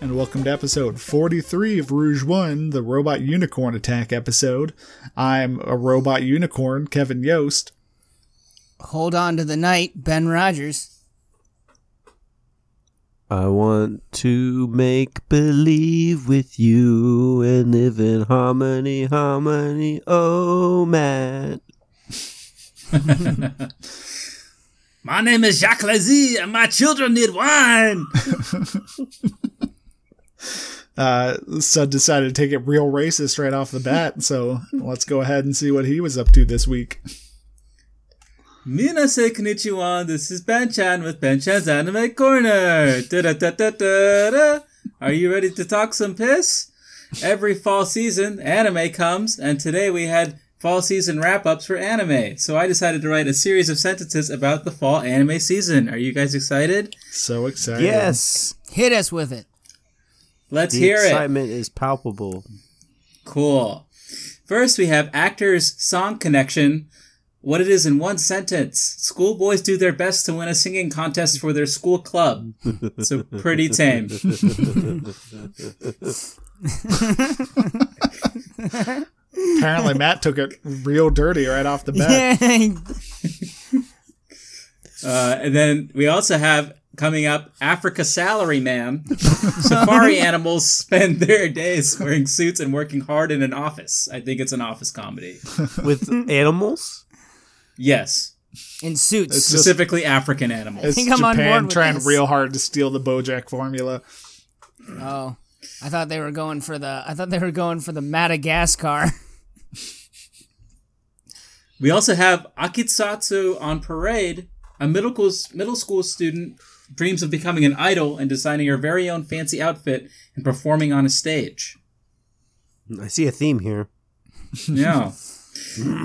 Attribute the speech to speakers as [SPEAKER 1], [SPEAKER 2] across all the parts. [SPEAKER 1] and welcome to episode 43 of Rouge One, the Robot Unicorn Attack episode. I'm a robot unicorn, Kevin Yost.
[SPEAKER 2] Hold on to the night, Ben Rogers.
[SPEAKER 3] I want to make believe with you and live in harmony, harmony, oh man.
[SPEAKER 4] My name is Jacques Lazy, and my children need wine.
[SPEAKER 1] Uh, Sud decided to take it real racist right off the bat, so let's go ahead and see what he was up to this week.
[SPEAKER 4] Mina say konnichiwa, this is Benchan with Benchan's Anime Corner. Da-da-da-da-da-da. Are you ready to talk some piss? Every fall season, anime comes, and today we had fall season wrap-ups for anime. So I decided to write a series of sentences about the fall anime season. Are you guys excited?
[SPEAKER 1] So
[SPEAKER 4] Mm.
[SPEAKER 1] excited.
[SPEAKER 3] Yes,
[SPEAKER 2] Hit us with it.
[SPEAKER 4] Let's
[SPEAKER 3] the
[SPEAKER 4] hear it.
[SPEAKER 3] excitement is palpable.
[SPEAKER 4] Cool. First, we have actors' song connection. What it is in one sentence. Schoolboys do their best to win a singing contest for their school club. So pretty tame.
[SPEAKER 1] Apparently, Matt took it real dirty right off the bat.
[SPEAKER 2] Yay.
[SPEAKER 4] Uh, and then we also have coming up Africa Salary Man. Safari animals spend their days wearing suits and working hard in an office. I think it's an office comedy.
[SPEAKER 3] With animals?
[SPEAKER 4] Yes,
[SPEAKER 2] In suits.
[SPEAKER 1] It's just-
[SPEAKER 4] specifically African animals.
[SPEAKER 1] It's
[SPEAKER 2] think I'm on board
[SPEAKER 1] Japan
[SPEAKER 2] with
[SPEAKER 1] trying
[SPEAKER 2] this.
[SPEAKER 1] real hard to steal the BoJack formula.
[SPEAKER 2] oh, I thought they were going for the. I thought they were going for the Madagascar.
[SPEAKER 4] We also have Akitsatsu on parade. A middle school, middle school student dreams of becoming an idol and designing her very own fancy outfit and performing on a stage.
[SPEAKER 3] I see a theme here.
[SPEAKER 4] Yeah.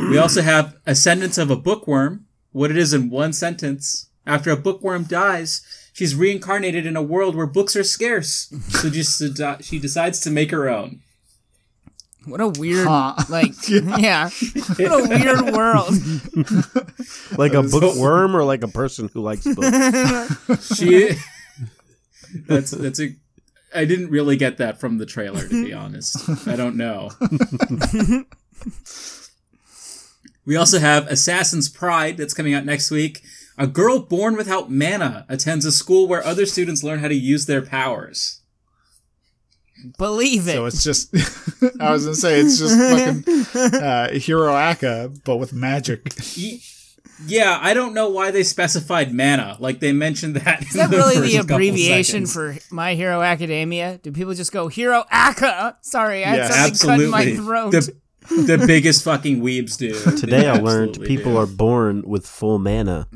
[SPEAKER 4] we also have Ascendance of a Bookworm, what it is in one sentence. After a bookworm dies, she's reincarnated in a world where books are scarce. So just de- she decides to make her own.
[SPEAKER 2] What a weird,
[SPEAKER 1] Huh.
[SPEAKER 2] like, yeah. What a weird world.
[SPEAKER 3] Like a bookworm or like a person who likes books?
[SPEAKER 4] She That's that's a I didn't really get that from the trailer to be honest. I don't know. we also have Assassin's Pride that's coming out next week. A girl born without mana attends a school where other students learn how to use their powers.
[SPEAKER 2] Believe it.
[SPEAKER 1] So it's just, I was gonna say it's just fucking uh, Hero Aka, but with magic.
[SPEAKER 4] Ye- Yeah, I don't know why they specified mana. Like they mentioned that.
[SPEAKER 2] Is that really the abbreviation for My Hero Academia? Do people just go Hero Aka? Sorry, I had
[SPEAKER 1] Yeah,
[SPEAKER 2] something cut in
[SPEAKER 4] absolutely
[SPEAKER 2] my throat.
[SPEAKER 4] the the biggest fucking weebs do?
[SPEAKER 3] Today I learned people are born with full mana.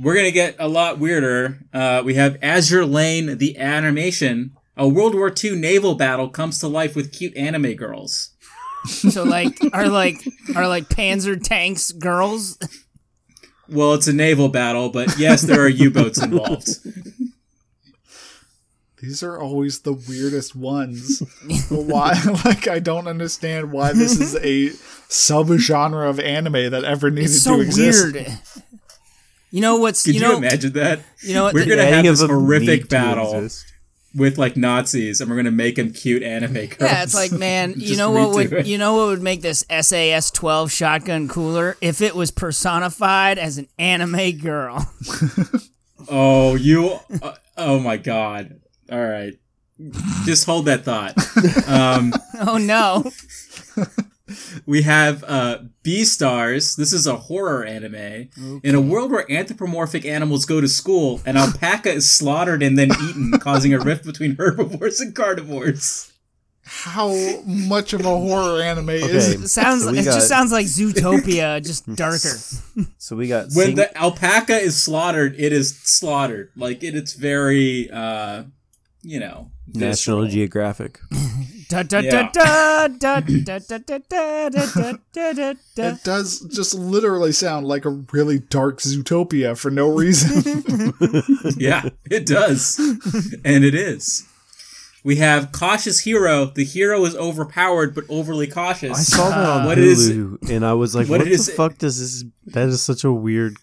[SPEAKER 4] We're gonna get a lot weirder. Uh, we have Azure Lane, the animation. A World War II naval battle comes to life with cute anime girls.
[SPEAKER 2] so like, are like, are like Panzer tanks girls?
[SPEAKER 4] Well, it's a naval battle, but yes, there are U-boats involved.
[SPEAKER 1] These are always the weirdest ones. why? Like I don't understand why this is a subgenre of anime that ever needed
[SPEAKER 2] It's so
[SPEAKER 1] to exist.
[SPEAKER 2] weird. You know what's?
[SPEAKER 4] Could
[SPEAKER 2] you
[SPEAKER 4] you,
[SPEAKER 2] know,
[SPEAKER 4] imagine that?
[SPEAKER 2] you know what?
[SPEAKER 4] We're
[SPEAKER 2] the-
[SPEAKER 4] gonna have
[SPEAKER 3] Any of
[SPEAKER 4] this
[SPEAKER 3] them need
[SPEAKER 4] horrific
[SPEAKER 3] to
[SPEAKER 4] battle
[SPEAKER 3] exist.
[SPEAKER 4] with like Nazis, and we're gonna make them cute anime girls.
[SPEAKER 2] Yeah, it's like, man, you
[SPEAKER 4] Just
[SPEAKER 2] know what would
[SPEAKER 4] redo it.
[SPEAKER 2] you know what would make this SAS twelve shotgun cooler if it was personified as an anime girl.
[SPEAKER 4] Oh, you. Uh, oh my God. All right. Just hold that thought. Um,
[SPEAKER 2] oh no.
[SPEAKER 4] we have uh, B Stars. This is a horror anime. In a world where anthropomorphic animals go to school, an alpaca is slaughtered and then eaten, causing a rift between herbivores and carnivores.
[SPEAKER 1] How much of a horror anime is
[SPEAKER 3] Okay.
[SPEAKER 1] it?
[SPEAKER 2] It sounds
[SPEAKER 3] So
[SPEAKER 2] it
[SPEAKER 3] we got-
[SPEAKER 2] just sounds like Zootopia, just darker.
[SPEAKER 3] So we got
[SPEAKER 4] When
[SPEAKER 3] sing-
[SPEAKER 4] the alpaca is slaughtered, it is slaughtered. Like it, it's very, uh, you know,
[SPEAKER 3] National Geographic.
[SPEAKER 2] Da da da da da da da da da da da da da.
[SPEAKER 1] It does just literally sound like a really dark Zootopia for no reason.
[SPEAKER 4] yeah, it does. and it is. We have cautious hero. The hero is overpowered but overly cautious.
[SPEAKER 3] I saw that on
[SPEAKER 4] What
[SPEAKER 3] Hulu,
[SPEAKER 4] is-
[SPEAKER 3] and I was like,
[SPEAKER 4] what
[SPEAKER 3] "What,
[SPEAKER 4] is
[SPEAKER 3] the
[SPEAKER 4] it-
[SPEAKER 3] fuck does this? That is such a weird,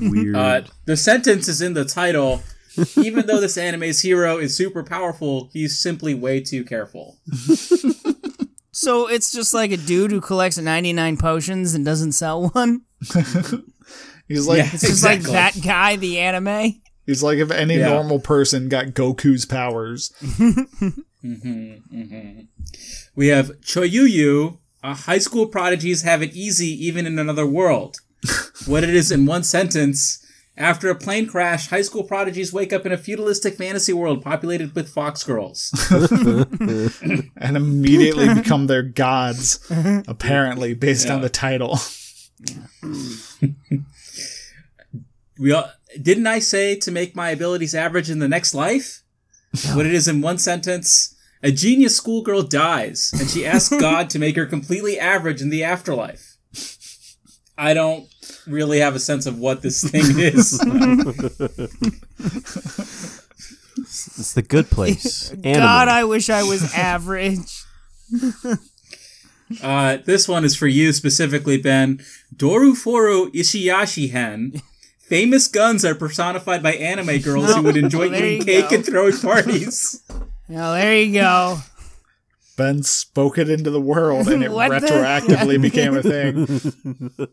[SPEAKER 3] weird."
[SPEAKER 4] uh, the sentence is in the title. Even though this anime's hero is super powerful, he's simply way too careful.
[SPEAKER 2] So it's just like a dude who collects 99 potions and doesn't sell one.
[SPEAKER 1] He's like
[SPEAKER 4] Yeah.
[SPEAKER 2] It's just
[SPEAKER 4] Exactly.
[SPEAKER 2] like that guy, the anime.
[SPEAKER 1] he's like if any
[SPEAKER 4] Yeah.
[SPEAKER 1] normal person got Goku's powers.
[SPEAKER 4] We have Choyuyu, a high school prodigies have it easy even in another world. what it is in one sentence. After a plane crash, high school prodigies wake up in a feudalistic fantasy world populated with fox girls.
[SPEAKER 1] and immediately become their gods, apparently, based on
[SPEAKER 4] Yeah.
[SPEAKER 1] the title.
[SPEAKER 4] We all, didn't I say to make my abilities average in the next life? what it is in one sentence. A genius schoolgirl dies, and she asks God to make her completely average in the afterlife. I don't really have a sense of what this thing is.
[SPEAKER 3] It's the good place. Anime.
[SPEAKER 2] God, I wish I was average.
[SPEAKER 4] Uh, this one is for you specifically, Ben. Doruforu Ishiyashi-hen. Famous guns are personified by anime girls who would enjoy
[SPEAKER 2] There
[SPEAKER 4] eating
[SPEAKER 2] you
[SPEAKER 4] cake
[SPEAKER 2] go.
[SPEAKER 4] and throwing parties.
[SPEAKER 2] Now, there you go.
[SPEAKER 1] Ben spoke it into the world and it
[SPEAKER 2] What the-
[SPEAKER 1] retroactively became a thing.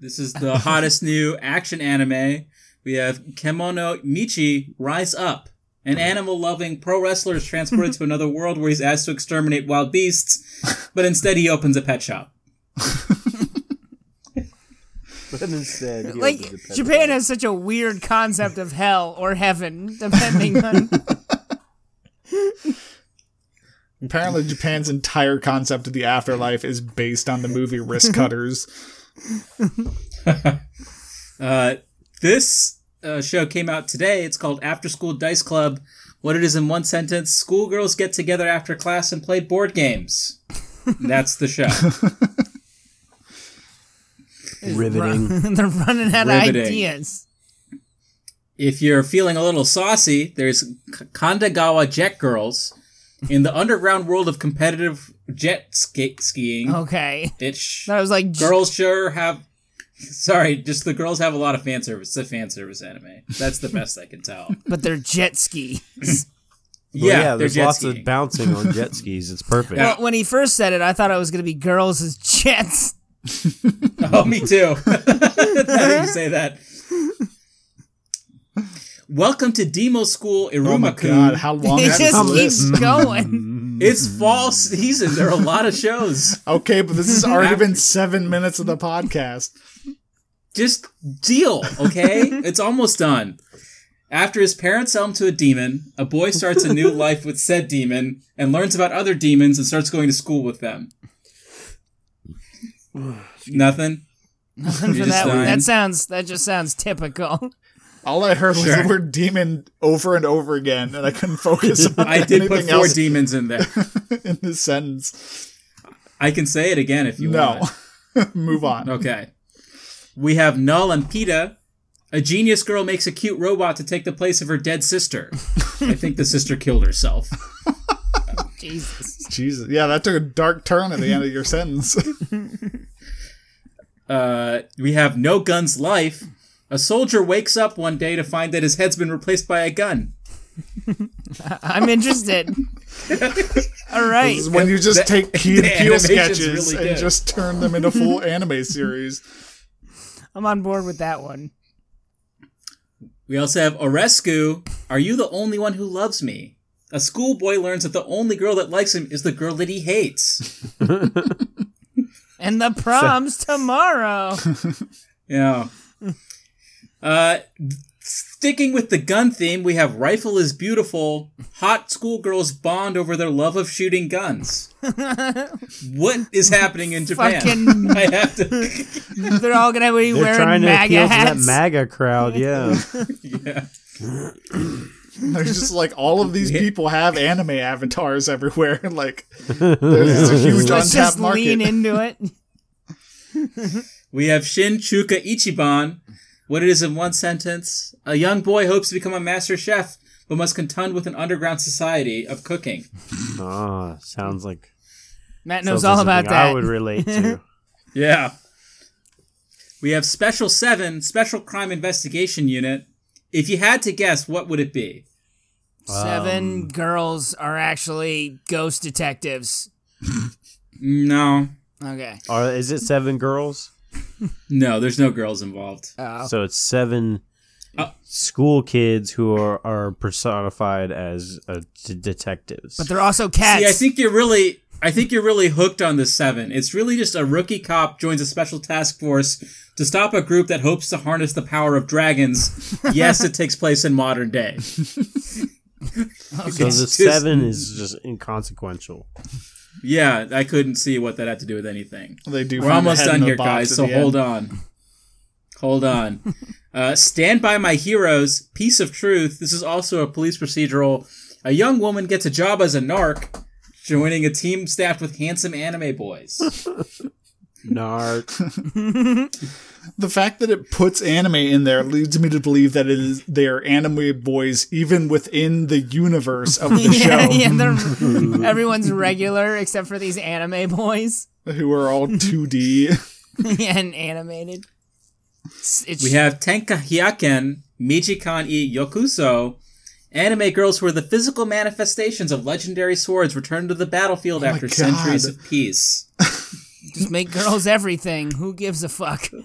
[SPEAKER 4] This is the hottest new action anime. We have Kemono Michi Rise Up, an animal loving pro wrestler is transported to another world where he's asked to exterminate wild beasts, but instead he opens a pet shop.
[SPEAKER 3] But instead, he
[SPEAKER 2] Like,
[SPEAKER 3] opens a pet
[SPEAKER 2] Japan has such a weird concept of hell or heaven, depending on.
[SPEAKER 1] Apparently, Japan's entire concept of the afterlife is based on the movie Risk Cutters.
[SPEAKER 4] Uh, this uh, show came out today. It's called After School Dice Club. What it is in one sentence schoolgirls get together after class and play board games. That's the show.
[SPEAKER 3] Riveting.
[SPEAKER 2] They're running out
[SPEAKER 4] Riveting.
[SPEAKER 2] of ideas.
[SPEAKER 4] If you're feeling a little saucy, there's K- Kandagawa Jet Girls in the underground world of competitive jet ski- skiing.
[SPEAKER 2] Oh. Okay.
[SPEAKER 4] Bitch.
[SPEAKER 2] That was like,
[SPEAKER 4] Girls sure have. Sorry, just the girls have a lot of fan service. It's a fan service anime. That's the best I can tell.
[SPEAKER 2] but they're jet ski.
[SPEAKER 3] Well,
[SPEAKER 4] yeah, they're
[SPEAKER 3] there's
[SPEAKER 4] jet
[SPEAKER 3] lots
[SPEAKER 4] skiing.
[SPEAKER 3] of bouncing on jet skis. It's perfect.
[SPEAKER 4] Yeah.
[SPEAKER 2] Well, when he first said it, I thought it was going to be girls as jets.
[SPEAKER 4] Oh, me too. now that you say that. Welcome to Demo School
[SPEAKER 1] Oh my god,
[SPEAKER 4] Irumaku.
[SPEAKER 1] how long
[SPEAKER 2] It
[SPEAKER 1] is this
[SPEAKER 2] just
[SPEAKER 1] list?
[SPEAKER 4] Mm-hmm.
[SPEAKER 2] keeps going.
[SPEAKER 4] it's fall season. There are a lot of shows.
[SPEAKER 1] Okay, but this has already been seven minutes of the podcast.
[SPEAKER 4] Just deal, okay? It's almost done. After his parents sell him to a demon, a boy starts a new life with said demon and learns about other demons and starts going to school with them. Nothing.
[SPEAKER 2] Nothing for
[SPEAKER 4] just
[SPEAKER 2] that.
[SPEAKER 4] dying.
[SPEAKER 2] One. That sounds. That just sounds typical.
[SPEAKER 1] All I heard was
[SPEAKER 4] Sure.
[SPEAKER 1] the word demon over and over again, and I couldn't focus on
[SPEAKER 4] I did put
[SPEAKER 1] anything
[SPEAKER 4] four
[SPEAKER 1] else
[SPEAKER 4] demons in there.
[SPEAKER 1] in this sentence.
[SPEAKER 4] I can say it again if you want.
[SPEAKER 1] No. Move on.
[SPEAKER 4] Okay. We have Null and PETA. A genius girl makes a cute robot to take the place of her dead sister. I think the sister killed herself.
[SPEAKER 2] Jesus.
[SPEAKER 1] Jesus. Yeah, that took a dark turn at the end of your sentence.
[SPEAKER 4] Uh, we have No Gun's Life. A soldier wakes up one day to find that his head's been replaced by a gun.
[SPEAKER 2] I'm interested. All right.
[SPEAKER 1] Is when you just
[SPEAKER 4] The-
[SPEAKER 1] take Key and
[SPEAKER 4] the
[SPEAKER 1] Peele
[SPEAKER 4] animation's
[SPEAKER 1] sketches
[SPEAKER 4] really
[SPEAKER 1] and
[SPEAKER 4] good.
[SPEAKER 1] just turn them into full anime series.
[SPEAKER 2] I'm on board with that one.
[SPEAKER 4] We also have Orescu. Are you the only one who loves me? A schoolboy learns that the only girl that likes him is the girl that he hates.
[SPEAKER 2] And the prom's tomorrow.
[SPEAKER 4] Yeah. Uh, sticking with the gun theme, we have Rifle is Beautiful. Hot schoolgirls bond over their love of shooting guns. what is happening in Japan?
[SPEAKER 2] Fucking-
[SPEAKER 4] I have to.
[SPEAKER 2] They're all gonna be
[SPEAKER 3] They're
[SPEAKER 2] wearing
[SPEAKER 3] trying to
[SPEAKER 2] MAGA
[SPEAKER 3] appeal to that
[SPEAKER 2] hats.
[SPEAKER 3] MAGA crowd. Yeah.
[SPEAKER 4] Yeah.
[SPEAKER 1] There's just like all of these people have anime avatars everywhere. Like there's a huge untapped
[SPEAKER 2] Let's just
[SPEAKER 1] market.
[SPEAKER 2] lean into it.
[SPEAKER 4] We have Shin Chuka Ichiban. What it is in one sentence: A young boy hopes to become a master chef, but must contend with an underground society of cooking.
[SPEAKER 3] Ah, sounds like
[SPEAKER 2] Matt knows
[SPEAKER 3] sounds like
[SPEAKER 2] all
[SPEAKER 3] something
[SPEAKER 2] about
[SPEAKER 3] I
[SPEAKER 2] that.
[SPEAKER 3] would um, relate to.
[SPEAKER 4] Yeah. We have Special 7, Special Crime Investigation Unit. If you had to guess, what would it be?
[SPEAKER 2] Seven girls are actually ghost detectives.
[SPEAKER 4] No,
[SPEAKER 2] Okay.
[SPEAKER 3] Are is it seven girls?
[SPEAKER 4] no, there's no girls involved.
[SPEAKER 2] Oh.
[SPEAKER 3] So it's seven
[SPEAKER 2] Uh,
[SPEAKER 4] Oh.
[SPEAKER 3] school kids who are, are personified as uh, d- detectives.
[SPEAKER 2] But they're also cats.
[SPEAKER 4] See, I think you're really, I think you're really hooked on the seven. It's really just a rookie cop joins a special task force to stop a group that hopes to harness the power of dragons. yes, it takes place in modern day.
[SPEAKER 3] so the
[SPEAKER 4] It's just-
[SPEAKER 3] seven is just inconsequential.
[SPEAKER 4] Yeah, I couldn't see what that had to do with anything.
[SPEAKER 1] They do.
[SPEAKER 4] We're
[SPEAKER 1] find a
[SPEAKER 4] almost
[SPEAKER 1] head
[SPEAKER 4] done
[SPEAKER 1] and a
[SPEAKER 4] here,
[SPEAKER 1] bob
[SPEAKER 4] guys.
[SPEAKER 1] at
[SPEAKER 4] So
[SPEAKER 1] the end.
[SPEAKER 4] hold on, hold on. uh, Stand by my heroes. Piece of truth. This is also a police procedural. A young woman gets a job as a narc, joining a team staffed with handsome anime boys.
[SPEAKER 3] Narc.
[SPEAKER 1] The fact that it puts anime in there leads me to believe that it is they are anime boys even within the universe of the
[SPEAKER 2] yeah,
[SPEAKER 1] show,
[SPEAKER 2] yeah, they're, everyone's regular except for these anime boys
[SPEAKER 1] who are all 2D.
[SPEAKER 2] and animated. It's, it's
[SPEAKER 4] we have Tenka Hyaken, Michikan e Yokuso, anime girls who are the physical manifestations of legendary swords returned to the battlefield after
[SPEAKER 1] God.
[SPEAKER 4] centuries of peace.
[SPEAKER 2] just make girls everything. Who gives a fuck?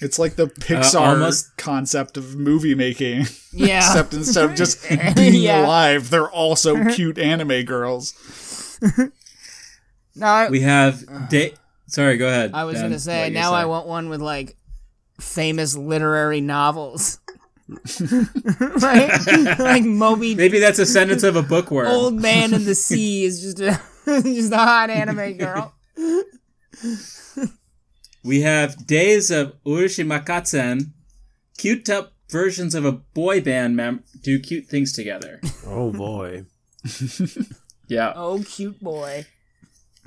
[SPEAKER 1] It's like the Pixar
[SPEAKER 4] Uh, almost-
[SPEAKER 1] concept of movie making,
[SPEAKER 2] Yeah.
[SPEAKER 1] except instead of just being
[SPEAKER 2] Yeah.
[SPEAKER 1] alive, they're also cute anime girls.
[SPEAKER 2] no, I,
[SPEAKER 4] We have da- Sorry, go ahead.
[SPEAKER 2] Uh. I was
[SPEAKER 4] Ben,
[SPEAKER 2] gonna
[SPEAKER 4] what
[SPEAKER 2] say
[SPEAKER 4] you
[SPEAKER 2] now I
[SPEAKER 4] say.
[SPEAKER 2] want one with like famous literary novels, right? like Moby
[SPEAKER 4] Maybe that's a sentence of a bookworm.
[SPEAKER 2] Old Man in the Sea is just a, just a hot anime girl.
[SPEAKER 4] We have Days of Urushi Makatsen, cute up versions of a boy band mem- do cute things together.
[SPEAKER 3] Oh boy.
[SPEAKER 4] Yeah.
[SPEAKER 2] Oh, cute boy.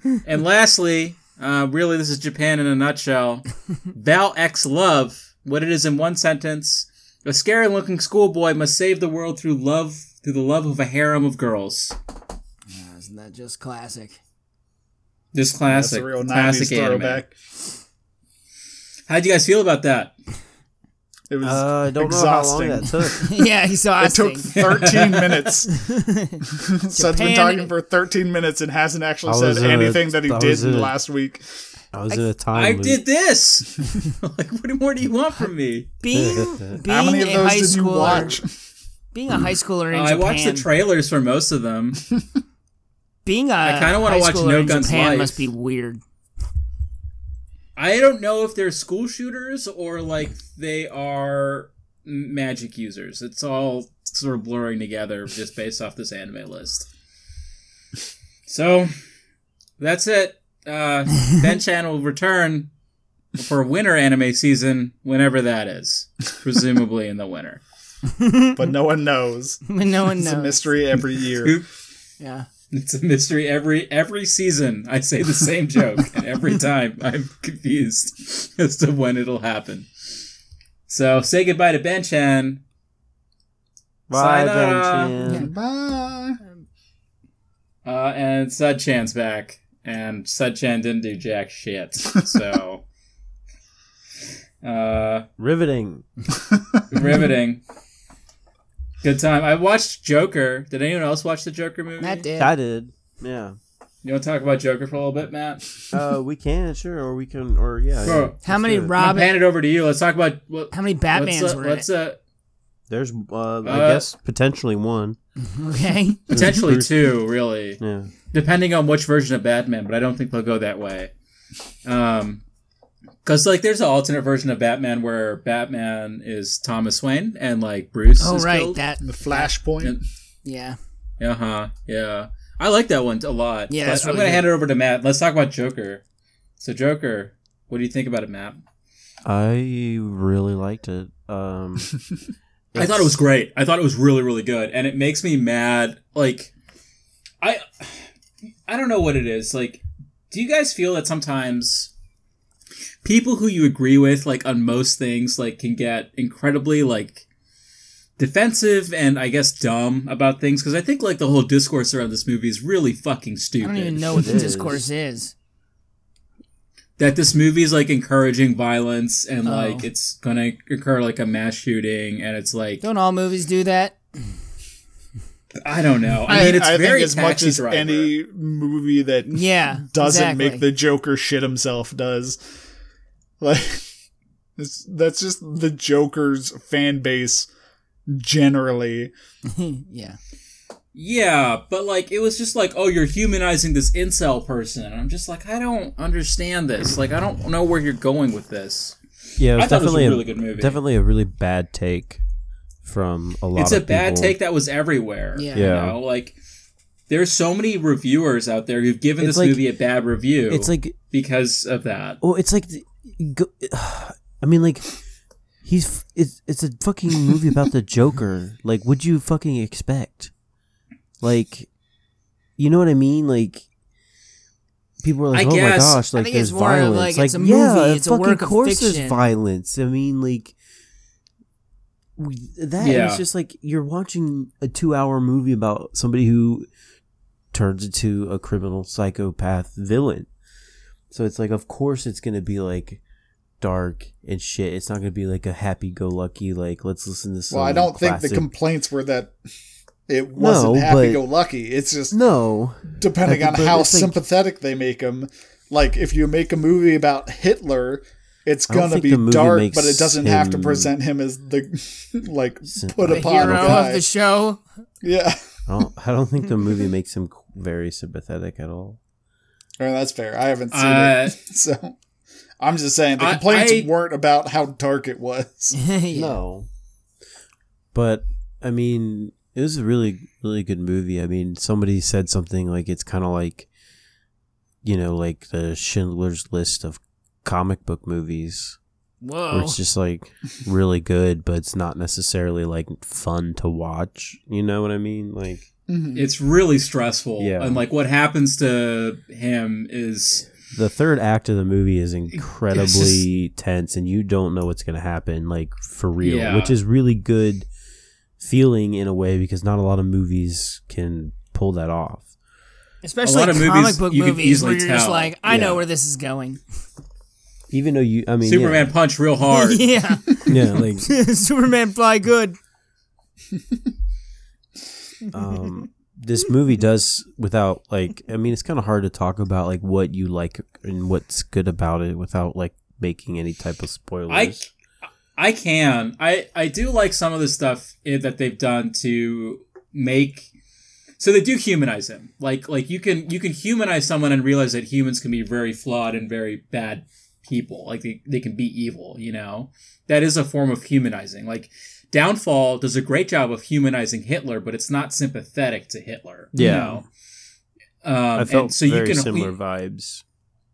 [SPEAKER 4] and lastly, uh, really, this is Japan in a nutshell. Val X Love, what it is in one sentence a scary looking schoolboy must save the world through love, through the love of a harem of girls.
[SPEAKER 2] Isn't that just classic?
[SPEAKER 4] This
[SPEAKER 1] That's
[SPEAKER 4] classic,
[SPEAKER 1] a real 90s
[SPEAKER 4] classic anime.
[SPEAKER 1] throwback.
[SPEAKER 4] How'd you guys feel about that?
[SPEAKER 1] It was
[SPEAKER 3] Uh, I don't
[SPEAKER 1] exhausting.
[SPEAKER 3] know how long that took.
[SPEAKER 2] Yeah, he saw
[SPEAKER 1] it took 13 minutes. so it's been
[SPEAKER 2] Japan-
[SPEAKER 1] talking for 13 minutes and hasn't actually
[SPEAKER 3] I
[SPEAKER 1] said
[SPEAKER 3] was in a-
[SPEAKER 1] anything that he
[SPEAKER 3] I
[SPEAKER 1] did
[SPEAKER 3] was
[SPEAKER 1] in
[SPEAKER 3] in
[SPEAKER 1] the
[SPEAKER 3] a-
[SPEAKER 1] last week.
[SPEAKER 3] I was in a time.
[SPEAKER 4] I
[SPEAKER 3] loop.
[SPEAKER 4] did this! like, what more do you want from me?
[SPEAKER 2] Being, being
[SPEAKER 1] How many of
[SPEAKER 2] a
[SPEAKER 1] those
[SPEAKER 2] high
[SPEAKER 1] did
[SPEAKER 2] schooler,
[SPEAKER 1] you watch?
[SPEAKER 2] Being a high schooler in
[SPEAKER 4] Uh, I
[SPEAKER 2] Japan.
[SPEAKER 4] watched the trailers for most of them.
[SPEAKER 2] Being a I
[SPEAKER 4] kinda wanna watch No
[SPEAKER 2] in
[SPEAKER 4] Guns
[SPEAKER 2] Japan
[SPEAKER 4] Life.
[SPEAKER 2] must be weird.
[SPEAKER 4] I don't know if they're school shooters or like they are m- magic users. It's all sort of blurring together just based off this anime list. So that's it. Uh, ben Chan will return for winter anime season whenever that is, presumably in the winter.
[SPEAKER 1] But no one knows.
[SPEAKER 2] no one
[SPEAKER 1] It's a
[SPEAKER 2] knows.
[SPEAKER 1] mystery every year.
[SPEAKER 2] Yeah.
[SPEAKER 4] It's a mystery every every season. I say the same joke, and every time I'm confused as to when it'll happen. So say goodbye to Ben Chan.
[SPEAKER 3] Bye,
[SPEAKER 4] Sayonara.
[SPEAKER 3] Benchan.
[SPEAKER 1] Bye.
[SPEAKER 4] Uh, and Sud Chan's back, and Sud Chan didn't do jack shit. So uh,
[SPEAKER 3] Riveting.
[SPEAKER 4] riveting. Good time. I watched Joker. Did anyone else watch the Joker movie?
[SPEAKER 2] That did.
[SPEAKER 3] I did. Yeah.
[SPEAKER 4] You want to talk about Joker for a little bit, Matt?
[SPEAKER 3] Uh, we can sure, or we can, or yeah. yeah.
[SPEAKER 4] Bro,
[SPEAKER 2] How many
[SPEAKER 3] do it.
[SPEAKER 4] I'll
[SPEAKER 2] Robin?
[SPEAKER 4] pan it over to you. Let's talk about what.
[SPEAKER 2] How many
[SPEAKER 4] what's,
[SPEAKER 2] Batmans
[SPEAKER 4] uh,
[SPEAKER 2] were in
[SPEAKER 4] what's,
[SPEAKER 2] it?
[SPEAKER 4] uh,
[SPEAKER 3] There's, uh, I
[SPEAKER 4] Uh,
[SPEAKER 3] guess, potentially one.
[SPEAKER 2] okay.
[SPEAKER 4] Potentially two, really,
[SPEAKER 3] Yeah.
[SPEAKER 4] depending on which version of Batman. But I don't think they'll go that way, Um 'cause because like there's an alternate version of Batman where Batman is Thomas Wayne and like Bruce.
[SPEAKER 2] Oh
[SPEAKER 4] is
[SPEAKER 2] right,
[SPEAKER 4] killed.
[SPEAKER 2] that
[SPEAKER 1] The flashpoint.
[SPEAKER 2] yeah.
[SPEAKER 4] Uh huh. Yeah, I like that one a lot.
[SPEAKER 2] Yeah,
[SPEAKER 4] But
[SPEAKER 2] that's
[SPEAKER 4] I'm
[SPEAKER 2] really
[SPEAKER 4] gonna
[SPEAKER 2] good.
[SPEAKER 4] hand it over to Matt. Let's talk about Joker. So Joker, what do you think about it, Matt?
[SPEAKER 3] I really liked it. Um,
[SPEAKER 4] I thought it was great. I thought it was really, really good, and it makes me mad. Like, I, I don't know what it is. Like, do you guys feel that sometimes people who you agree with, like on most things, like can get incredibly like defensive and I guess dumb about things? Because I think like the whole discourse around this movie is really fucking
[SPEAKER 2] I
[SPEAKER 4] stupid.
[SPEAKER 2] don't even know what the
[SPEAKER 3] It is.
[SPEAKER 2] discourse is.
[SPEAKER 4] that this movie is like encouraging violence and like
[SPEAKER 2] Oh.
[SPEAKER 4] it's gonna occur like a mass shooting and it's like
[SPEAKER 2] Don't all movies do that?
[SPEAKER 4] I don't know. I, mean, it's very
[SPEAKER 1] as much
[SPEAKER 4] Taxi
[SPEAKER 1] as
[SPEAKER 4] Driver.
[SPEAKER 1] any movie that
[SPEAKER 2] Yeah.
[SPEAKER 1] doesn't
[SPEAKER 2] exactly.
[SPEAKER 1] make the Joker shit himself does. Like it's, that's just the Joker's fan base generally.
[SPEAKER 2] yeah.
[SPEAKER 4] Yeah, but like it was just like, oh, you're humanizing this incel person, and I'm just like, I don't understand this. Like, I don't know where you're going with this.
[SPEAKER 3] Yeah, it was
[SPEAKER 4] I thought it was a
[SPEAKER 3] definitely
[SPEAKER 4] really good movie.
[SPEAKER 3] Definitely a really bad take from a lot.
[SPEAKER 4] It's a
[SPEAKER 3] of
[SPEAKER 4] bad
[SPEAKER 3] people.
[SPEAKER 4] take that was everywhere.
[SPEAKER 2] Yeah.
[SPEAKER 4] You
[SPEAKER 3] Yeah.
[SPEAKER 4] know, like there's so many reviewers out there who've given
[SPEAKER 3] It's
[SPEAKER 4] this
[SPEAKER 3] like-
[SPEAKER 4] movie a bad review.
[SPEAKER 3] It's like
[SPEAKER 4] because of that.
[SPEAKER 3] Well, it's like, the- go, I mean, like, he's f- it's it's a fucking movie about the Joker. Like, would you fucking expect? Like, you know what I mean? Like, people are like,
[SPEAKER 4] I
[SPEAKER 3] "Oh my
[SPEAKER 4] guess.
[SPEAKER 3] gosh!"
[SPEAKER 2] I
[SPEAKER 3] Like,
[SPEAKER 2] think
[SPEAKER 3] there's
[SPEAKER 2] it's more of,
[SPEAKER 3] violence.
[SPEAKER 2] like,
[SPEAKER 3] like,
[SPEAKER 2] it's a
[SPEAKER 3] yeah,
[SPEAKER 2] movie,
[SPEAKER 3] of
[SPEAKER 2] it's a
[SPEAKER 3] fucking
[SPEAKER 2] work of
[SPEAKER 3] course there's
[SPEAKER 2] fiction.
[SPEAKER 3] violence. I mean, like. we- That
[SPEAKER 4] Yeah.
[SPEAKER 3] it's just like you're watching a two-hour movie about somebody who turns into a criminal psychopath villain. So it's like, of course, it's gonna be like dark and shit. It's not gonna be like a happy-go-lucky. Like, let's listen to some.
[SPEAKER 1] well, I don't think the
[SPEAKER 3] classic-
[SPEAKER 1] complaints were that it wasn't
[SPEAKER 3] No, but-
[SPEAKER 1] happy go lucky. It's just
[SPEAKER 3] no,
[SPEAKER 1] depending
[SPEAKER 3] Happy-
[SPEAKER 1] on
[SPEAKER 3] but
[SPEAKER 1] how
[SPEAKER 3] it's like-
[SPEAKER 1] sympathetic they make him. Like if you make a movie about Hitler, it's
[SPEAKER 3] I don't
[SPEAKER 1] gonna
[SPEAKER 3] think
[SPEAKER 1] be
[SPEAKER 3] the movie
[SPEAKER 1] dark,
[SPEAKER 3] makes
[SPEAKER 1] but it doesn't have to
[SPEAKER 3] him-
[SPEAKER 1] present him as the like
[SPEAKER 3] Sympa-
[SPEAKER 1] put
[SPEAKER 2] The
[SPEAKER 1] upon
[SPEAKER 2] hero
[SPEAKER 1] guy.
[SPEAKER 2] of the show.
[SPEAKER 1] yeah,
[SPEAKER 3] I don't, I don't think the movie makes him qu- very sympathetic at all.
[SPEAKER 1] I mean, that's fair. I haven't seen
[SPEAKER 4] Uh,
[SPEAKER 1] it, so I'm just saying the
[SPEAKER 4] I-
[SPEAKER 1] complaints
[SPEAKER 4] I-
[SPEAKER 1] weren't about how dark it was.
[SPEAKER 2] Yeah.
[SPEAKER 3] No, but I mean, it was a really, really good movie. I mean, somebody said something like it's kind of like, you know, like the Schindler's List of comic book movies. where
[SPEAKER 2] Whoa.
[SPEAKER 3] it's just like really good, but it's not necessarily like fun to watch. You know what I mean? Like
[SPEAKER 4] It's really stressful.
[SPEAKER 3] Yeah.
[SPEAKER 4] And like what happens to him is
[SPEAKER 3] the third act of the movie is
[SPEAKER 4] It's
[SPEAKER 3] incredibly
[SPEAKER 4] just-
[SPEAKER 3] tense, and you don't know what's going to happen, like for real,
[SPEAKER 4] Yeah.
[SPEAKER 3] which is really good feeling in a way because not a lot of movies can pull that off.
[SPEAKER 2] Especially
[SPEAKER 4] A lot of
[SPEAKER 2] comic
[SPEAKER 4] movies
[SPEAKER 2] book
[SPEAKER 4] you can
[SPEAKER 2] movies where
[SPEAKER 4] easily
[SPEAKER 2] you're just
[SPEAKER 4] tell.
[SPEAKER 2] like, I
[SPEAKER 3] Yeah.
[SPEAKER 2] know where this is going.
[SPEAKER 3] Even though you, I mean,
[SPEAKER 4] Superman punch real hard.
[SPEAKER 2] yeah.
[SPEAKER 3] yeah, yeah like
[SPEAKER 2] Superman fly good.
[SPEAKER 3] um, this movie does without like i mean it's kind of hard to talk about like what you like and what's good about it without like making any type of
[SPEAKER 4] I
[SPEAKER 3] spoilers
[SPEAKER 4] I can. I I do like some of the stuff eh, that they've done to make so they do humanize him. Like like you can you can humanize someone and realize that humans can be very flawed and very bad people. Like they, they can be evil, you know? That is a form of humanizing. Like Downfall does a great job of humanizing Hitler, but it's not sympathetic to Hitler.
[SPEAKER 3] Yeah.
[SPEAKER 4] You know? Um,
[SPEAKER 3] i felt
[SPEAKER 4] and so you
[SPEAKER 3] very
[SPEAKER 4] can
[SPEAKER 3] similar vibes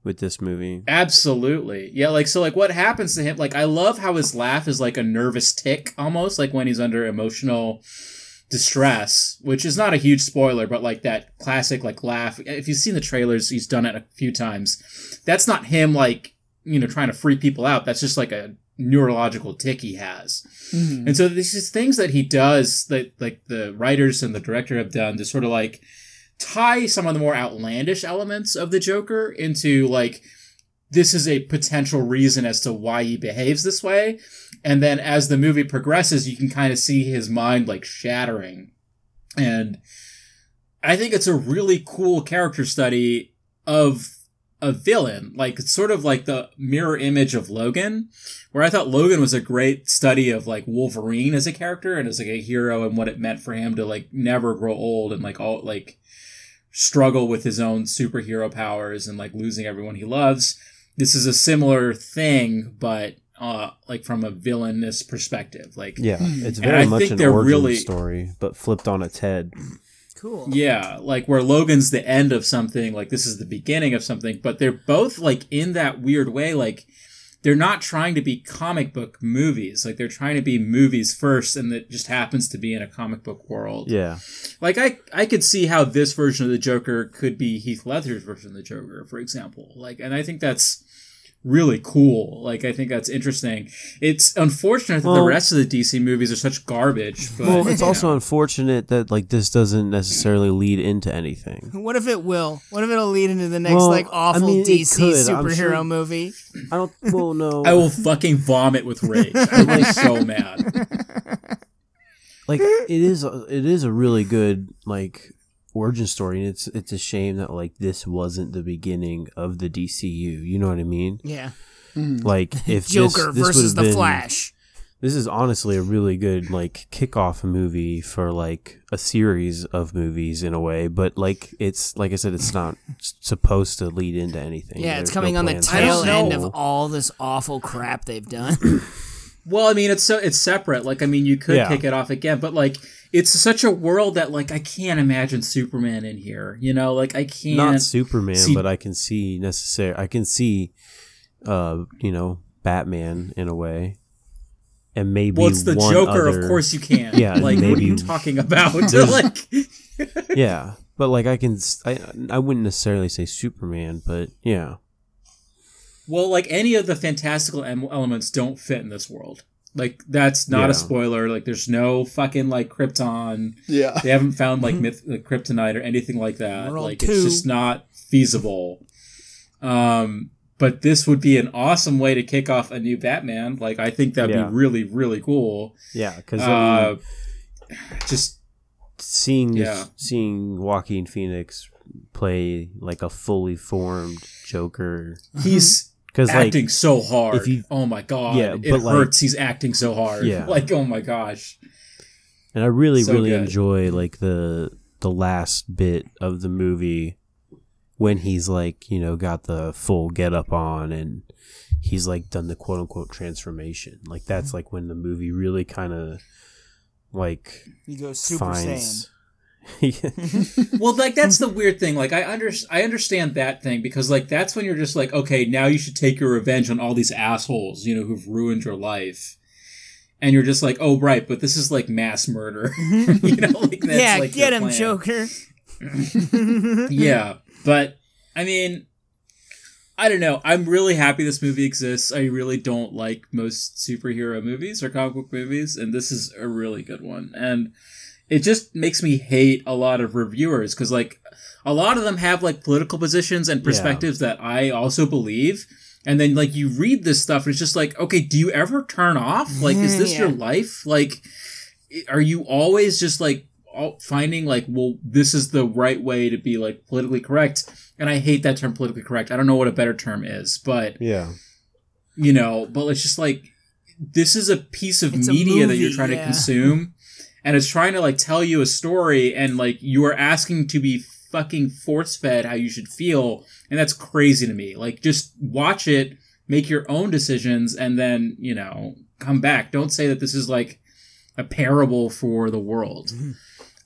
[SPEAKER 3] with this movie
[SPEAKER 4] Absolutely. Yeah, like so like what happens to him like I love how his laugh is like a nervous tick almost like when he's under emotional distress, which is not a huge spoiler, but like that classic like laugh. If you've seen the trailers, he's done it a few times. That's not him like, you know, trying to free people out. That's just like a neurological tick he has. And so there's just things that he does that like the writers and the director have done to sort of like tie some of the more outlandish elements of the Joker into like this is a potential reason as to why he behaves this way. And then as the movie progresses, you can kind of see his mind like shattering. And I think it's a really cool character study of a villain. Like it's sort of like the mirror image of Logan, where I thought Logan was a great study of like Wolverine as a character and as like a hero and what it meant for him to like never grow old and like all like struggle with his own superhero powers and like losing everyone he loves. This is a similar thing, but uh like from a villainous perspective. Like
[SPEAKER 3] yeah it's
[SPEAKER 4] Hmm. And
[SPEAKER 3] very
[SPEAKER 4] I
[SPEAKER 3] much
[SPEAKER 4] think
[SPEAKER 3] an
[SPEAKER 4] they're
[SPEAKER 3] origin
[SPEAKER 4] really-
[SPEAKER 3] story but flipped on its head
[SPEAKER 2] Cool.
[SPEAKER 4] Yeah, like where Logan's the end of something, like this is the beginning of something, but they're both like in that weird way, like they're not trying to be comic book movies. Like they're trying to be movies first and that just happens to be in a comic book world.
[SPEAKER 3] yeah
[SPEAKER 4] Like I I could see how this version of the Joker could be Heath Ledger's version of the Joker, for example. Like and I think that's really cool. Like I think that's interesting. It's unfortunate that
[SPEAKER 3] Well-
[SPEAKER 4] the rest of the DC movies are such garbage. But,
[SPEAKER 3] Well, it's
[SPEAKER 4] you
[SPEAKER 3] also
[SPEAKER 4] know.
[SPEAKER 3] unfortunate that like this doesn't necessarily lead into anything.
[SPEAKER 2] What if it will? What if it'll lead into the next
[SPEAKER 3] Well,
[SPEAKER 2] like
[SPEAKER 3] I
[SPEAKER 2] awful
[SPEAKER 3] mean, it
[SPEAKER 2] DC
[SPEAKER 3] could, I'm
[SPEAKER 2] superhero
[SPEAKER 3] sure-
[SPEAKER 2] movie?
[SPEAKER 3] I don't. Well, no.
[SPEAKER 4] I will fucking vomit with rage. I'm like so mad.
[SPEAKER 3] like it is. A, it is a really good like origin story, and it's it's a shame that like this wasn't the beginning of the DCU. You know what I mean?
[SPEAKER 2] Yeah,
[SPEAKER 4] Hmm.
[SPEAKER 3] Like if
[SPEAKER 2] Joker
[SPEAKER 3] this, this
[SPEAKER 2] versus
[SPEAKER 3] would've
[SPEAKER 2] the
[SPEAKER 3] been-
[SPEAKER 2] Flash.
[SPEAKER 3] This is honestly a really good like kickoff movie for like a series of movies in a way, but like it's like I said, it's not s- supposed to lead into anything.
[SPEAKER 2] Yeah, it's
[SPEAKER 3] There's
[SPEAKER 2] coming
[SPEAKER 3] no
[SPEAKER 2] on the
[SPEAKER 3] plans.
[SPEAKER 2] tail
[SPEAKER 4] I don't
[SPEAKER 2] end
[SPEAKER 4] know.
[SPEAKER 2] of all this awful crap they've done.
[SPEAKER 4] Well, I mean, it's so it's separate. Like, I mean, you could
[SPEAKER 3] Yeah.
[SPEAKER 4] kick it off again, but like, it's such a world that like I can't imagine Superman in here. You know, like I can't.
[SPEAKER 3] not Superman,
[SPEAKER 4] See-
[SPEAKER 3] but I can see necessary. I can see, uh, you know, Batman in a way, and maybe
[SPEAKER 4] well, it's the
[SPEAKER 3] one
[SPEAKER 4] Joker,
[SPEAKER 3] other-
[SPEAKER 4] of course you can.
[SPEAKER 3] Yeah,
[SPEAKER 4] like what are
[SPEAKER 3] maybe-
[SPEAKER 4] you talking about?
[SPEAKER 3] There's-
[SPEAKER 4] like,
[SPEAKER 3] yeah, but like I can, s- I I wouldn't necessarily say Superman, but yeah,
[SPEAKER 4] well, like any of the fantastical em- elements don't fit in this world. Like, that's not
[SPEAKER 3] Yeah.
[SPEAKER 4] a spoiler. Like, there's no fucking like Krypton.
[SPEAKER 1] Yeah.
[SPEAKER 4] They haven't found like myth, like, kryptonite or anything like that.
[SPEAKER 2] World
[SPEAKER 4] like
[SPEAKER 2] two.
[SPEAKER 4] it's just not feasible. Um, but this would be an awesome way to kick off a new Batman. Like I think that'd
[SPEAKER 3] Yeah. um,
[SPEAKER 4] be really really cool.
[SPEAKER 3] yeah, because
[SPEAKER 4] Uh, just
[SPEAKER 3] seeing this,
[SPEAKER 4] yeah.
[SPEAKER 3] seeing Joaquin Phoenix play like a fully formed Joker,
[SPEAKER 4] he's
[SPEAKER 3] because like
[SPEAKER 4] acting so hard.
[SPEAKER 3] if you-
[SPEAKER 4] oh my god,
[SPEAKER 3] Yeah,
[SPEAKER 4] it
[SPEAKER 3] but, like-
[SPEAKER 4] hurts. he's acting so hard.
[SPEAKER 3] Yeah.
[SPEAKER 4] like oh my gosh.
[SPEAKER 3] And I really,
[SPEAKER 4] So
[SPEAKER 3] really
[SPEAKER 4] good.
[SPEAKER 3] enjoy like the the last bit of the movie when he's like, you know, got the full get up on and he's like done the quote unquote transformation. Like that's like when the movie really kinda like
[SPEAKER 2] You go
[SPEAKER 3] finds Yeah.
[SPEAKER 4] well, like that's the weird thing. Like I under I understand that thing because like that's when you're just like, okay, now you should take your revenge on all these assholes, you know, who've ruined your life. And you're just like, oh right, but this is like mass murder. you know, like that's
[SPEAKER 2] Mm-hmm. yeah,
[SPEAKER 4] like
[SPEAKER 2] get
[SPEAKER 4] their
[SPEAKER 2] him,
[SPEAKER 4] plan.
[SPEAKER 2] Joker.
[SPEAKER 4] Yeah. But I mean I don't know. I'm really happy this movie exists. I really don't like most superhero movies or comic book movies, and this is a really good one. And it just makes me hate a lot of reviewers because like a lot of them have like political positions and perspectives that I also believe. And then like you read this stuff and it's just like, okay, do you ever turn off? Like, is this
[SPEAKER 2] Yeah.
[SPEAKER 4] your life? Like, i- are you always just like all- finding like, well, this is the right way to be like politically correct? And I hate that term politically correct. I don't know what a better term is, but
[SPEAKER 3] yeah.
[SPEAKER 4] you know, but it's just like this is a piece of
[SPEAKER 2] It's a
[SPEAKER 4] media that you're
[SPEAKER 2] movie,
[SPEAKER 4] trying to
[SPEAKER 2] yeah.
[SPEAKER 4] consume and it's trying to like tell you a story and like you are asking to be fucking force fed how you should feel and that's crazy to me. Like just watch it, make your own decisions and then, you know, come back. Don't say that this is like a parable for the world.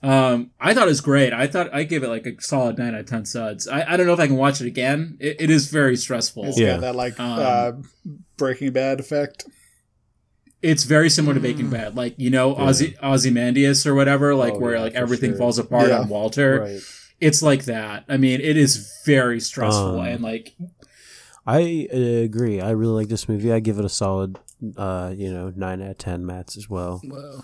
[SPEAKER 4] Um, I thought it was great. I thought I give it like a solid nine out of ten suds. I, I don't know if I can watch it again. It, it is very stressful.
[SPEAKER 1] It's
[SPEAKER 3] Yeah.
[SPEAKER 1] got that like
[SPEAKER 4] Um,
[SPEAKER 1] uh, Breaking Bad effect.
[SPEAKER 4] it's very similar to Baking Bad, like you know
[SPEAKER 3] Hmm. Yeah.
[SPEAKER 4] Ozzy Ozymandias or whatever, like
[SPEAKER 3] Oh,
[SPEAKER 4] where
[SPEAKER 3] yeah,
[SPEAKER 4] like
[SPEAKER 3] for
[SPEAKER 4] everything
[SPEAKER 3] sure.
[SPEAKER 4] falls apart
[SPEAKER 1] Yeah.
[SPEAKER 4] on Walter. It's like that. I mean, it is very stressful
[SPEAKER 3] Um,
[SPEAKER 4] and like
[SPEAKER 3] I uh, agree. I really like this movie. I give it a solid uh, you know, nine out of ten mats as well.
[SPEAKER 2] Whoa.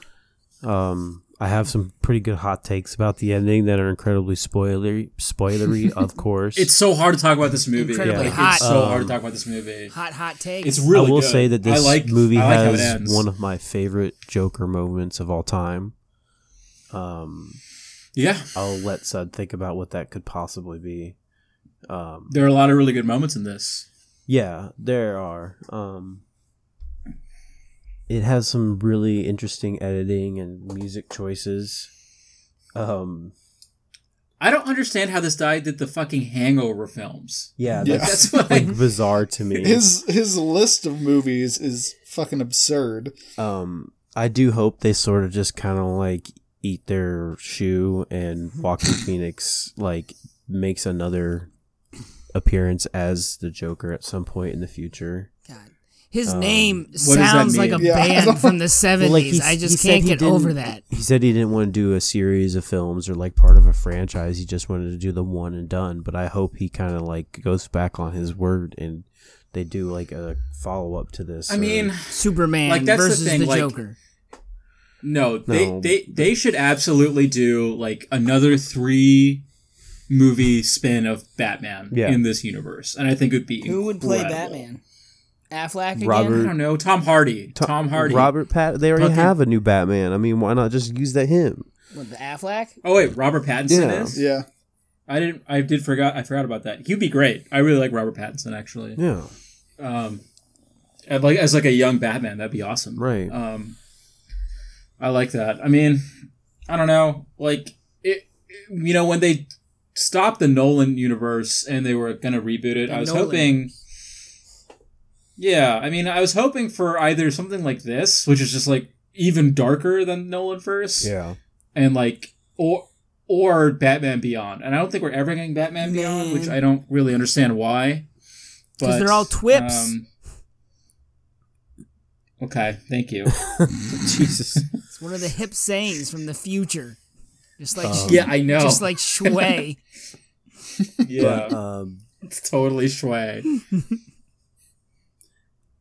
[SPEAKER 3] Um, I have some pretty good hot takes about the ending that are incredibly spoilery. Spoilery, of course.
[SPEAKER 4] it's so hard to talk about this movie.
[SPEAKER 2] Incredibly
[SPEAKER 4] Like,
[SPEAKER 2] hot.
[SPEAKER 4] It's so
[SPEAKER 3] Um,
[SPEAKER 4] hard to talk about this movie.
[SPEAKER 2] Hot, hot take.
[SPEAKER 4] It's really.
[SPEAKER 3] I will
[SPEAKER 4] good.
[SPEAKER 3] say that this
[SPEAKER 4] I like,
[SPEAKER 3] movie
[SPEAKER 4] I like how
[SPEAKER 3] has
[SPEAKER 4] it ends.
[SPEAKER 3] one of my favorite Joker moments of all time. Um,
[SPEAKER 4] yeah,
[SPEAKER 3] I'll let Sud think about what that could possibly be. Um,
[SPEAKER 4] there are a lot of really good moments in this.
[SPEAKER 3] yeah, there are. Um, it has some really interesting editing and music choices. Um,
[SPEAKER 4] I don't understand how this guy did the fucking Hangover films.
[SPEAKER 3] yeah,
[SPEAKER 1] Yeah.
[SPEAKER 3] that's
[SPEAKER 4] That's what I,
[SPEAKER 3] like bizarre to me.
[SPEAKER 1] His his list of movies is fucking absurd.
[SPEAKER 3] um I do hope they sort of just kind of like eat their shoe and Walking Phoenix like makes another appearance as the Joker at some point in the future.
[SPEAKER 2] God. His
[SPEAKER 3] Um,
[SPEAKER 2] name
[SPEAKER 4] does that
[SPEAKER 2] sounds like a
[SPEAKER 1] mean? Yeah, I
[SPEAKER 2] band
[SPEAKER 1] don't-
[SPEAKER 2] from the 70s.
[SPEAKER 3] he's-
[SPEAKER 2] I
[SPEAKER 3] he
[SPEAKER 2] just
[SPEAKER 3] said
[SPEAKER 2] can't
[SPEAKER 3] he
[SPEAKER 2] get
[SPEAKER 3] didn't-
[SPEAKER 2] over that.
[SPEAKER 3] He said he didn't want to do a series of films or like part of a franchise. He just wanted to do the one and done, but I hope he kind of like goes back on his word and they do like a follow up to this.
[SPEAKER 4] I
[SPEAKER 3] or-
[SPEAKER 4] mean,
[SPEAKER 2] Superman
[SPEAKER 4] Like, that's the
[SPEAKER 2] versus the,
[SPEAKER 4] thing, like-
[SPEAKER 2] Joker.
[SPEAKER 4] no, they
[SPEAKER 3] No.
[SPEAKER 4] they they should absolutely do like another three movie spin of Batman
[SPEAKER 3] Yeah.
[SPEAKER 4] in this universe, and I think it would be
[SPEAKER 2] Who would play
[SPEAKER 4] incredible.
[SPEAKER 2] Batman? Affleck again?
[SPEAKER 4] I
[SPEAKER 3] Robert-
[SPEAKER 4] don't know. Tom Hardy.
[SPEAKER 3] To-
[SPEAKER 4] Tom Hardy.
[SPEAKER 3] Robert Pat. They already
[SPEAKER 4] Fucking-
[SPEAKER 3] have a new Batman. I mean, why not just use that him?
[SPEAKER 2] What, the Affleck?
[SPEAKER 4] Oh wait, Robert Pattinson
[SPEAKER 3] Yeah.
[SPEAKER 4] is.
[SPEAKER 1] Yeah.
[SPEAKER 4] I didn't. I did forgot. I forgot about that. He'd be great. I really like Robert Pattinson actually.
[SPEAKER 3] Yeah,
[SPEAKER 4] Um, and like as like a young Batman, that'd be awesome.
[SPEAKER 3] right.
[SPEAKER 4] Um, I like that. I mean, I don't know. Like it, you know, when they stopped the Nolan universe and they were gonna reboot it,
[SPEAKER 2] The
[SPEAKER 4] I was
[SPEAKER 2] Nolan.
[SPEAKER 4] hoping. Yeah, I mean, I was hoping for either something like this, which is just like even darker than Nolan first,
[SPEAKER 3] yeah,
[SPEAKER 4] and like or or Batman Beyond, and I don't think we're ever getting Batman Beyond,
[SPEAKER 2] Man.
[SPEAKER 4] which I don't really understand why.
[SPEAKER 2] 'Cause
[SPEAKER 4] But,
[SPEAKER 2] they're all twips.
[SPEAKER 4] um, okay, thank you.
[SPEAKER 3] Jesus.
[SPEAKER 2] It's one of the hip sayings from the future. Just like
[SPEAKER 3] Um,
[SPEAKER 4] yeah, I know.
[SPEAKER 2] just like Shway.
[SPEAKER 4] yeah,
[SPEAKER 3] But, um,
[SPEAKER 4] it's totally sway.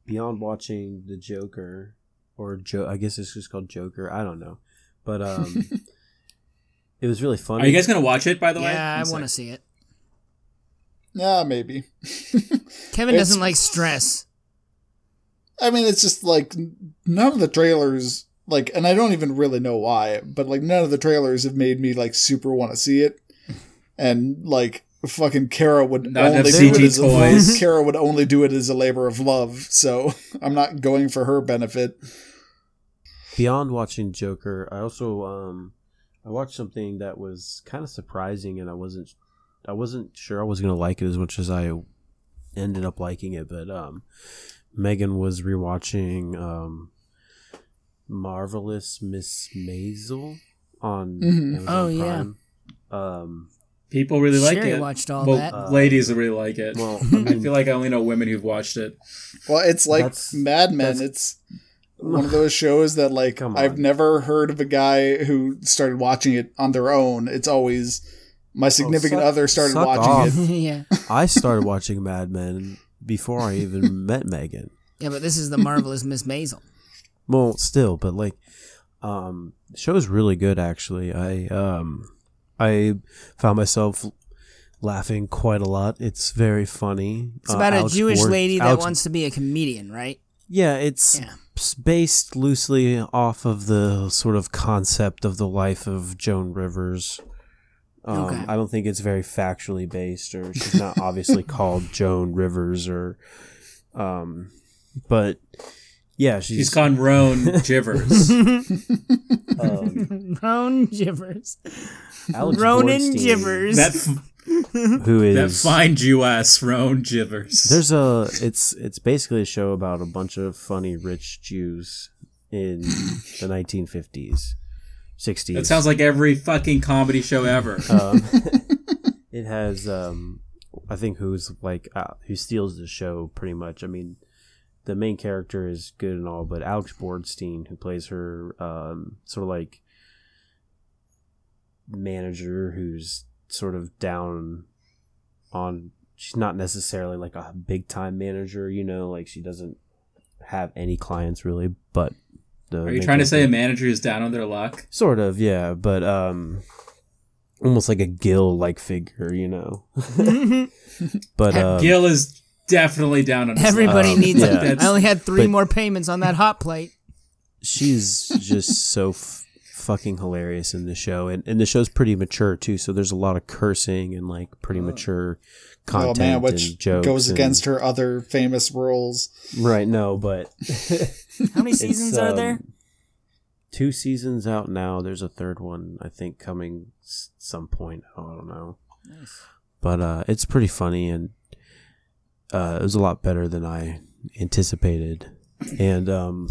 [SPEAKER 3] beyond watching the Joker, or jo- I guess it's just called Joker. I don't know, but um, it was really funny.
[SPEAKER 4] Are you guys gonna watch it? By the way,
[SPEAKER 2] yeah, I want to see it.
[SPEAKER 1] Yeah, maybe.
[SPEAKER 2] Kevin
[SPEAKER 1] It's-
[SPEAKER 2] doesn't like stress.
[SPEAKER 1] I mean, it's just like n- none of the trailers, like, and I don't even really know why, but like none of the trailers have made me like super want to see it. And like fucking Kara would
[SPEAKER 4] Not
[SPEAKER 1] only
[SPEAKER 4] enough
[SPEAKER 1] do it
[SPEAKER 4] CG
[SPEAKER 1] as
[SPEAKER 4] toys.
[SPEAKER 1] a, Kara would only do it as a labor of love, so I'm not going for her benefit.
[SPEAKER 3] beyond watching Joker, I also um I watched something that was kind of surprising, and I wasn't I wasn't sure I was gonna like it as much as I ended up liking it. But um, Megan was rewatching um, marvelous Miss Maisel on
[SPEAKER 1] Mhm.
[SPEAKER 3] Amazon
[SPEAKER 2] Oh, yeah.
[SPEAKER 3] Prime. Um,
[SPEAKER 4] People really like
[SPEAKER 2] Sherry
[SPEAKER 4] it. uh,
[SPEAKER 2] watched all
[SPEAKER 4] well,
[SPEAKER 2] that.
[SPEAKER 4] ladies really like it.
[SPEAKER 3] Uh, well,
[SPEAKER 4] I feel like I only know women who've watched it.
[SPEAKER 1] Well, it's like
[SPEAKER 3] That's-
[SPEAKER 1] Mad Men.
[SPEAKER 3] that's-
[SPEAKER 1] It's one of those shows that like
[SPEAKER 3] Come
[SPEAKER 1] I've
[SPEAKER 3] on.
[SPEAKER 1] never heard of a guy who started watching it on their own. It's always my significant
[SPEAKER 3] suck-
[SPEAKER 1] other started
[SPEAKER 3] suck
[SPEAKER 1] watching
[SPEAKER 3] off.
[SPEAKER 1] it.
[SPEAKER 2] yeah.
[SPEAKER 3] I started watching Mad Men before I even met Megan.
[SPEAKER 2] Yeah, but this is the marvelous Miss Maisel.
[SPEAKER 3] Well, still, but like, um, the show is really good. Actually, I um, I found myself laughing quite a lot. It's very funny.
[SPEAKER 2] It's
[SPEAKER 3] Uh,
[SPEAKER 2] about a
[SPEAKER 3] Alex
[SPEAKER 2] Jewish
[SPEAKER 3] Borg-
[SPEAKER 2] lady that
[SPEAKER 3] Alex-
[SPEAKER 2] wants to be a comedian, right?
[SPEAKER 3] Yeah, it's
[SPEAKER 2] Yeah.
[SPEAKER 3] s- based loosely off of the sort of concept of the life of Joan Rivers. Um,
[SPEAKER 2] Okay.
[SPEAKER 3] I don't think it's very factually based, or she's not obviously called Joan Rivers, or, um, but yeah, she's,
[SPEAKER 4] She's gone Roan Jivers.
[SPEAKER 3] um,
[SPEAKER 2] Roan Givers.
[SPEAKER 3] Alex
[SPEAKER 2] Ronan
[SPEAKER 3] Bornstein,
[SPEAKER 2] Givers.
[SPEAKER 4] that f-
[SPEAKER 3] who
[SPEAKER 4] that
[SPEAKER 3] is
[SPEAKER 4] fine Jewess Roan Jivers.
[SPEAKER 3] there's a it's it's basically a show about a bunch of funny rich Jews in the 1950s, 60s.
[SPEAKER 4] that sounds like every fucking comedy show ever.
[SPEAKER 3] Um, it has um, I think who's like uh, who steals the show pretty much. I mean, the main character is good and all, but Alex Bornstein, who plays her um, sort of like manager, who's sort of down on. She's not necessarily like a big time manager, you know. Like she doesn't have any clients really, but the
[SPEAKER 4] Are you
[SPEAKER 3] main
[SPEAKER 4] trying to say a
[SPEAKER 3] character-
[SPEAKER 4] manager is down on their luck?
[SPEAKER 3] Sort of, yeah, but um, almost like a Gill like figure, you know. but um,
[SPEAKER 4] Gil is definitely down on his
[SPEAKER 2] Everybody
[SPEAKER 4] luck.
[SPEAKER 3] Um,
[SPEAKER 2] needs
[SPEAKER 3] yeah.
[SPEAKER 2] it. I only had three
[SPEAKER 3] but-
[SPEAKER 2] more payments on that hot plate.
[SPEAKER 3] she's just so f- fucking hilarious in the show, and and the show's pretty mature too. So there's a lot of cursing and like pretty mature content
[SPEAKER 1] Uh, oh man,
[SPEAKER 3] and
[SPEAKER 1] which
[SPEAKER 3] jokes
[SPEAKER 1] goes
[SPEAKER 3] and-
[SPEAKER 1] against her other famous roles.
[SPEAKER 3] right. No, but
[SPEAKER 2] How many
[SPEAKER 3] it's,
[SPEAKER 2] seasons are
[SPEAKER 3] um,
[SPEAKER 2] there?
[SPEAKER 3] Two seasons out now. There's a third one, I think, coming s- some point. I don't know. but uh, it's pretty funny and uh, it was a lot better than I anticipated. And um,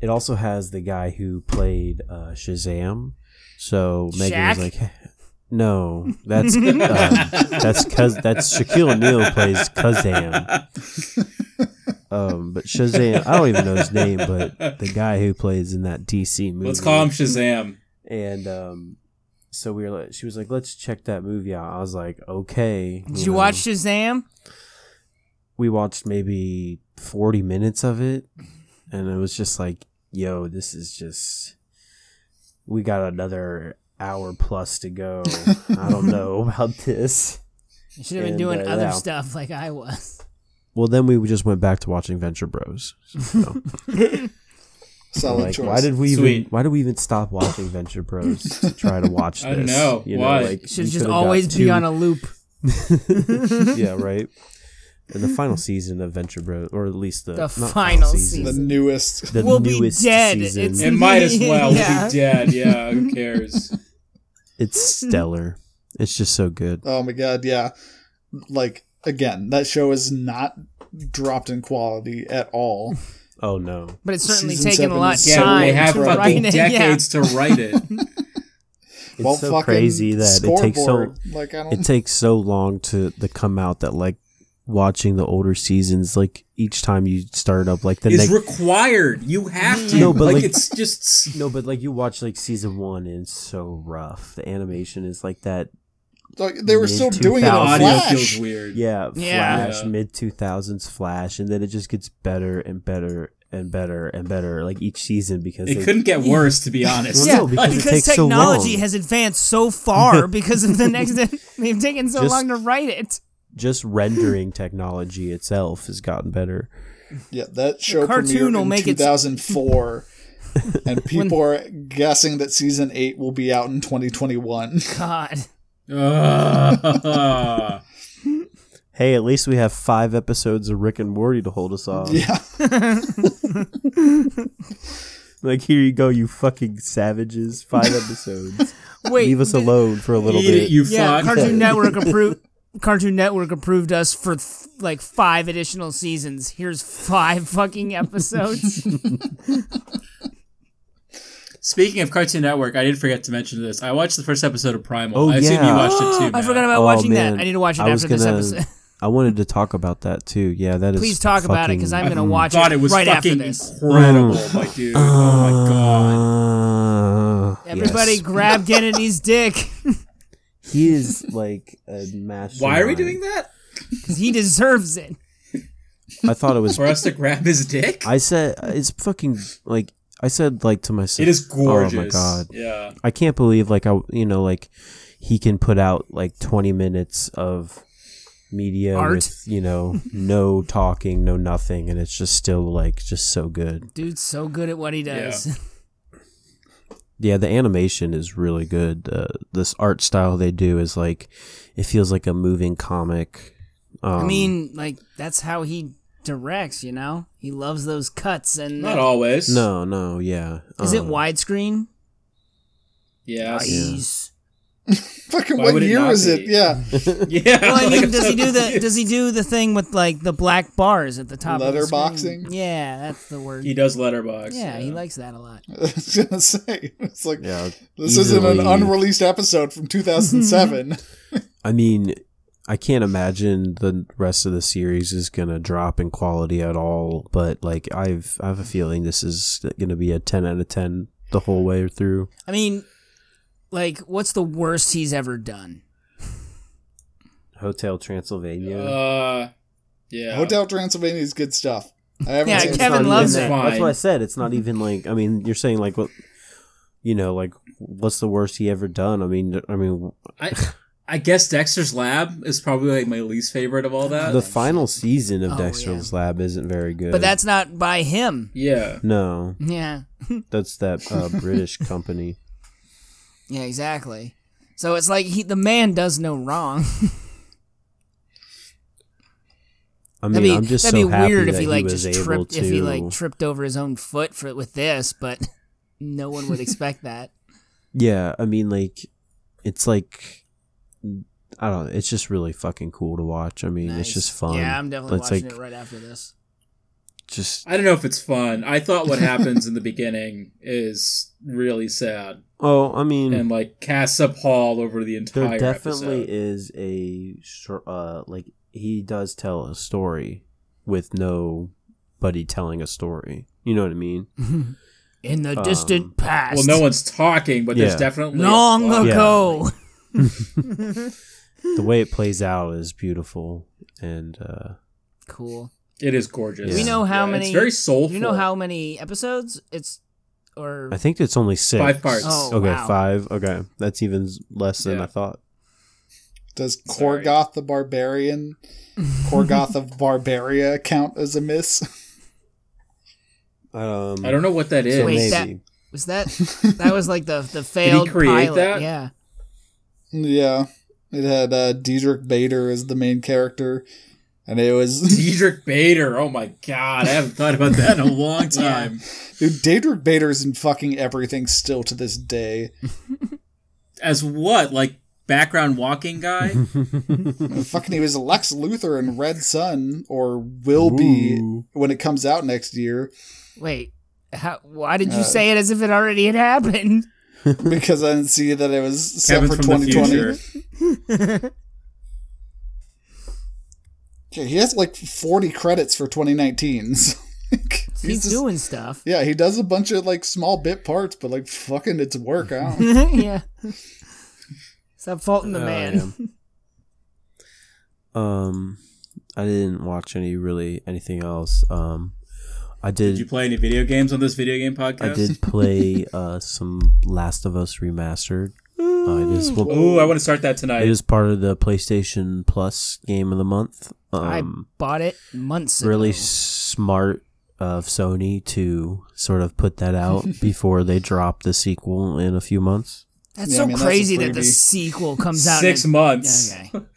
[SPEAKER 3] it also has the guy who played uh, Shazam. So Megan
[SPEAKER 2] Shaq?
[SPEAKER 3] was like, "No, that's um, that's cuz that's Shaquille O'Neal plays Kazam." Um, but Shazam, I don't even know his name, but the guy who plays in that DC movie
[SPEAKER 4] Let's call him Shazam.
[SPEAKER 3] and um so we were like she was like let's check that movie out i was like okay
[SPEAKER 2] Did you
[SPEAKER 3] know.
[SPEAKER 2] watch Shazam?
[SPEAKER 3] we watched maybe 40 minutes of it and it was just like yo this is just we got another hour plus to go i don't know about this
[SPEAKER 2] You should have been
[SPEAKER 3] And,
[SPEAKER 2] doing
[SPEAKER 3] uh,
[SPEAKER 2] other
[SPEAKER 3] yeah.
[SPEAKER 2] stuff like I was.
[SPEAKER 3] well then we just went back to watching venture bros so,
[SPEAKER 1] Solid
[SPEAKER 3] like,
[SPEAKER 1] choice.
[SPEAKER 3] why did we even
[SPEAKER 4] Sweet.
[SPEAKER 3] why did we even stop watching venture bros to try to watch this
[SPEAKER 4] I know. Why?
[SPEAKER 2] It
[SPEAKER 3] we
[SPEAKER 2] should just
[SPEAKER 3] could've got
[SPEAKER 2] always be
[SPEAKER 3] two-
[SPEAKER 2] on a loop.
[SPEAKER 3] yeah right and the final season of venture bros or at least the,
[SPEAKER 2] The
[SPEAKER 3] not
[SPEAKER 2] final
[SPEAKER 1] the
[SPEAKER 2] season.
[SPEAKER 1] newest?
[SPEAKER 3] the
[SPEAKER 2] We'll be
[SPEAKER 3] newest
[SPEAKER 2] dead.
[SPEAKER 3] season.
[SPEAKER 2] It's-
[SPEAKER 4] It might as well
[SPEAKER 2] Yeah.
[SPEAKER 4] be dead. Yeah, who cares?
[SPEAKER 3] It's stellar. It's just so good.
[SPEAKER 1] Oh my god, yeah. Like again, that show is not dropped in quality at all.
[SPEAKER 3] Oh no.
[SPEAKER 2] But it's certainly
[SPEAKER 1] Season
[SPEAKER 2] taken a
[SPEAKER 1] seven
[SPEAKER 2] lot
[SPEAKER 1] is
[SPEAKER 2] of
[SPEAKER 4] Yeah,
[SPEAKER 1] so
[SPEAKER 4] well,
[SPEAKER 2] time
[SPEAKER 4] they have
[SPEAKER 2] to write
[SPEAKER 4] fucking
[SPEAKER 2] it.
[SPEAKER 4] decades to write it.
[SPEAKER 3] It's so crazy that it takes so
[SPEAKER 1] scoreboard. like I don't.
[SPEAKER 3] it takes so long to to come out that like watching the older seasons like each time you start up like the
[SPEAKER 4] It's
[SPEAKER 3] next
[SPEAKER 4] required. You have to.
[SPEAKER 3] No, but,
[SPEAKER 4] like,
[SPEAKER 3] like-
[SPEAKER 4] it's just
[SPEAKER 3] No, but like you watch like season 1 and it's so rough. The animation is like that
[SPEAKER 1] like they were still doing it on
[SPEAKER 3] mid-2000s.
[SPEAKER 4] audio
[SPEAKER 1] Flash.
[SPEAKER 4] feels weird.
[SPEAKER 3] yeah,
[SPEAKER 2] Yeah.
[SPEAKER 3] Flash
[SPEAKER 4] Yeah.
[SPEAKER 3] mid 2000s Flash and then it just gets better and better and better and better like each season because
[SPEAKER 4] It
[SPEAKER 3] they-
[SPEAKER 4] couldn't get worse, to be honest.
[SPEAKER 2] Yeah,
[SPEAKER 3] No, because it
[SPEAKER 2] because,
[SPEAKER 3] takes so
[SPEAKER 2] technology
[SPEAKER 3] long.
[SPEAKER 2] has advanced so far because of the next they've taken so
[SPEAKER 3] Just-
[SPEAKER 2] long to write it.
[SPEAKER 3] just rendering technology itself has gotten better.
[SPEAKER 1] Yeah, that show premiered
[SPEAKER 2] cartoon will
[SPEAKER 1] in
[SPEAKER 2] make it-
[SPEAKER 1] 2004, and people are guessing that season eight will be out in 2021.
[SPEAKER 2] God.
[SPEAKER 4] Ugh.
[SPEAKER 3] Hey, at least we have five episodes of Rick and Morty to hold us off.
[SPEAKER 1] yeah,
[SPEAKER 3] Like, here you go, you fucking savages. Five episodes.
[SPEAKER 2] Wait.
[SPEAKER 3] Leave us
[SPEAKER 2] did-
[SPEAKER 3] alone for a little
[SPEAKER 4] Eat
[SPEAKER 3] bit.
[SPEAKER 4] it, you
[SPEAKER 2] Yeah,
[SPEAKER 4] fuck.
[SPEAKER 2] Cartoon Network approved Cartoon Network approved us for th- like 5 additional seasons. Here's 5 fucking episodes.
[SPEAKER 4] Speaking of Cartoon Network, I did forget to mention this. I watched the first episode of Primal.
[SPEAKER 3] Oh,
[SPEAKER 4] I assume
[SPEAKER 3] yeah.
[SPEAKER 4] you watched it too.
[SPEAKER 2] I
[SPEAKER 4] Matt.
[SPEAKER 2] forgot about
[SPEAKER 3] Oh,
[SPEAKER 2] watching
[SPEAKER 3] man.
[SPEAKER 2] that. I need to watch it
[SPEAKER 3] I was
[SPEAKER 2] after this
[SPEAKER 3] gonna-
[SPEAKER 2] episode.
[SPEAKER 3] I wanted to talk about that too. Yeah, that is.
[SPEAKER 2] Please talk about it cuz I'm going to watch
[SPEAKER 4] Thought
[SPEAKER 2] it,
[SPEAKER 4] it was
[SPEAKER 2] right after
[SPEAKER 4] fucking
[SPEAKER 2] this.
[SPEAKER 4] incredible, my dude. oh my god.
[SPEAKER 3] god.
[SPEAKER 2] Uh, Everybody grab Kennedy's dick
[SPEAKER 3] He is like a master.
[SPEAKER 4] Why are we doing that?
[SPEAKER 2] cuz he deserves it.
[SPEAKER 3] I thought it was.
[SPEAKER 4] For us to grab his dick?
[SPEAKER 3] I said, it's fucking like. I said, like, to myself.
[SPEAKER 4] It is gorgeous.
[SPEAKER 3] Oh my god.
[SPEAKER 4] Yeah.
[SPEAKER 3] I can't believe like I you know like he can put out like 20 minutes of media
[SPEAKER 2] Art.
[SPEAKER 3] with you know no talking no nothing and it's just still like just so good
[SPEAKER 2] Dude's so good at what he does.
[SPEAKER 3] yeah the animation is really good uh, this art style they do is like it feels like a moving comic um,
[SPEAKER 2] I mean, like that's how he directs. You know, he loves those cuts and
[SPEAKER 4] Not always.
[SPEAKER 3] no no yeah
[SPEAKER 2] Is it
[SPEAKER 3] Um,
[SPEAKER 2] widescreen?
[SPEAKER 4] Yes.
[SPEAKER 2] Jeez.
[SPEAKER 1] fucking
[SPEAKER 4] Why
[SPEAKER 1] what
[SPEAKER 4] would it
[SPEAKER 1] year
[SPEAKER 4] not
[SPEAKER 1] is
[SPEAKER 4] be?
[SPEAKER 1] it? Yeah,
[SPEAKER 4] Yeah.
[SPEAKER 2] Well, I
[SPEAKER 4] like,
[SPEAKER 2] mean,
[SPEAKER 4] I'm
[SPEAKER 2] does
[SPEAKER 4] so
[SPEAKER 2] he do the
[SPEAKER 4] confused.
[SPEAKER 2] does he do the thing with like the black bars at the top? of the screen?
[SPEAKER 1] Letterboxing?
[SPEAKER 2] Yeah, that's the word.
[SPEAKER 4] He does letterbox.
[SPEAKER 2] yeah, he likes that a lot.
[SPEAKER 1] I was gonna say it's like
[SPEAKER 3] yeah
[SPEAKER 1] this isn't an
[SPEAKER 3] easily-
[SPEAKER 1] unreleased episode from 2007.
[SPEAKER 3] I mean, I can't imagine the rest of the series is gonna drop in quality at all. But like, I've I have a feeling this is gonna be a ten out of ten the whole way through.
[SPEAKER 2] I mean, like, what's the worst he's ever done?
[SPEAKER 3] Hotel Transylvania.
[SPEAKER 4] Uh, yeah.
[SPEAKER 1] Hotel Transylvania's good stuff. I haven't
[SPEAKER 2] Yeah,
[SPEAKER 1] seen
[SPEAKER 3] It's
[SPEAKER 1] it.
[SPEAKER 2] Kevin
[SPEAKER 3] not
[SPEAKER 2] loves
[SPEAKER 3] even
[SPEAKER 4] it.
[SPEAKER 3] that- That's what I
[SPEAKER 4] Fine.
[SPEAKER 3] said. It's not even like I mean, you're saying like what, you know, like what's the worst he ever done? I mean, I mean,
[SPEAKER 4] I, I guess Dexter's Lab is probably like my least favorite of all that.
[SPEAKER 3] the final season of
[SPEAKER 2] Uh, Oh,
[SPEAKER 3] Dexter's Lab isn't very good.
[SPEAKER 2] But that's not by him.
[SPEAKER 4] yeah.
[SPEAKER 3] no,
[SPEAKER 2] Yeah,
[SPEAKER 3] that's that uh, British company.
[SPEAKER 2] yeah, exactly. So it's like he, the man does no wrong.
[SPEAKER 3] I mean,
[SPEAKER 2] That'd be,
[SPEAKER 3] I'm just
[SPEAKER 2] that'd
[SPEAKER 3] so
[SPEAKER 2] be
[SPEAKER 3] happy
[SPEAKER 2] weird if
[SPEAKER 3] that
[SPEAKER 2] he like
[SPEAKER 3] was
[SPEAKER 2] just
[SPEAKER 3] able
[SPEAKER 2] tripped
[SPEAKER 3] to.
[SPEAKER 2] if he like tripped over his own foot for with this, but no one would expect that.
[SPEAKER 3] Yeah, I mean, like, it's like, I don't know. It's just really fucking cool to watch. I mean,
[SPEAKER 2] Nice.
[SPEAKER 3] it's just fun.
[SPEAKER 2] Yeah, I'm definitely
[SPEAKER 3] It's
[SPEAKER 2] watching
[SPEAKER 3] like
[SPEAKER 2] it right after this.
[SPEAKER 3] just
[SPEAKER 4] I don't know if it's fun. I thought what happens in the beginning is really sad
[SPEAKER 3] oh, I mean,
[SPEAKER 4] and like casts up Hall over the entire
[SPEAKER 3] there definitely
[SPEAKER 4] episode.
[SPEAKER 3] is a shor- uh, like he does tell a story with nobody telling a story. You know what I mean?
[SPEAKER 2] In the distant
[SPEAKER 3] Um,
[SPEAKER 2] past,
[SPEAKER 4] Well, no one's talking, but
[SPEAKER 3] Yeah.
[SPEAKER 4] there's definitely a
[SPEAKER 2] long
[SPEAKER 4] plot.
[SPEAKER 2] ago.
[SPEAKER 3] the way it plays out is beautiful, and uh,
[SPEAKER 2] Cool.
[SPEAKER 4] It is gorgeous.
[SPEAKER 2] Do we know how
[SPEAKER 4] Yeah,
[SPEAKER 2] many?
[SPEAKER 4] It's very soulful.
[SPEAKER 2] Do you know how many episodes? It's or
[SPEAKER 3] I think it's only six.
[SPEAKER 4] Five parts.
[SPEAKER 2] Oh,
[SPEAKER 3] okay,
[SPEAKER 2] wow.
[SPEAKER 3] five. Okay, that's even s- less than
[SPEAKER 4] Yeah.
[SPEAKER 3] I thought.
[SPEAKER 1] Does
[SPEAKER 4] Sorry.
[SPEAKER 1] Korgoth the Barbarian, Korgoth of Barbaria count as a miss?
[SPEAKER 3] Um,
[SPEAKER 4] I don't know what that is.
[SPEAKER 3] So
[SPEAKER 2] Wait,
[SPEAKER 3] maybe.
[SPEAKER 2] that- was that that was like the the failed
[SPEAKER 4] create
[SPEAKER 2] pilot.
[SPEAKER 4] that?
[SPEAKER 2] Yeah.
[SPEAKER 1] yeah. It had uh, Diedrich Bader as the main character, and it was.
[SPEAKER 4] Diedrich Bader. Oh my god, I haven't thought about that in a long time.
[SPEAKER 1] Dude, Diedrich Bader's in fucking everything still to this day.
[SPEAKER 4] As what? Like background walking guy?
[SPEAKER 1] fucking, he was Lex Luthor in Red Sun, or will be
[SPEAKER 3] Ooh.
[SPEAKER 1] when it comes out next year,
[SPEAKER 2] Wait. How, why did you
[SPEAKER 1] Uh,
[SPEAKER 2] say it as if it already had happened?
[SPEAKER 1] because I didn't see that it was set
[SPEAKER 4] Kevin
[SPEAKER 1] for
[SPEAKER 4] from the
[SPEAKER 1] 2020.
[SPEAKER 4] future.
[SPEAKER 1] Yeah, he has like 40 credits for 2019. So like,
[SPEAKER 2] He's,
[SPEAKER 1] he's just-
[SPEAKER 2] doing stuff.
[SPEAKER 1] Yeah, he does a bunch of like small bit parts, but like fucking it's work out.
[SPEAKER 2] yeah. Stop faulting the
[SPEAKER 3] Oh,
[SPEAKER 2] man.
[SPEAKER 3] yeah. um, I didn't watch any really anything else. Um, I did.
[SPEAKER 4] Did you play any video games on this video game podcast?
[SPEAKER 3] I did play uh some Last of Us remastered. Uh, it is well,
[SPEAKER 4] Ooh, I want to start that
[SPEAKER 3] it
[SPEAKER 4] tonight.
[SPEAKER 3] is part of the PlayStation Plus game of the month.
[SPEAKER 2] I
[SPEAKER 3] Um,
[SPEAKER 2] bought it months ago.
[SPEAKER 3] really smart of Sony to sort of put that out before they drop the sequel in a few months.
[SPEAKER 2] That's
[SPEAKER 1] Yeah,
[SPEAKER 2] so
[SPEAKER 1] I mean, that's a
[SPEAKER 2] crazy that the
[SPEAKER 1] freebie.
[SPEAKER 2] sequel comes out.
[SPEAKER 4] Six
[SPEAKER 2] in,
[SPEAKER 4] months.
[SPEAKER 2] Okay.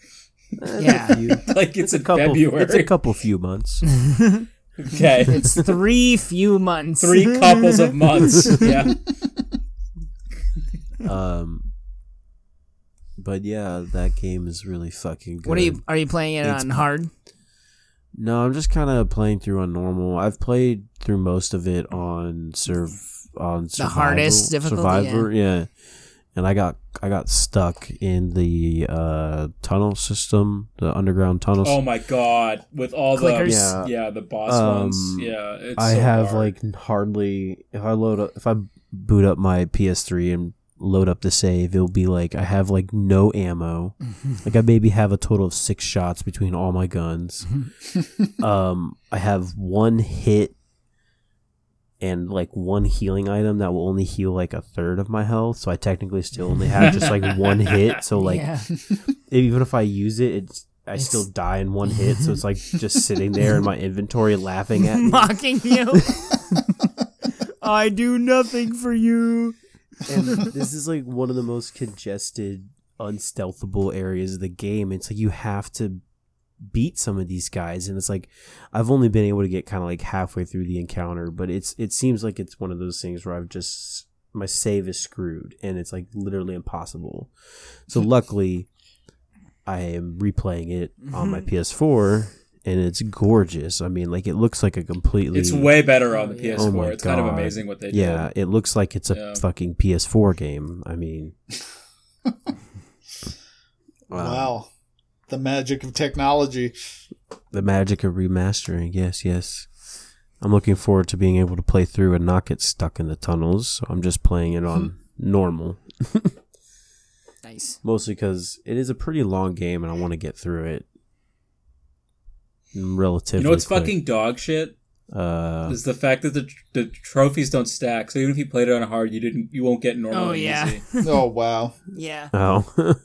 [SPEAKER 2] Yeah,
[SPEAKER 4] like it's, in
[SPEAKER 3] couple,
[SPEAKER 4] February.
[SPEAKER 3] It's a couple few months.
[SPEAKER 4] okay.
[SPEAKER 2] it's three few months.
[SPEAKER 4] Three couples of months. Yeah.
[SPEAKER 3] um, but yeah, that game is really fucking good.
[SPEAKER 2] What are you? Are you playing it
[SPEAKER 3] It's-
[SPEAKER 2] on hard?
[SPEAKER 3] No, I'm just kind of playing through on normal. I've played through most of it on serve on survival,
[SPEAKER 2] hardest difficulty,
[SPEAKER 3] Survivor, yeah. And I got I got stuck in the uh, tunnel system, the underground tunnel.
[SPEAKER 4] Oh my god. With all
[SPEAKER 2] Clickers.
[SPEAKER 4] the
[SPEAKER 3] uh, Yeah.
[SPEAKER 4] yeah the boss
[SPEAKER 3] Um,
[SPEAKER 4] ones. Yeah. It's
[SPEAKER 3] I
[SPEAKER 4] so
[SPEAKER 3] have
[SPEAKER 4] hard.
[SPEAKER 3] like hardly if I load up, if I boot up my PS3 and load up the save, it'll be like I have like no ammo. like I maybe have a total of six shots between all my guns. um, I have one hit and like one healing item that will only heal like a third of my health. So I technically still only have just like one hit. So like
[SPEAKER 2] yeah.
[SPEAKER 3] even if I use it, it's I
[SPEAKER 2] It's-
[SPEAKER 3] still die in one hit, so it's like just sitting there in my inventory laughing at me.
[SPEAKER 2] mocking you. I do nothing for you.
[SPEAKER 3] and this is like one of the most congested, unstealthable areas of the game. It's like you have to beat some of these guys, and it's like I've only been able to get kind of like halfway through the encounter, but it's it seems like it's one of those things where I've just my save is screwed, and it's like literally impossible. So luckily, I am replaying it on my PS4. And it's gorgeous. I mean, like it looks like a completely
[SPEAKER 4] it's way better on the
[SPEAKER 2] Oh, yeah.
[SPEAKER 4] PS4.
[SPEAKER 3] Oh my
[SPEAKER 4] it's kind of
[SPEAKER 3] God.
[SPEAKER 4] amazing what they
[SPEAKER 3] yeah,
[SPEAKER 4] did.
[SPEAKER 3] it looks like it's a
[SPEAKER 4] Yeah.
[SPEAKER 3] fucking PS4 game. I mean,
[SPEAKER 1] Wow. The magic of technology.
[SPEAKER 3] the magic of remastering. Yes, yes. I'm looking forward to being able to play through and not get stuck in the tunnels. So I'm just playing it on normal,
[SPEAKER 2] Nice.
[SPEAKER 3] mostly because it is a pretty long game and I want to get through it relatively.
[SPEAKER 4] You know what's
[SPEAKER 3] quick.
[SPEAKER 4] fucking dog shit
[SPEAKER 3] Uh,
[SPEAKER 4] is the fact that the the trophies don't stack. So even if you played it on hard, you didn't you won't get normal.
[SPEAKER 2] Oh,
[SPEAKER 4] and
[SPEAKER 2] yeah.
[SPEAKER 4] easy.
[SPEAKER 1] Oh wow.
[SPEAKER 2] Yeah.
[SPEAKER 3] oh,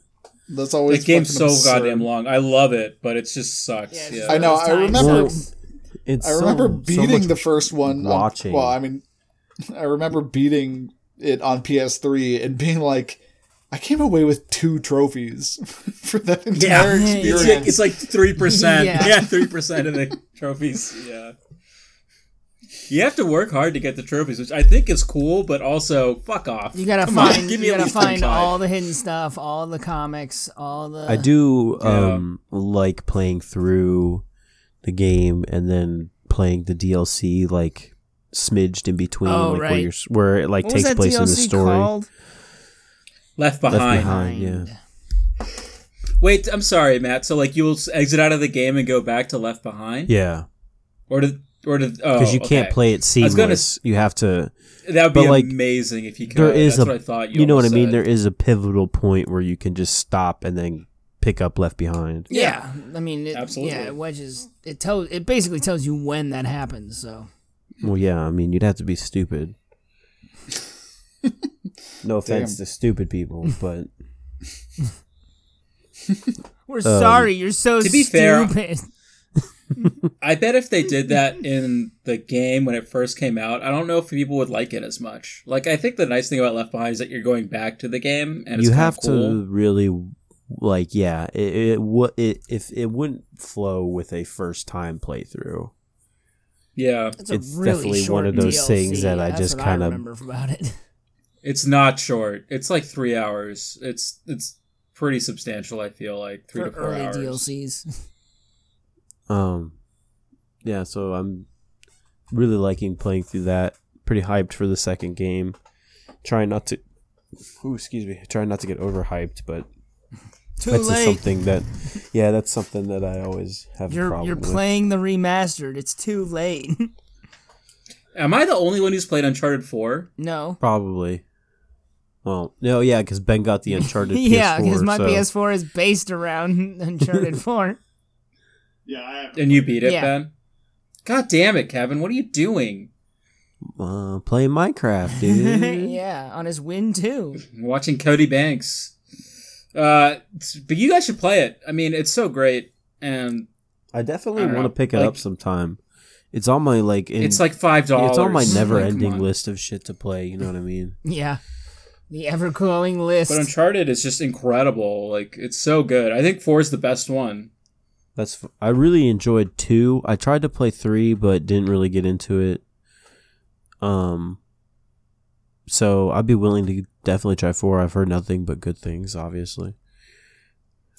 [SPEAKER 1] That's always
[SPEAKER 4] That game's so
[SPEAKER 1] fucking absurd.
[SPEAKER 4] goddamn long. I love it, but it just sucks.
[SPEAKER 2] Yeah,
[SPEAKER 4] Yeah,
[SPEAKER 2] it's just
[SPEAKER 1] I know, I remember
[SPEAKER 3] it's.
[SPEAKER 1] I remember
[SPEAKER 3] so- so
[SPEAKER 1] beating
[SPEAKER 3] much-
[SPEAKER 1] the first one.
[SPEAKER 3] watching.
[SPEAKER 1] On, well, I mean, I remember beating it on PS3 and being like, I came away with two trophies for that entire
[SPEAKER 2] Yeah, yeah,
[SPEAKER 1] experience.
[SPEAKER 4] It's like, it's like 3%.
[SPEAKER 2] Yeah.
[SPEAKER 4] yeah, 3% of the trophies. Yeah. You have to work hard to get the trophies, which I think is cool, but also fuck off.
[SPEAKER 2] You gotta
[SPEAKER 4] Come on,
[SPEAKER 2] find.
[SPEAKER 4] give me
[SPEAKER 2] you
[SPEAKER 4] at
[SPEAKER 2] gotta
[SPEAKER 4] least a
[SPEAKER 2] find
[SPEAKER 4] five.
[SPEAKER 2] all the hidden stuff, all the comics, all the.
[SPEAKER 3] I do
[SPEAKER 4] Yeah.
[SPEAKER 3] um, like playing through the game and then playing the DLC like smidged in between,
[SPEAKER 2] Oh,
[SPEAKER 3] like where,
[SPEAKER 2] right.
[SPEAKER 3] you're, s- where it like
[SPEAKER 2] What was
[SPEAKER 3] takes
[SPEAKER 2] that
[SPEAKER 3] place
[SPEAKER 2] DLC
[SPEAKER 3] in the story.
[SPEAKER 2] called?
[SPEAKER 4] Left
[SPEAKER 3] Left
[SPEAKER 4] behind.
[SPEAKER 3] behind, yeah.
[SPEAKER 4] Wait, I'm sorry, Matt. So like you'll s- exit out of the game and go back to Left Behind?
[SPEAKER 3] Yeah,
[SPEAKER 4] Or to or to oh,
[SPEAKER 3] because you can't
[SPEAKER 4] okay.
[SPEAKER 3] play it
[SPEAKER 4] was
[SPEAKER 3] seamless.
[SPEAKER 4] gonna
[SPEAKER 3] you have to.
[SPEAKER 4] That would be
[SPEAKER 3] but, like,
[SPEAKER 4] amazing if you could.
[SPEAKER 3] There is
[SPEAKER 4] That's
[SPEAKER 3] a.
[SPEAKER 4] what I thought you,
[SPEAKER 3] You, know what
[SPEAKER 4] almost
[SPEAKER 3] I mean?
[SPEAKER 4] said.
[SPEAKER 3] There is a pivotal point where you can just stop and then pick up Left Behind.
[SPEAKER 2] Yeah. I mean, it,
[SPEAKER 1] Absolutely.
[SPEAKER 2] yeah, it wedges. It tells. It basically tells you when that happens. So
[SPEAKER 3] Well, yeah, I mean, you'd have to be stupid. no offense to stupid people, but
[SPEAKER 2] we're
[SPEAKER 3] Um,
[SPEAKER 2] sorry. You're so
[SPEAKER 4] to be fair,
[SPEAKER 2] stupid.
[SPEAKER 4] I bet if they did that in the game when it first came out, I don't know if people would like it as much. Like, I think the nice thing about Left Behind is that you're going back to the game, and it's
[SPEAKER 3] you have
[SPEAKER 4] cool.
[SPEAKER 3] to really like yeah it, it what it if it wouldn't flow with a first time playthrough
[SPEAKER 4] Yeah,
[SPEAKER 2] That's a
[SPEAKER 3] it's
[SPEAKER 2] really
[SPEAKER 3] definitely
[SPEAKER 2] short
[SPEAKER 3] one of those
[SPEAKER 2] DLC.
[SPEAKER 3] things that I
[SPEAKER 2] That's
[SPEAKER 3] just
[SPEAKER 2] what
[SPEAKER 3] kinda-
[SPEAKER 2] remember about it.
[SPEAKER 4] it's not short. It's like three hours. It's it's pretty substantial. I feel like three
[SPEAKER 2] For
[SPEAKER 4] to four
[SPEAKER 2] early
[SPEAKER 4] hours.
[SPEAKER 2] DLCs.
[SPEAKER 3] um yeah so i'm really liking playing through that pretty hyped for the second game trying not to ooh, excuse me trying not to get overhyped but
[SPEAKER 2] Too
[SPEAKER 3] that's just
[SPEAKER 2] late.
[SPEAKER 3] something that yeah that's something that i always have a
[SPEAKER 2] You're
[SPEAKER 3] problem
[SPEAKER 2] you're
[SPEAKER 3] with
[SPEAKER 2] playing the remastered. It's too late.
[SPEAKER 4] Am I the only one who's played Uncharted Four?
[SPEAKER 2] no.
[SPEAKER 3] probably well no yeah because ben got the uncharted
[SPEAKER 2] Yeah, because
[SPEAKER 3] PS4,
[SPEAKER 2] my
[SPEAKER 3] so-
[SPEAKER 2] PS4 is based around Uncharted 4.
[SPEAKER 1] Yeah, I have.
[SPEAKER 4] And you beat it,
[SPEAKER 2] Yeah.
[SPEAKER 4] Ben? God damn it, Kevin! What are you doing?
[SPEAKER 3] Uh, playing Minecraft, dude.
[SPEAKER 2] yeah, on his Win 2.
[SPEAKER 4] watching Cody Banks. Uh, but you guys should play it. I mean, it's so great, and
[SPEAKER 3] I definitely
[SPEAKER 4] I don't
[SPEAKER 3] want to
[SPEAKER 4] know,
[SPEAKER 3] pick it up
[SPEAKER 4] like-
[SPEAKER 3] sometime. It's on my like. in-
[SPEAKER 4] it's like five dollars.
[SPEAKER 3] it's on my never-ending
[SPEAKER 4] Like, come on.
[SPEAKER 3] list of shit to play. You know what I mean?
[SPEAKER 2] Yeah. The ever glowing list.
[SPEAKER 4] But Uncharted is just incredible. Like it's so good. I think four is the best one.
[SPEAKER 3] That's. f- I really enjoyed two. I tried to play three, but didn't really get into it. Um. So I'd be willing to definitely try four. I've heard nothing but good things, obviously.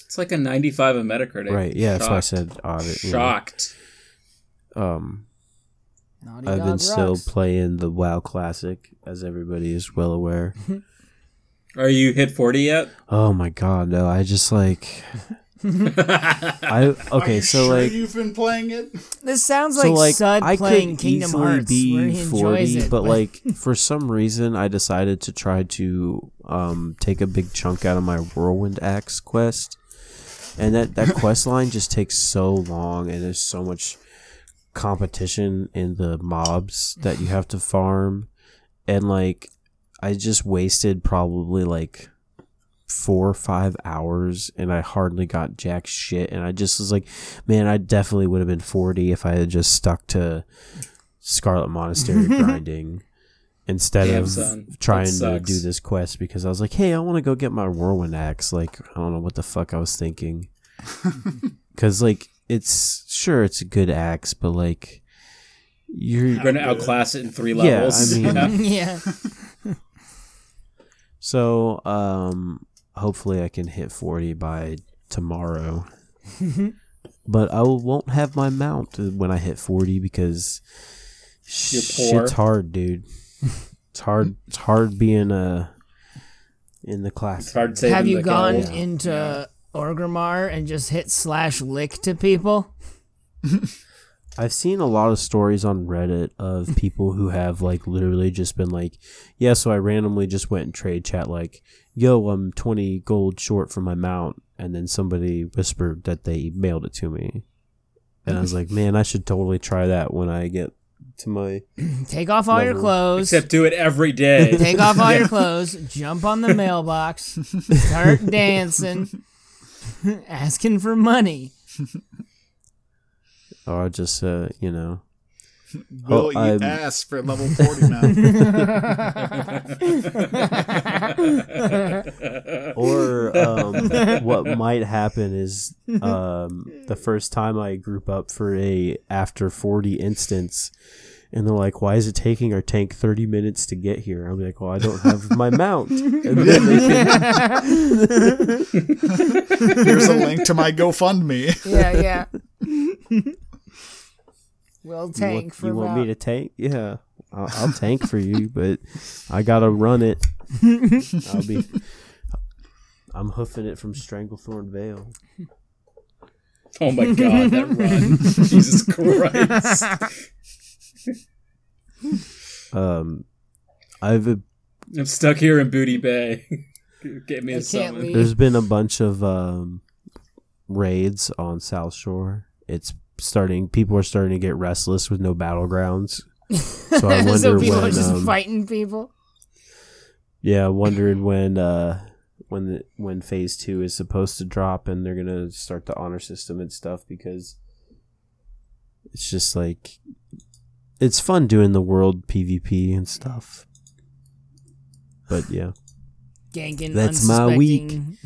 [SPEAKER 4] It's like a ninety-five on Metacritic.
[SPEAKER 3] Right? Yeah, that's why I
[SPEAKER 4] Shocked.
[SPEAKER 3] said obvi- you know.
[SPEAKER 4] Shocked.
[SPEAKER 3] Um,
[SPEAKER 2] Naughty
[SPEAKER 3] I've
[SPEAKER 2] Dog
[SPEAKER 3] been
[SPEAKER 2] rocks.
[SPEAKER 3] still playing the WoW Classic, as everybody is well aware.
[SPEAKER 4] Are you hit forty yet?
[SPEAKER 3] Oh my god, no! I just like
[SPEAKER 4] I
[SPEAKER 3] I okay, so like oh,
[SPEAKER 1] you've been playing it.
[SPEAKER 2] This sounds like,
[SPEAKER 3] so like
[SPEAKER 2] Sud
[SPEAKER 3] I
[SPEAKER 2] playing
[SPEAKER 3] could
[SPEAKER 2] Kingdom
[SPEAKER 3] easily
[SPEAKER 2] Hearts where he
[SPEAKER 3] be
[SPEAKER 2] enjoys
[SPEAKER 3] forty,
[SPEAKER 2] it.
[SPEAKER 3] but like for some reason I decided to try to um take a big chunk out of my Whirlwind Axe quest, and that that quest line just takes so long, and there's so much competition in the mobs that you have to farm, and like I just wasted probably like four or five hours and I hardly got jack shit. And I just was like, man, I definitely would have been 40 if I had just stuck to Scarlet Monastery grinding instead
[SPEAKER 4] Damn,
[SPEAKER 3] of
[SPEAKER 4] son. That
[SPEAKER 3] trying to
[SPEAKER 4] sucks.
[SPEAKER 3] do this quest because I was like, hey, I want to go get my Whirlwind Axe. Like, I don't know what the fuck I was thinking. Because, like, it's sure it's a good axe, but like, you're
[SPEAKER 4] You're gonna outclass it in three
[SPEAKER 3] Uh, Yeah,
[SPEAKER 4] levels.
[SPEAKER 3] I mean-
[SPEAKER 4] Yeah.
[SPEAKER 2] yeah.
[SPEAKER 3] So, um, hopefully I can hit 40 by tomorrow. but I won't have my mount when I hit 40 because
[SPEAKER 4] You're poor.
[SPEAKER 3] shit's hard, dude. It's hard. It's hard being uh, in the class.
[SPEAKER 4] It's hard saving
[SPEAKER 2] Have you
[SPEAKER 4] the
[SPEAKER 2] gone
[SPEAKER 4] gold.
[SPEAKER 2] into Orgrimmar and just hit slash lick to people?
[SPEAKER 3] I've seen a lot of stories on Reddit of people who have like literally just been like, yeah, so I randomly just went in trade chat like, yo, I'm 20 gold short from my mount. And then somebody whispered that they mailed it to me. And I was like, man, I should totally try that when I get to my.
[SPEAKER 2] Take off all your
[SPEAKER 3] Level.
[SPEAKER 2] clothes.
[SPEAKER 4] Except do it every day.
[SPEAKER 2] Take off all your clothes, jump on the mailbox, start dancing, asking for money.
[SPEAKER 3] Or just, uh, you know.
[SPEAKER 1] Will
[SPEAKER 3] Oh,
[SPEAKER 1] eat
[SPEAKER 3] I'm-
[SPEAKER 1] ass for level forty now.
[SPEAKER 3] Or um, what might happen is um, the first time I group up for a after 40 instance, and they're like, "Why is it taking our tank 30 minutes to get here?" I'm like, "Well, I don't have my mount." And then they can-
[SPEAKER 1] Here's a link to my GoFundMe.
[SPEAKER 2] Yeah, yeah. Will
[SPEAKER 3] you
[SPEAKER 2] tank
[SPEAKER 3] want,
[SPEAKER 2] for
[SPEAKER 3] you want
[SPEAKER 2] about-
[SPEAKER 3] me to tank? Yeah, I'll, I'll tank for you, but I gotta run it. I'll be. I'm hoofing it from Stranglethorn Vale.
[SPEAKER 4] Oh my god, that run. Jesus Christ.
[SPEAKER 3] Um, I've
[SPEAKER 4] I'm stuck here in Booty Bay. Get me a
[SPEAKER 2] I can't
[SPEAKER 4] summon.
[SPEAKER 2] leave.
[SPEAKER 3] There's been a bunch of um, raids on South Shore. It's starting. People are starting to get restless with no battlegrounds. So I wonder
[SPEAKER 2] so people
[SPEAKER 3] when.
[SPEAKER 2] are just
[SPEAKER 3] um,
[SPEAKER 2] fighting people.
[SPEAKER 3] Yeah, wondering when uh when the, when phase two is supposed to drop and they're gonna start the honor system and stuff because it's just like it's fun doing the world PvP and stuff. But yeah.
[SPEAKER 2] Ganking.
[SPEAKER 3] That's my week.
[SPEAKER 2] unsuspecting-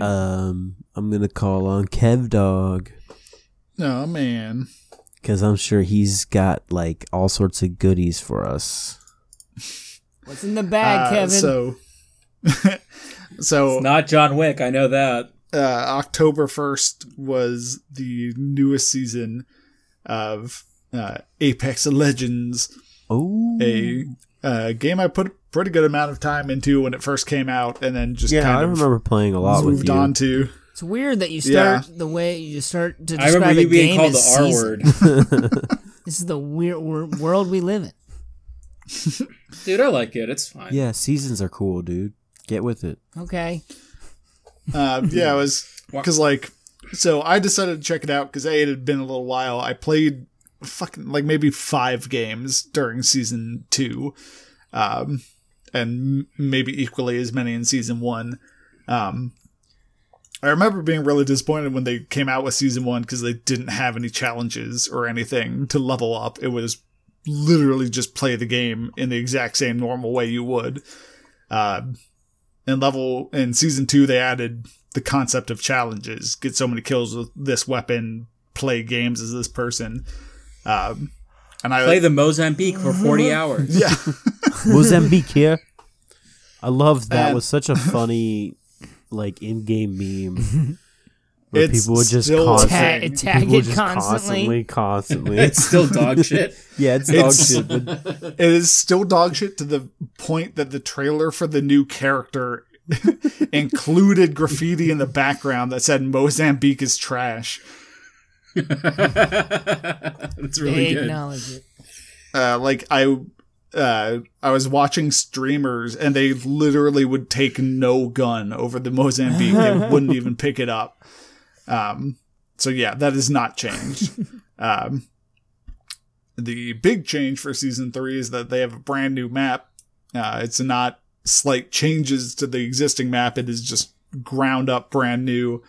[SPEAKER 3] Um I'm gonna call on Kev Dog
[SPEAKER 1] oh man.
[SPEAKER 3] because I'm sure he's got like all sorts of goodies for us.
[SPEAKER 2] What's in the bag,
[SPEAKER 1] Uh,
[SPEAKER 2] Kevin?
[SPEAKER 1] So, so
[SPEAKER 4] It's not John Wick, I know that.
[SPEAKER 1] uh, October first was the newest season of uh, Apex Legends,
[SPEAKER 3] Oh,
[SPEAKER 1] a uh, game I put a pretty good amount of time into when it first came out, and then just
[SPEAKER 3] yeah,
[SPEAKER 1] kind
[SPEAKER 3] I
[SPEAKER 1] of
[SPEAKER 3] remember playing a lot with
[SPEAKER 1] moved
[SPEAKER 3] you.
[SPEAKER 1] on to.
[SPEAKER 2] it's weird that you
[SPEAKER 1] Yeah.
[SPEAKER 2] start the way you start to describe
[SPEAKER 4] I remember you
[SPEAKER 2] a game
[SPEAKER 4] being called
[SPEAKER 2] as
[SPEAKER 4] the R
[SPEAKER 2] season.
[SPEAKER 4] word.
[SPEAKER 2] This is the weird wor- world we live in.
[SPEAKER 4] Dude, I like it. It's fine.
[SPEAKER 3] yeah, seasons are cool, dude. Get with it.
[SPEAKER 2] Okay.
[SPEAKER 1] Uh, yeah, I was because like so I decided to check it out because a it had been a little while. I played fucking like maybe five games during season two, um, and m- maybe equally as many in season one. Um, I remember being really disappointed when they came out with season one because they didn't have any challenges or anything to level up. It was literally just play the game in the exact same normal way you would. Uh, and level in season two, they added the concept of challenges get so many kills with this weapon, play games as this person. Um, and I
[SPEAKER 4] Play the Mozambique for 40 hours.
[SPEAKER 1] yeah.
[SPEAKER 3] Mozambique here. I love that
[SPEAKER 1] And-
[SPEAKER 3] was such a funny like in-game meme where
[SPEAKER 1] It's
[SPEAKER 3] people would just
[SPEAKER 1] still
[SPEAKER 3] constantly,
[SPEAKER 1] saying,
[SPEAKER 2] Ta- tag it constantly.
[SPEAKER 3] constantly, constantly.
[SPEAKER 4] It's still dog shit.
[SPEAKER 3] yeah, it's dog
[SPEAKER 1] It's-
[SPEAKER 3] shit. But
[SPEAKER 1] it is still dog shit to the point that the trailer for the new character included graffiti in the background that said Mozambique is trash.
[SPEAKER 4] That's really
[SPEAKER 2] they
[SPEAKER 4] good.
[SPEAKER 2] acknowledge it.
[SPEAKER 1] Uh, like I uh, I was watching streamers and they literally would take no gun over the Mozambique and wouldn't even pick it up. Um, so yeah, that has not changed. um, the big change for season three is that they have a brand new map. Uh, it's not slight changes to the existing map; it is just ground up, brand new.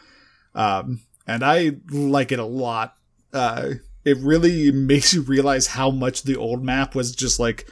[SPEAKER 1] Um, and I like it a lot. Uh, it really makes you realize how much the old map was just like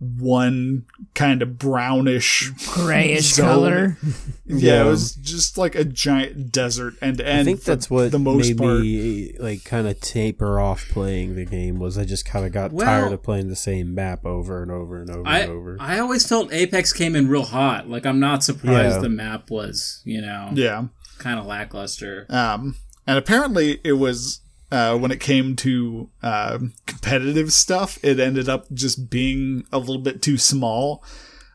[SPEAKER 1] one kind of brownish
[SPEAKER 2] Grayish
[SPEAKER 1] zone.
[SPEAKER 2] color.
[SPEAKER 1] Yeah,
[SPEAKER 3] Yeah.
[SPEAKER 1] it was just like a giant desert end to end.
[SPEAKER 3] I think
[SPEAKER 1] for
[SPEAKER 3] that's what
[SPEAKER 1] the most
[SPEAKER 3] made
[SPEAKER 1] part.
[SPEAKER 3] me like kind of taper off playing the game was I just kind of got
[SPEAKER 4] Well-
[SPEAKER 3] tired of playing the same map over and over and over
[SPEAKER 4] I,
[SPEAKER 3] and over.
[SPEAKER 4] I always felt Apex came in real hot. Like, I'm not surprised
[SPEAKER 3] Yeah.
[SPEAKER 4] the map was, you know,
[SPEAKER 1] Yeah.
[SPEAKER 4] kind of lackluster.
[SPEAKER 1] Um, and apparently, it was uh, when it came to uh, competitive stuff, it ended up just being a little bit too small.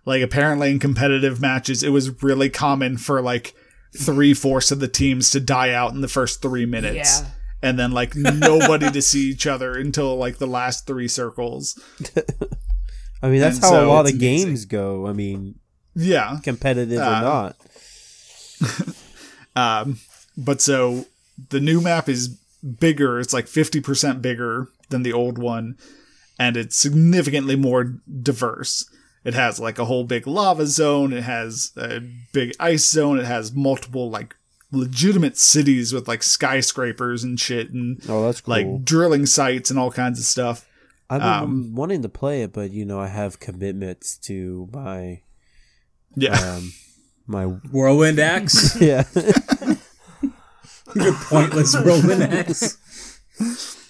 [SPEAKER 1] Like, apparently, in competitive matches, it was really common for like three fourths of the teams to die out in the first three minutes.
[SPEAKER 2] Yeah.
[SPEAKER 1] And then, like, nobody to see each other until like the last three circles.
[SPEAKER 3] I mean, that's
[SPEAKER 1] and
[SPEAKER 3] how a
[SPEAKER 1] so
[SPEAKER 3] lot
[SPEAKER 1] it's
[SPEAKER 3] of
[SPEAKER 1] amazing.
[SPEAKER 3] games go. I mean,
[SPEAKER 1] Yeah.
[SPEAKER 3] competitive
[SPEAKER 1] Uh,
[SPEAKER 3] or not.
[SPEAKER 1] Um, but so the new map is bigger. It's like 50% bigger than the old one. And it's significantly more diverse. It has like a whole big lava zone. It has a big ice zone. It has multiple like legitimate cities with like skyscrapers and shit and
[SPEAKER 3] Oh, that's cool.
[SPEAKER 1] like drilling sites and all kinds of stuff.
[SPEAKER 3] I've been
[SPEAKER 1] Um,
[SPEAKER 3] wanting to play it, but you know, I have commitments to my
[SPEAKER 1] Yeah.
[SPEAKER 3] um, my
[SPEAKER 4] Whirlwind Axe?
[SPEAKER 3] yeah.
[SPEAKER 4] Your pointless Whirlwind Axe?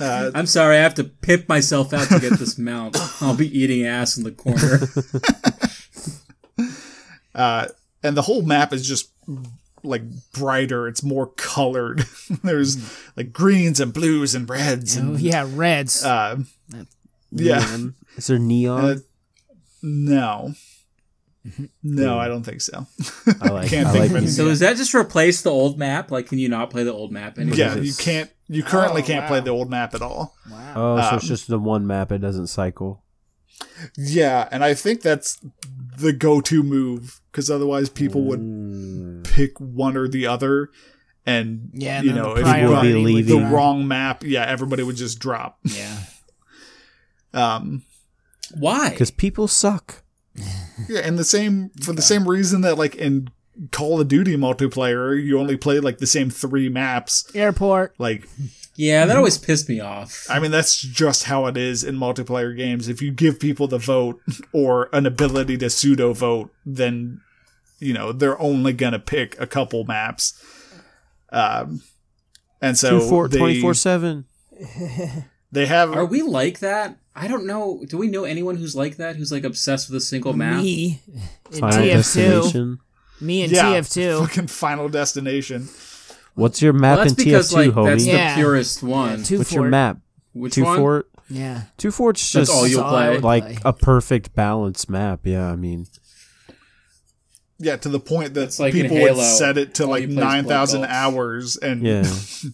[SPEAKER 1] Uh,
[SPEAKER 4] I'm sorry, I have to pimp myself out to get this mount. I'll be eating ass in the corner.
[SPEAKER 1] uh, and the whole map is just like brighter. It's more colored. There's like greens and blues and reds
[SPEAKER 2] Oh,
[SPEAKER 1] and
[SPEAKER 2] yeah, reds.
[SPEAKER 1] Uh, yeah.
[SPEAKER 3] Neon. Is there neon?
[SPEAKER 1] Uh, no. No, I don't think so.
[SPEAKER 3] Mm-hmm. I like.
[SPEAKER 1] can't
[SPEAKER 3] I
[SPEAKER 1] think
[SPEAKER 3] like
[SPEAKER 1] of any-
[SPEAKER 4] So does that just replace the old map? Like, can you not play the old map anymore?
[SPEAKER 1] Yeah,
[SPEAKER 3] is
[SPEAKER 1] you
[SPEAKER 3] this?
[SPEAKER 1] can't. You currently
[SPEAKER 2] Oh,
[SPEAKER 1] can't
[SPEAKER 2] wow.
[SPEAKER 1] play the old map at all.
[SPEAKER 2] wow.
[SPEAKER 3] Oh, so
[SPEAKER 1] Um,
[SPEAKER 3] it's just the one map. It doesn't cycle.
[SPEAKER 1] Yeah, and I think that's the go-to move because otherwise people would
[SPEAKER 3] Mm.
[SPEAKER 1] pick one or the other, and
[SPEAKER 2] Yeah, and
[SPEAKER 1] you
[SPEAKER 2] then
[SPEAKER 1] know
[SPEAKER 2] the
[SPEAKER 1] if you
[SPEAKER 2] priority
[SPEAKER 1] run
[SPEAKER 3] Would be
[SPEAKER 2] would
[SPEAKER 1] the
[SPEAKER 3] leaving.
[SPEAKER 2] be-
[SPEAKER 1] wrong map, yeah, everybody would just drop.
[SPEAKER 2] Yeah,
[SPEAKER 1] Um,
[SPEAKER 4] Why?
[SPEAKER 3] Because people suck.
[SPEAKER 1] yeah, and the same for the same reason that like in Call of Duty multiplayer, you only play like the same three maps.
[SPEAKER 2] airport.
[SPEAKER 1] Like
[SPEAKER 4] Yeah, that always pissed me off.
[SPEAKER 1] I mean, that's just how it is in multiplayer games. If you give people the vote or an ability to pseudo vote, then you know they're only gonna pick a couple maps. Um, and so they,
[SPEAKER 3] 24 7.
[SPEAKER 1] they have
[SPEAKER 4] Are we like that? I don't know. Do we know anyone who's like that? Who's like obsessed with a single map?
[SPEAKER 2] Me in
[SPEAKER 3] Final
[SPEAKER 2] TF2.
[SPEAKER 3] destination.
[SPEAKER 2] Me in
[SPEAKER 1] yeah,
[SPEAKER 2] TF2.
[SPEAKER 1] fucking Final Destination.
[SPEAKER 3] What's your
[SPEAKER 4] Well,
[SPEAKER 3] map
[SPEAKER 4] that's
[SPEAKER 3] in
[SPEAKER 4] because
[SPEAKER 3] TF2,
[SPEAKER 4] like that's
[SPEAKER 3] homie?
[SPEAKER 4] the
[SPEAKER 2] Yeah.
[SPEAKER 4] purest one.
[SPEAKER 2] Two
[SPEAKER 3] What's
[SPEAKER 2] fort.
[SPEAKER 3] your map?
[SPEAKER 4] Which
[SPEAKER 3] Two
[SPEAKER 4] one?
[SPEAKER 3] fort?
[SPEAKER 2] Yeah.
[SPEAKER 3] Two fort's
[SPEAKER 4] That's
[SPEAKER 3] just
[SPEAKER 4] all Oh, you'll
[SPEAKER 2] That's all I
[SPEAKER 4] play.
[SPEAKER 2] would
[SPEAKER 3] like
[SPEAKER 2] play.
[SPEAKER 3] a perfect balanced map. Yeah, I mean,
[SPEAKER 1] Yeah, to the point that
[SPEAKER 4] It's like in
[SPEAKER 1] people would
[SPEAKER 4] Halo.
[SPEAKER 1] set it to
[SPEAKER 4] All
[SPEAKER 1] like
[SPEAKER 4] you play is Black
[SPEAKER 1] nine thousand
[SPEAKER 4] Ops.
[SPEAKER 1] hours, and
[SPEAKER 3] yeah.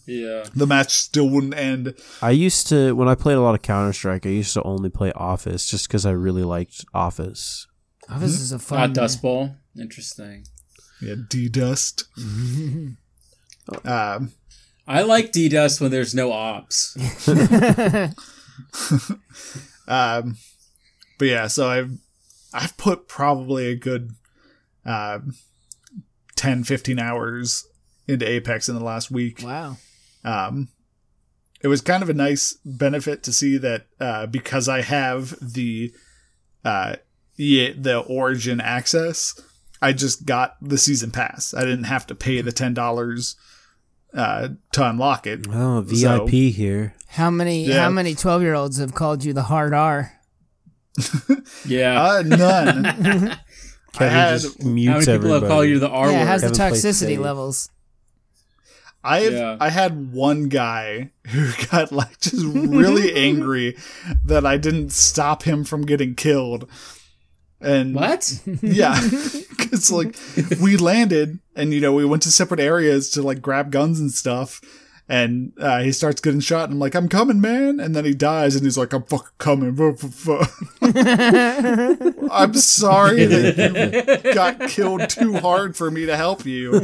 [SPEAKER 4] Yeah.
[SPEAKER 1] the match still wouldn't end.
[SPEAKER 3] I used to when I played a lot of Counter Strike. I used to only play Office just because I really liked Office.
[SPEAKER 2] Oh, this is a fun.
[SPEAKER 4] Not Dust Bowl. Interesting.
[SPEAKER 1] Yeah, D dust. um,
[SPEAKER 4] I like D Dust when there's no ops.
[SPEAKER 1] Um, but yeah, so I've I've put probably a good uh, 10, 15 hours into Apex in the last week.
[SPEAKER 2] Wow.
[SPEAKER 1] Um, it was kind of a nice benefit to see that uh, because I have the uh, yeah, the Origin access, I just got the season pass. I didn't have to pay the ten dollars uh, to unlock it.
[SPEAKER 3] Oh, VIP here.
[SPEAKER 2] How many
[SPEAKER 1] Yeah.
[SPEAKER 2] how many 12-year-olds have called you the hard R?
[SPEAKER 4] Yeah.
[SPEAKER 1] Uh, none. I
[SPEAKER 3] Kevin
[SPEAKER 1] had
[SPEAKER 3] just mutes
[SPEAKER 4] How many people have
[SPEAKER 3] everybody.
[SPEAKER 4] called you the R
[SPEAKER 2] yeah,
[SPEAKER 4] word?
[SPEAKER 2] how's the
[SPEAKER 3] Haven't played
[SPEAKER 2] toxicity
[SPEAKER 3] Sage.
[SPEAKER 2] levels?
[SPEAKER 1] I have
[SPEAKER 4] Yeah.
[SPEAKER 1] I had one guy who got like just really angry that I didn't stop him from getting killed. And
[SPEAKER 4] what?
[SPEAKER 1] yeah, it's like we landed and you know we went to separate areas to like grab guns and stuff. And uh, he starts getting shot, and I'm like, "I'm coming, man!" And then he dies, and he's like, "I'm fucking coming." Fuh, fuh, fuh." I'm sorry that you got killed too hard for me to help you.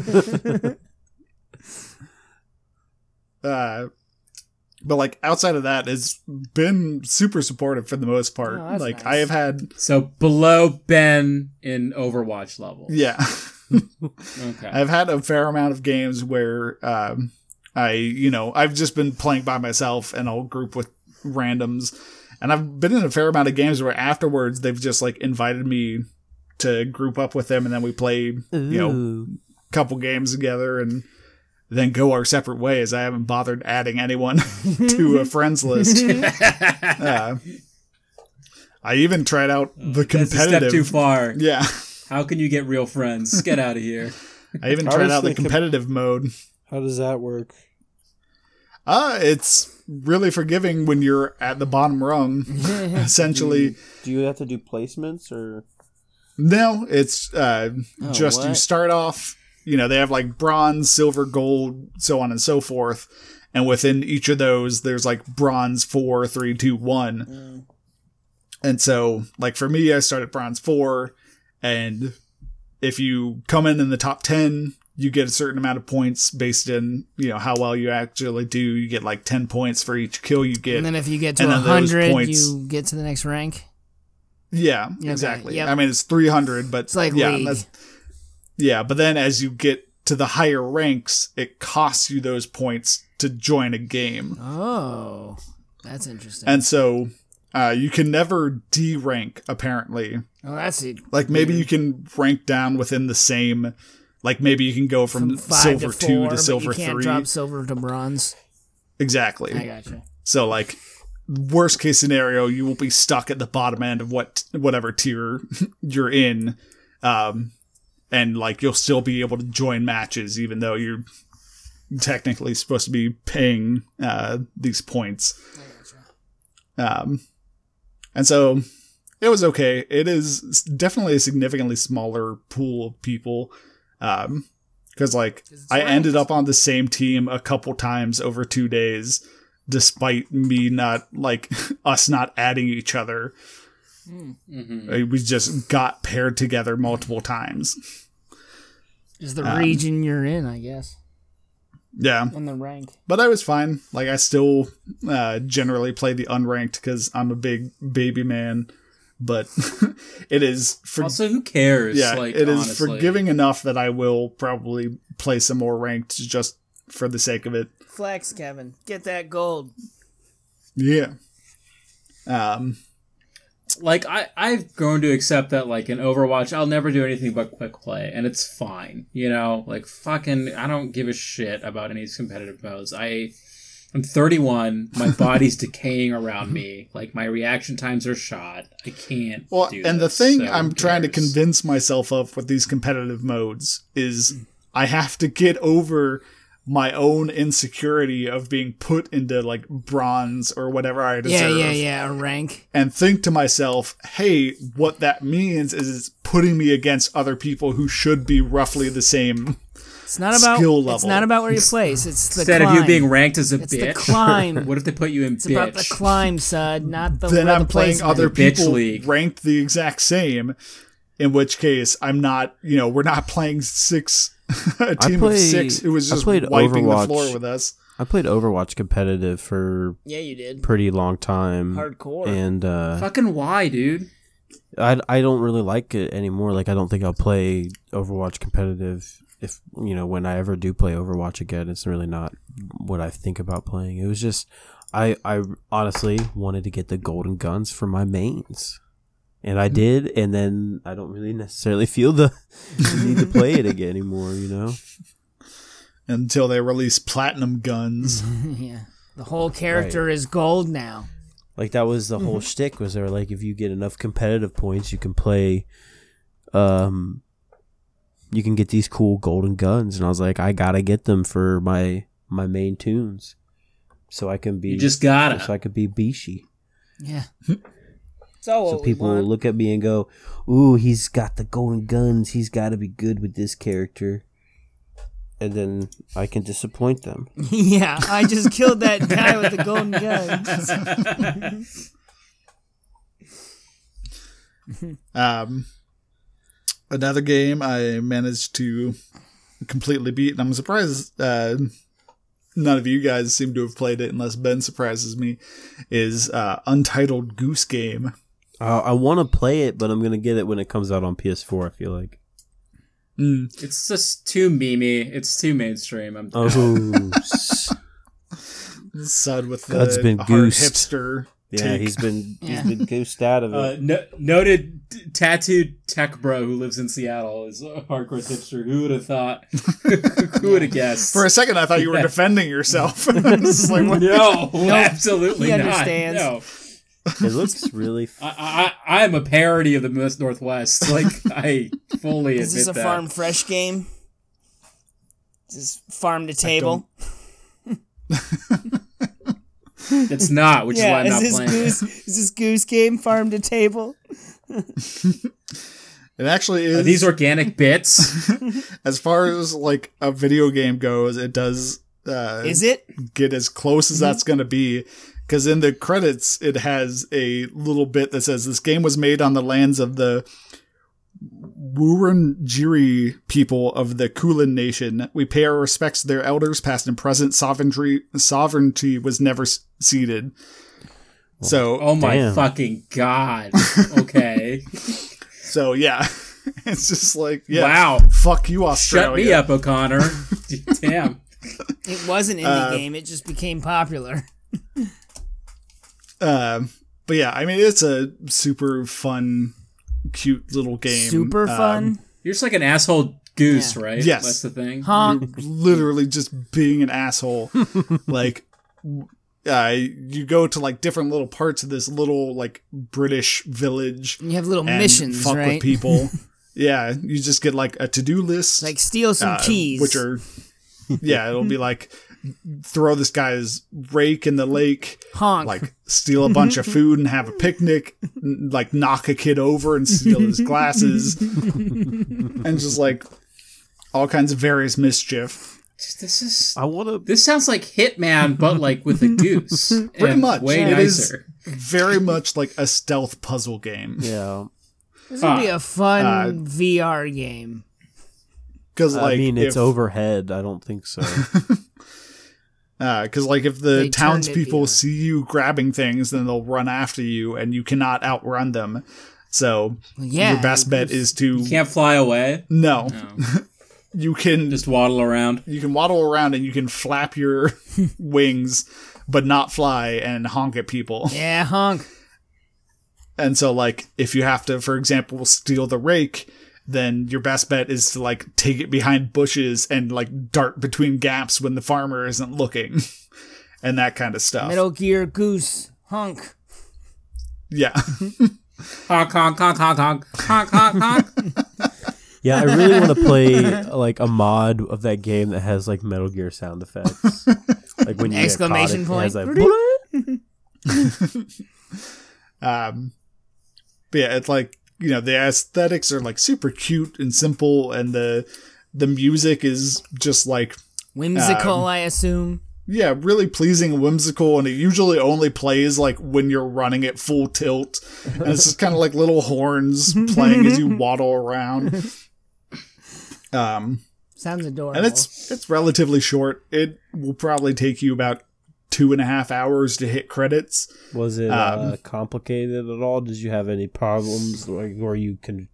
[SPEAKER 1] Uh, but like outside of that, it's been super supportive for the most part.
[SPEAKER 2] Oh, that's
[SPEAKER 1] like
[SPEAKER 2] nice.
[SPEAKER 1] I have had
[SPEAKER 4] So below Ben in Overwatch level.
[SPEAKER 1] yeah.
[SPEAKER 4] Okay.
[SPEAKER 1] I've had a fair amount of games where um, I, you know, I've just been playing by myself and I'll group with randoms. And I've been in a fair amount of games where afterwards they've just like invited me to group up with them and then we play, you know,
[SPEAKER 3] Ooh.
[SPEAKER 1] a couple games together and then go our separate ways. I haven't bothered adding anyone to a friends list. Uh, I even tried out the
[SPEAKER 4] Oh, That's a
[SPEAKER 1] competitive.
[SPEAKER 4] step too far.
[SPEAKER 1] Yeah.
[SPEAKER 4] How can you get real friends? Get out of here.
[SPEAKER 1] I even
[SPEAKER 5] How
[SPEAKER 1] tried
[SPEAKER 5] does
[SPEAKER 1] out the
[SPEAKER 5] the com-
[SPEAKER 1] competitive mode.
[SPEAKER 5] How does that work?
[SPEAKER 1] Uh, it's really forgiving when you're at the bottom rung. Essentially,
[SPEAKER 3] Do you have to do placements or?
[SPEAKER 1] no, it's uh,
[SPEAKER 3] Oh,
[SPEAKER 1] just you
[SPEAKER 3] what?
[SPEAKER 1] start off, you know, they have like bronze, silver, gold, so on and so forth. And within each of those, there's like bronze four, three, two, one.
[SPEAKER 2] Mm.
[SPEAKER 1] And so, like for me, I started bronze four, and if you come in in the top ten, you get a certain amount of points based in you know how well you actually do. You get like ten points for each kill you get.
[SPEAKER 2] And then if you get to
[SPEAKER 1] And then those
[SPEAKER 2] 100,
[SPEAKER 1] points-
[SPEAKER 2] you get to the next rank.
[SPEAKER 1] Yeah,
[SPEAKER 2] Okay,
[SPEAKER 1] exactly.
[SPEAKER 2] yep.
[SPEAKER 1] I mean, it's 300, but
[SPEAKER 2] It's like
[SPEAKER 1] yeah,
[SPEAKER 2] league.
[SPEAKER 1] that's- yeah, but then as you get to the higher ranks, it costs you those points to join a game.
[SPEAKER 2] Oh. That's interesting.
[SPEAKER 1] And so uh, you can never D rank, apparently.
[SPEAKER 2] oh, that's it.
[SPEAKER 1] Like maybe you can rank down within the same, like maybe you can go from,
[SPEAKER 2] From five
[SPEAKER 1] silver
[SPEAKER 2] to four,
[SPEAKER 1] two
[SPEAKER 2] but
[SPEAKER 1] to silver
[SPEAKER 2] you can't
[SPEAKER 1] three.
[SPEAKER 2] drop silver to bronze.
[SPEAKER 1] Exactly.
[SPEAKER 2] I gotcha.
[SPEAKER 1] So like worst case scenario, you will be stuck at the bottom end of what whatever tier you're in, um, and like you'll still be able to join matches even though you're technically supposed to be paying uh, these points. Um, and so it was okay. It is definitely a significantly smaller pool of people. Um, because like I ended up on the same team a couple times over two days, despite me not like us not adding each other.
[SPEAKER 4] Mm-hmm.
[SPEAKER 1] Uh, We just got paired together multiple times.
[SPEAKER 2] Is
[SPEAKER 1] um,
[SPEAKER 2] the region you're in, I guess,
[SPEAKER 1] Yeah.
[SPEAKER 2] and the rank.
[SPEAKER 1] but I was fine. Like I still uh, generally play the unranked because I'm a big baby man. But it is for
[SPEAKER 4] Also, who cares?
[SPEAKER 1] yeah,
[SPEAKER 4] like,
[SPEAKER 1] it is
[SPEAKER 4] honestly.
[SPEAKER 1] forgiving enough that I will probably play some more ranked just for the sake of it.
[SPEAKER 2] Flex, Kevin. Get that gold.
[SPEAKER 1] Yeah. Um.
[SPEAKER 4] Like I, I've grown to accept that like in Overwatch, I'll never do anything but quick play, and it's fine. You know, like fucking, I don't give a shit about any of these competitive modes. I, I'm 31. My body's decaying around me. Like my reaction times are shot. I can't.
[SPEAKER 1] Well,
[SPEAKER 4] do
[SPEAKER 1] and the
[SPEAKER 4] this,
[SPEAKER 1] thing
[SPEAKER 4] so who
[SPEAKER 1] I'm trying to
[SPEAKER 4] cares?
[SPEAKER 1] convince myself of with these competitive modes is I have to get over my own insecurity of being put into like bronze or whatever I
[SPEAKER 2] Yeah,
[SPEAKER 1] deserve.
[SPEAKER 2] yeah, yeah. A rank.
[SPEAKER 1] and think to myself, hey, what that means is it's putting me against other people who should be roughly the same.
[SPEAKER 2] It's not about
[SPEAKER 1] Skill
[SPEAKER 2] It's
[SPEAKER 1] level.
[SPEAKER 2] not about where you place. It's the
[SPEAKER 4] instead
[SPEAKER 2] climb.
[SPEAKER 4] of you being ranked as a
[SPEAKER 2] It's the
[SPEAKER 4] bitch,
[SPEAKER 2] climb.
[SPEAKER 4] what if they put you in
[SPEAKER 2] it's
[SPEAKER 4] bitch?
[SPEAKER 2] about the climb, side, not the.
[SPEAKER 1] Then
[SPEAKER 2] where
[SPEAKER 1] I'm
[SPEAKER 2] the
[SPEAKER 1] playing
[SPEAKER 2] placement
[SPEAKER 1] other
[SPEAKER 2] is.
[SPEAKER 4] Bitch
[SPEAKER 1] people
[SPEAKER 4] league.
[SPEAKER 1] ranked the exact same, in which case I'm not, you know, we're not playing six, a team
[SPEAKER 3] play-
[SPEAKER 1] of six who was
[SPEAKER 3] I
[SPEAKER 1] just
[SPEAKER 3] played
[SPEAKER 1] wiping the
[SPEAKER 3] Overwatch.
[SPEAKER 1] floor with us.
[SPEAKER 3] I played Overwatch competitive for
[SPEAKER 2] Yeah, you did.
[SPEAKER 3] pretty long
[SPEAKER 1] Mm,
[SPEAKER 3] time.
[SPEAKER 2] Hardcore.
[SPEAKER 3] And uh,
[SPEAKER 4] Fucking why, dude?
[SPEAKER 3] I I don't really like it anymore. Like I don't think I'll play Overwatch competitive if you know when I ever do play Overwatch again. It's really not what I think about playing. It was just I I honestly wanted to get the golden guns for my mains, and I did. And then I don't really necessarily feel the need to play it again anymore. You know,
[SPEAKER 1] Until they release platinum guns.
[SPEAKER 3] Mm-hmm.
[SPEAKER 2] yeah. The whole character is gold now.
[SPEAKER 3] like that was the
[SPEAKER 4] Mm-hmm.
[SPEAKER 3] whole shtick. Was there like if you get enough competitive points, you can play. Um, you can get these cool golden guns and i was like i gotta get them for my my main tunes so i can be
[SPEAKER 4] You just gotta.
[SPEAKER 3] so i could be bishi
[SPEAKER 2] Yeah. So,
[SPEAKER 3] so people will look at me and go ooh he's got the golden guns he's gotta be good with this character and then i can disappoint them
[SPEAKER 2] yeah, I just killed that guy with the golden gun.
[SPEAKER 1] Um, another game I managed to completely beat, and I'm surprised uh, none of you guys seem to have played it, unless Ben surprises me. Is uh, Untitled Goose Game?
[SPEAKER 3] uh, i want to play it but i'm gonna get it when it comes out on ps4 i feel like
[SPEAKER 1] Mm.
[SPEAKER 4] It's just too memey. It's too mainstream. I'm
[SPEAKER 3] oh s-
[SPEAKER 1] Sod with the
[SPEAKER 3] God's been
[SPEAKER 1] hard
[SPEAKER 3] goosed.
[SPEAKER 1] hipster.
[SPEAKER 3] yeah
[SPEAKER 1] Take.
[SPEAKER 3] he's been
[SPEAKER 2] Yeah.
[SPEAKER 3] he's been goosed out of it
[SPEAKER 4] Uh, no, noted t- tattooed tech bro who lives in Seattle is a hardcore hipster. Who would have thought? who would have guessed?
[SPEAKER 1] For a second, I thought you were defending yourself. This is like, what-
[SPEAKER 4] no, absolutely
[SPEAKER 2] he
[SPEAKER 4] not.
[SPEAKER 2] understands.
[SPEAKER 4] No,
[SPEAKER 3] it looks really f-
[SPEAKER 4] I, I, I am a parody of the Most Northwest. Like I fully
[SPEAKER 2] Is this a
[SPEAKER 4] admit that.
[SPEAKER 2] farm fresh game? Is this farm to table?
[SPEAKER 4] It's not, which
[SPEAKER 2] Yeah,
[SPEAKER 4] is why I'm
[SPEAKER 2] is
[SPEAKER 4] not
[SPEAKER 2] this
[SPEAKER 4] playing.
[SPEAKER 2] goose? Is this goose game farm to table?
[SPEAKER 1] it actually
[SPEAKER 4] it. Are
[SPEAKER 1] is.
[SPEAKER 4] Uh, these organic bits?
[SPEAKER 1] as far as like a video game goes, it does. Uh,
[SPEAKER 2] Is it?
[SPEAKER 1] get as close as that's
[SPEAKER 4] Mm-hmm.
[SPEAKER 1] going to be. Because in the credits, it has a little bit that says this game was made on the lands of the Wurundjeri people of the Kulin Nation. We pay our respects to their elders, past and present. Sovereignty sovereignty was never s- ceded. So,
[SPEAKER 4] Oh my
[SPEAKER 3] Damn.
[SPEAKER 4] fucking god! Okay,
[SPEAKER 1] so yeah, it's just like yeah,
[SPEAKER 4] wow.
[SPEAKER 1] fuck you,
[SPEAKER 4] Shut
[SPEAKER 1] Australia.
[SPEAKER 4] me up, O'Connor. Damn.
[SPEAKER 2] It was an indie
[SPEAKER 1] uh,
[SPEAKER 2] game. It just became popular.
[SPEAKER 1] Um, but yeah, I mean, it's a super fun, cute little game.
[SPEAKER 2] Super
[SPEAKER 1] Um,
[SPEAKER 2] fun.
[SPEAKER 4] You're just like an asshole goose, right?
[SPEAKER 1] Yes.
[SPEAKER 4] That's the thing.
[SPEAKER 2] Huh?
[SPEAKER 1] literally just being an asshole. like, uh, you go to like different little parts of this little like British village
[SPEAKER 2] You have little
[SPEAKER 1] and
[SPEAKER 2] missions,
[SPEAKER 1] fuck
[SPEAKER 2] right?
[SPEAKER 1] with people. yeah, you just get like a to do list,
[SPEAKER 2] Like steal some
[SPEAKER 1] uh,
[SPEAKER 2] keys.
[SPEAKER 1] which are yeah, it'll be like throw this guy's rake in the lake.
[SPEAKER 2] honk.
[SPEAKER 1] Like steal a bunch of food and have a picnic, n- like knock a kid over and steal his glasses, and just like all kinds of various mischief.
[SPEAKER 4] This is
[SPEAKER 3] i want to
[SPEAKER 4] This sounds like Hitman, but like with a goose.
[SPEAKER 1] Pretty
[SPEAKER 4] And
[SPEAKER 1] much.
[SPEAKER 4] Way
[SPEAKER 1] It is-
[SPEAKER 4] nicer.
[SPEAKER 1] very much like a stealth puzzle game
[SPEAKER 3] Yeah.
[SPEAKER 2] This would be a fun
[SPEAKER 1] Uh,
[SPEAKER 2] VR game.
[SPEAKER 1] because like
[SPEAKER 3] I mean, it's
[SPEAKER 1] if,
[SPEAKER 3] overhead. I don't think so.
[SPEAKER 1] because uh, like if
[SPEAKER 2] They
[SPEAKER 1] the
[SPEAKER 2] turned it
[SPEAKER 1] townspeople
[SPEAKER 2] VR.
[SPEAKER 1] see you grabbing things, then they'll run after you, and you cannot outrun them. So
[SPEAKER 2] Yeah.
[SPEAKER 1] your best bet is to
[SPEAKER 4] You can't fly away.
[SPEAKER 1] no.
[SPEAKER 4] No.
[SPEAKER 1] You can
[SPEAKER 4] Just waddle around.
[SPEAKER 1] you can waddle around and you can flap your wings, but not fly and honk at people.
[SPEAKER 2] Yeah, honk.
[SPEAKER 1] And so, like, if you have to, for example, steal the rake, then your best bet is to, like, take it behind bushes and, like, dart between gaps when the farmer isn't looking and that kind of stuff.
[SPEAKER 2] Metal Gear Goose. Honk.
[SPEAKER 1] Yeah.
[SPEAKER 4] Honk, honk, honk, honk, honk, honk, honk, honk.
[SPEAKER 3] yeah, I really want to play like a mod of that game that has like Metal Gear sound effects. Like when you get
[SPEAKER 2] Exclamation
[SPEAKER 3] caught, it has
[SPEAKER 2] point.
[SPEAKER 3] that bloop.
[SPEAKER 1] Um, but yeah, it's like, you know, the aesthetics are, like, super cute and simple, and the the music is just, like, Um,
[SPEAKER 2] Whimsical, I assume.
[SPEAKER 1] yeah, really pleasing and whimsical, and it usually only plays like when you're running at full tilt, and it's just kind of like little horns playing as you waddle around. Um,
[SPEAKER 2] Sounds adorable.
[SPEAKER 1] and it's it's relatively short. It will probably take you about two and a half hours to hit credits.
[SPEAKER 3] Was it
[SPEAKER 1] Um,
[SPEAKER 3] uh, complicated at all? Did you have any problems? Like, were you con-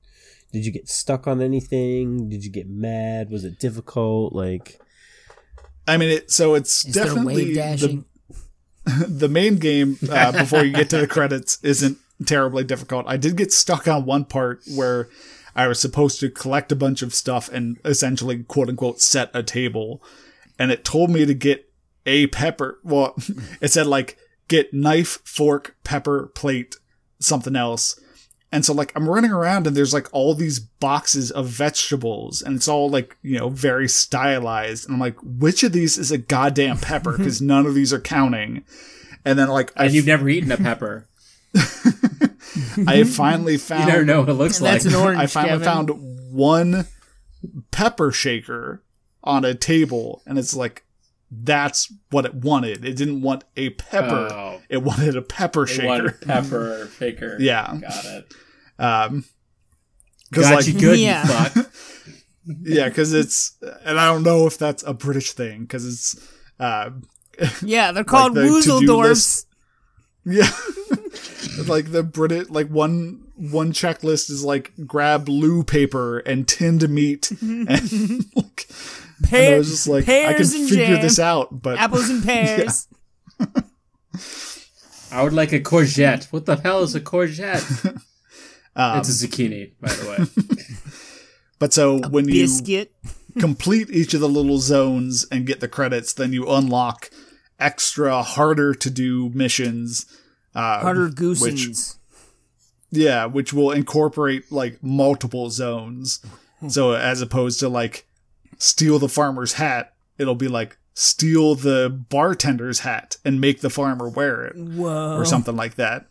[SPEAKER 3] Did you get stuck on anything? Did you get mad? Was it difficult? Like,
[SPEAKER 1] I mean, it so it's
[SPEAKER 2] Is there
[SPEAKER 1] definitely
[SPEAKER 2] wave
[SPEAKER 1] the,
[SPEAKER 2] dashing?
[SPEAKER 1] the main game uh, before you get to the credits isn't terribly difficult. I did get stuck on one part where I was supposed to collect a bunch of stuff and essentially quote unquote set a table. And it told me to get a pepper. Well, it said like get knife, fork, pepper, plate, something else. And so like I'm running around and there's like all these boxes of vegetables and it's all like, you know, very stylized. And I'm like, which of these is a goddamn pepper? Because none of these are counting. And then like I
[SPEAKER 4] And you've never eaten a pepper.
[SPEAKER 1] I finally found.
[SPEAKER 4] You never know what it looks
[SPEAKER 2] And that's
[SPEAKER 4] like.
[SPEAKER 2] an orange.
[SPEAKER 1] I finally
[SPEAKER 2] Kevin.
[SPEAKER 1] found one pepper shaker on a table, and it's like that's what it wanted. It didn't want a pepper.
[SPEAKER 4] Oh,
[SPEAKER 1] It wanted a pepper
[SPEAKER 4] they
[SPEAKER 1] shaker.
[SPEAKER 4] want pepper shaker.
[SPEAKER 1] Yeah.
[SPEAKER 4] Got it.
[SPEAKER 1] Um, because
[SPEAKER 4] Got
[SPEAKER 1] like
[SPEAKER 4] you good,
[SPEAKER 2] Yeah.
[SPEAKER 4] you fuck.
[SPEAKER 1] yeah, because it's and I don't know if that's a British thing because it's uh
[SPEAKER 2] Yeah, they're called
[SPEAKER 1] the to-do
[SPEAKER 2] Woozledorfs.
[SPEAKER 1] list. yeah like the British like one one checklist is like grab loo paper and tinned meat and like and I
[SPEAKER 2] Pear,
[SPEAKER 1] was just like, I can
[SPEAKER 2] pears and
[SPEAKER 1] figure
[SPEAKER 2] jam,
[SPEAKER 1] this out, but
[SPEAKER 2] apples and pears.
[SPEAKER 4] I would like a courgette. What the hell is a courgette?
[SPEAKER 1] um,
[SPEAKER 4] it's a zucchini, by the way.
[SPEAKER 1] but so when you
[SPEAKER 2] Biscuit.
[SPEAKER 1] complete each of the little zones and get the credits, then you unlock extra harder to do missions. Uh,
[SPEAKER 2] Harder
[SPEAKER 1] which
[SPEAKER 2] goosens.
[SPEAKER 1] yeah, which will incorporate like multiple zones. So as opposed to like steal the farmer's hat, it'll be like steal the bartender's hat and make the farmer wear it.
[SPEAKER 2] Whoa.
[SPEAKER 1] or something like that.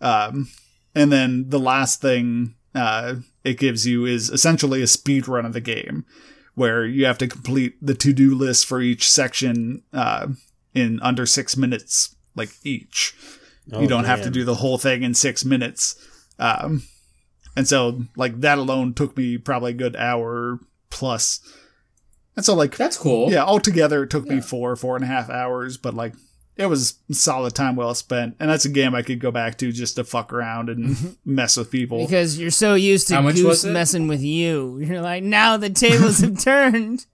[SPEAKER 1] Um, and then the last thing uh, it gives you is essentially a speed run of the game, where you have to complete the to do list for each section uh, in under six minutes, like each.
[SPEAKER 3] oh,
[SPEAKER 1] you don't have to do the whole thing in six minutes. Um, and so, like that alone took me probably a good hour plus. And so, like
[SPEAKER 4] That's cool.
[SPEAKER 1] yeah altogether it took me four four and a half hours but like it was solid time well spent and that's a game i could go back to just to fuck around and mess with people
[SPEAKER 2] Mm-hmm. Because you're so used to
[SPEAKER 4] How much was
[SPEAKER 2] Goose
[SPEAKER 4] it?
[SPEAKER 2] messing with you. You're like, now the tables have turned.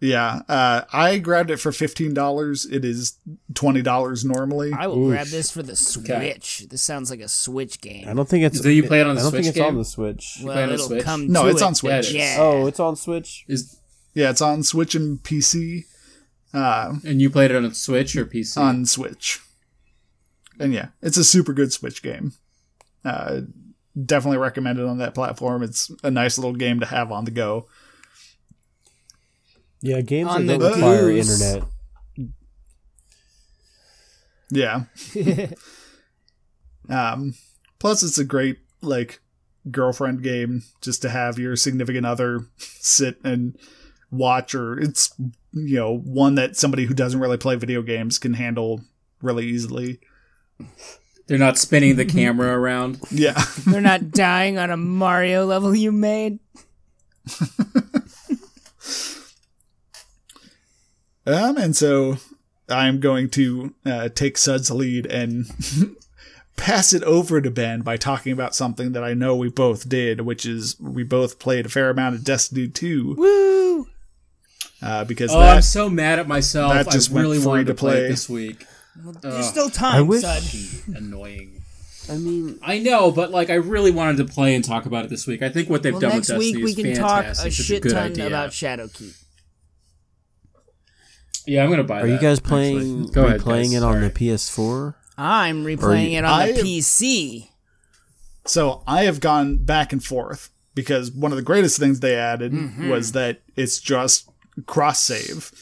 [SPEAKER 1] yeah uh, i grabbed it for $15 it is $20 normally
[SPEAKER 2] I will grab this for the
[SPEAKER 4] Okay.
[SPEAKER 2] Switch. This sounds like a Switch
[SPEAKER 3] I
[SPEAKER 2] game.
[SPEAKER 3] don't think it's.
[SPEAKER 4] Do you play it on the
[SPEAKER 3] I don't
[SPEAKER 4] Switch
[SPEAKER 3] think it's
[SPEAKER 4] game?
[SPEAKER 3] on the Switch.
[SPEAKER 4] play it
[SPEAKER 2] Well,
[SPEAKER 4] on
[SPEAKER 2] it'll
[SPEAKER 4] Switch?
[SPEAKER 2] come
[SPEAKER 1] no
[SPEAKER 2] to
[SPEAKER 1] it's
[SPEAKER 2] it.
[SPEAKER 1] on
[SPEAKER 4] Yeah, it
[SPEAKER 1] switch
[SPEAKER 4] is.
[SPEAKER 2] Yeah.
[SPEAKER 3] Oh, it's on Switch.
[SPEAKER 4] Is
[SPEAKER 1] yeah it's on switch and pc uh,
[SPEAKER 4] and you played it on Switch or PC?
[SPEAKER 1] on switch and yeah it's a super good switch game uh, definitely recommended on that platform it's a nice little game to have on the go
[SPEAKER 3] Yeah, games
[SPEAKER 2] On
[SPEAKER 3] that
[SPEAKER 2] the
[SPEAKER 3] don't require
[SPEAKER 2] Goose.
[SPEAKER 3] internet.
[SPEAKER 1] Yeah. um, plus, it's a great like girlfriend game just to have your significant other sit and watch, or it's you know one that somebody who doesn't really play video games can handle really easily.
[SPEAKER 4] They're not spinning the camera around.
[SPEAKER 1] Yeah.
[SPEAKER 2] They're not dying on a Mario level you made.
[SPEAKER 1] Um, and so I'm going to uh, take Sud's lead and pass it over to Ben by talking about something that I know we both did, which is we both played a fair amount of Destiny 2
[SPEAKER 2] Woo!
[SPEAKER 1] uh, because
[SPEAKER 4] Oh, I'm
[SPEAKER 1] that,
[SPEAKER 4] so mad at myself.
[SPEAKER 1] that just
[SPEAKER 4] I
[SPEAKER 1] went
[SPEAKER 4] really
[SPEAKER 1] free
[SPEAKER 4] wanted
[SPEAKER 1] to
[SPEAKER 4] to play
[SPEAKER 1] play.
[SPEAKER 4] it this week.
[SPEAKER 2] There's still
[SPEAKER 3] I
[SPEAKER 2] time,
[SPEAKER 3] wish-
[SPEAKER 2] son.
[SPEAKER 4] Annoying.
[SPEAKER 3] I mean,
[SPEAKER 4] I know, but like I really wanted to play and talk about it this week. I think what they've
[SPEAKER 2] Well,
[SPEAKER 4] done
[SPEAKER 2] next
[SPEAKER 4] with Destiny
[SPEAKER 2] week we
[SPEAKER 4] is
[SPEAKER 2] can talk
[SPEAKER 4] fantastic.
[SPEAKER 2] a
[SPEAKER 4] It's
[SPEAKER 2] shit
[SPEAKER 4] good
[SPEAKER 2] ton
[SPEAKER 4] idea.
[SPEAKER 2] about Shadowkeep.
[SPEAKER 4] yeah, I'm gonna buy.
[SPEAKER 3] are you
[SPEAKER 4] that,
[SPEAKER 3] guys
[SPEAKER 4] actually.
[SPEAKER 3] playing
[SPEAKER 4] Go ahead,
[SPEAKER 3] playing
[SPEAKER 4] guys.
[SPEAKER 3] it on
[SPEAKER 4] Sorry.
[SPEAKER 3] the PS4?
[SPEAKER 2] I'm replaying
[SPEAKER 3] you-
[SPEAKER 2] it on
[SPEAKER 1] I-
[SPEAKER 2] the PC.
[SPEAKER 1] so I have gone back and forth because one of the greatest things they added
[SPEAKER 2] Mm-hmm.
[SPEAKER 1] was that it's just cross save.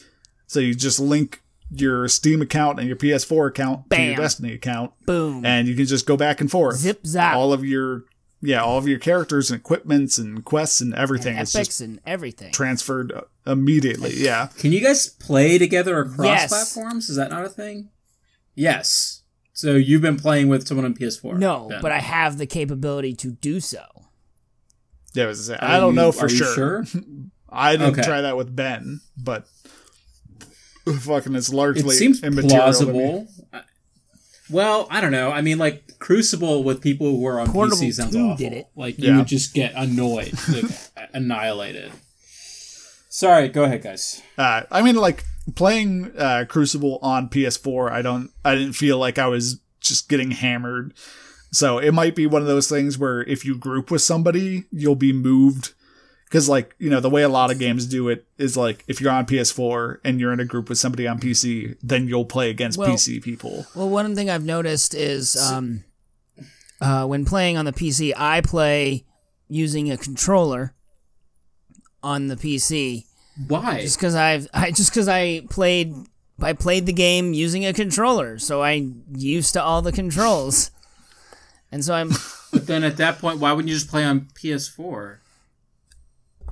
[SPEAKER 1] So you just link your Steam account and your PS4 account to your
[SPEAKER 2] Bam.
[SPEAKER 1] Destiny account,
[SPEAKER 2] Boom.
[SPEAKER 1] and you can just go back and forth.
[SPEAKER 2] Zip zap.
[SPEAKER 1] all of your yeah all of your characters and equipments and quests and everything is just
[SPEAKER 2] Epics and everything.
[SPEAKER 1] transferred immediately yeah
[SPEAKER 4] Can you guys play together across
[SPEAKER 2] Yes.
[SPEAKER 4] platforms? Is that not a thing? Yes. So you've been playing with someone on PS4?
[SPEAKER 2] no,
[SPEAKER 4] Ben.
[SPEAKER 2] but I have the capability to do so.
[SPEAKER 1] yeah it was- i
[SPEAKER 4] Are
[SPEAKER 1] don't
[SPEAKER 4] you-
[SPEAKER 1] know for
[SPEAKER 4] are you
[SPEAKER 1] sure. i didn't
[SPEAKER 4] Okay.
[SPEAKER 1] try that with ben but fucking it's largely
[SPEAKER 4] It seems
[SPEAKER 1] immaterial to me.
[SPEAKER 4] plausible. I- Well, I don't know. I mean, like Crucible with people who were on
[SPEAKER 2] Portable
[SPEAKER 4] PC sounds
[SPEAKER 2] 2
[SPEAKER 4] awful.
[SPEAKER 2] did it.
[SPEAKER 4] Like
[SPEAKER 1] Yeah.
[SPEAKER 4] you would just get annoyed, like, annihilated. Sorry, go ahead, guys.
[SPEAKER 1] uh, i mean like playing uh, crucible on ps4 i don't i didn't feel like i was just getting hammered so it might be one of those things where if you group with somebody you'll be moved because like you know the way a lot of games do it is like if you're on ps4 and you're in a group with somebody on pc then you'll play against
[SPEAKER 2] Well-
[SPEAKER 1] pc people
[SPEAKER 2] Well, one thing I've noticed is um, uh, when playing on the PC, I play using a controller on the PC
[SPEAKER 4] Why?
[SPEAKER 2] just because I've I just because I played I played the game using a controller, so I'm used to all the controls, and so I'm
[SPEAKER 4] But then at that point, why wouldn't you just play on PS4?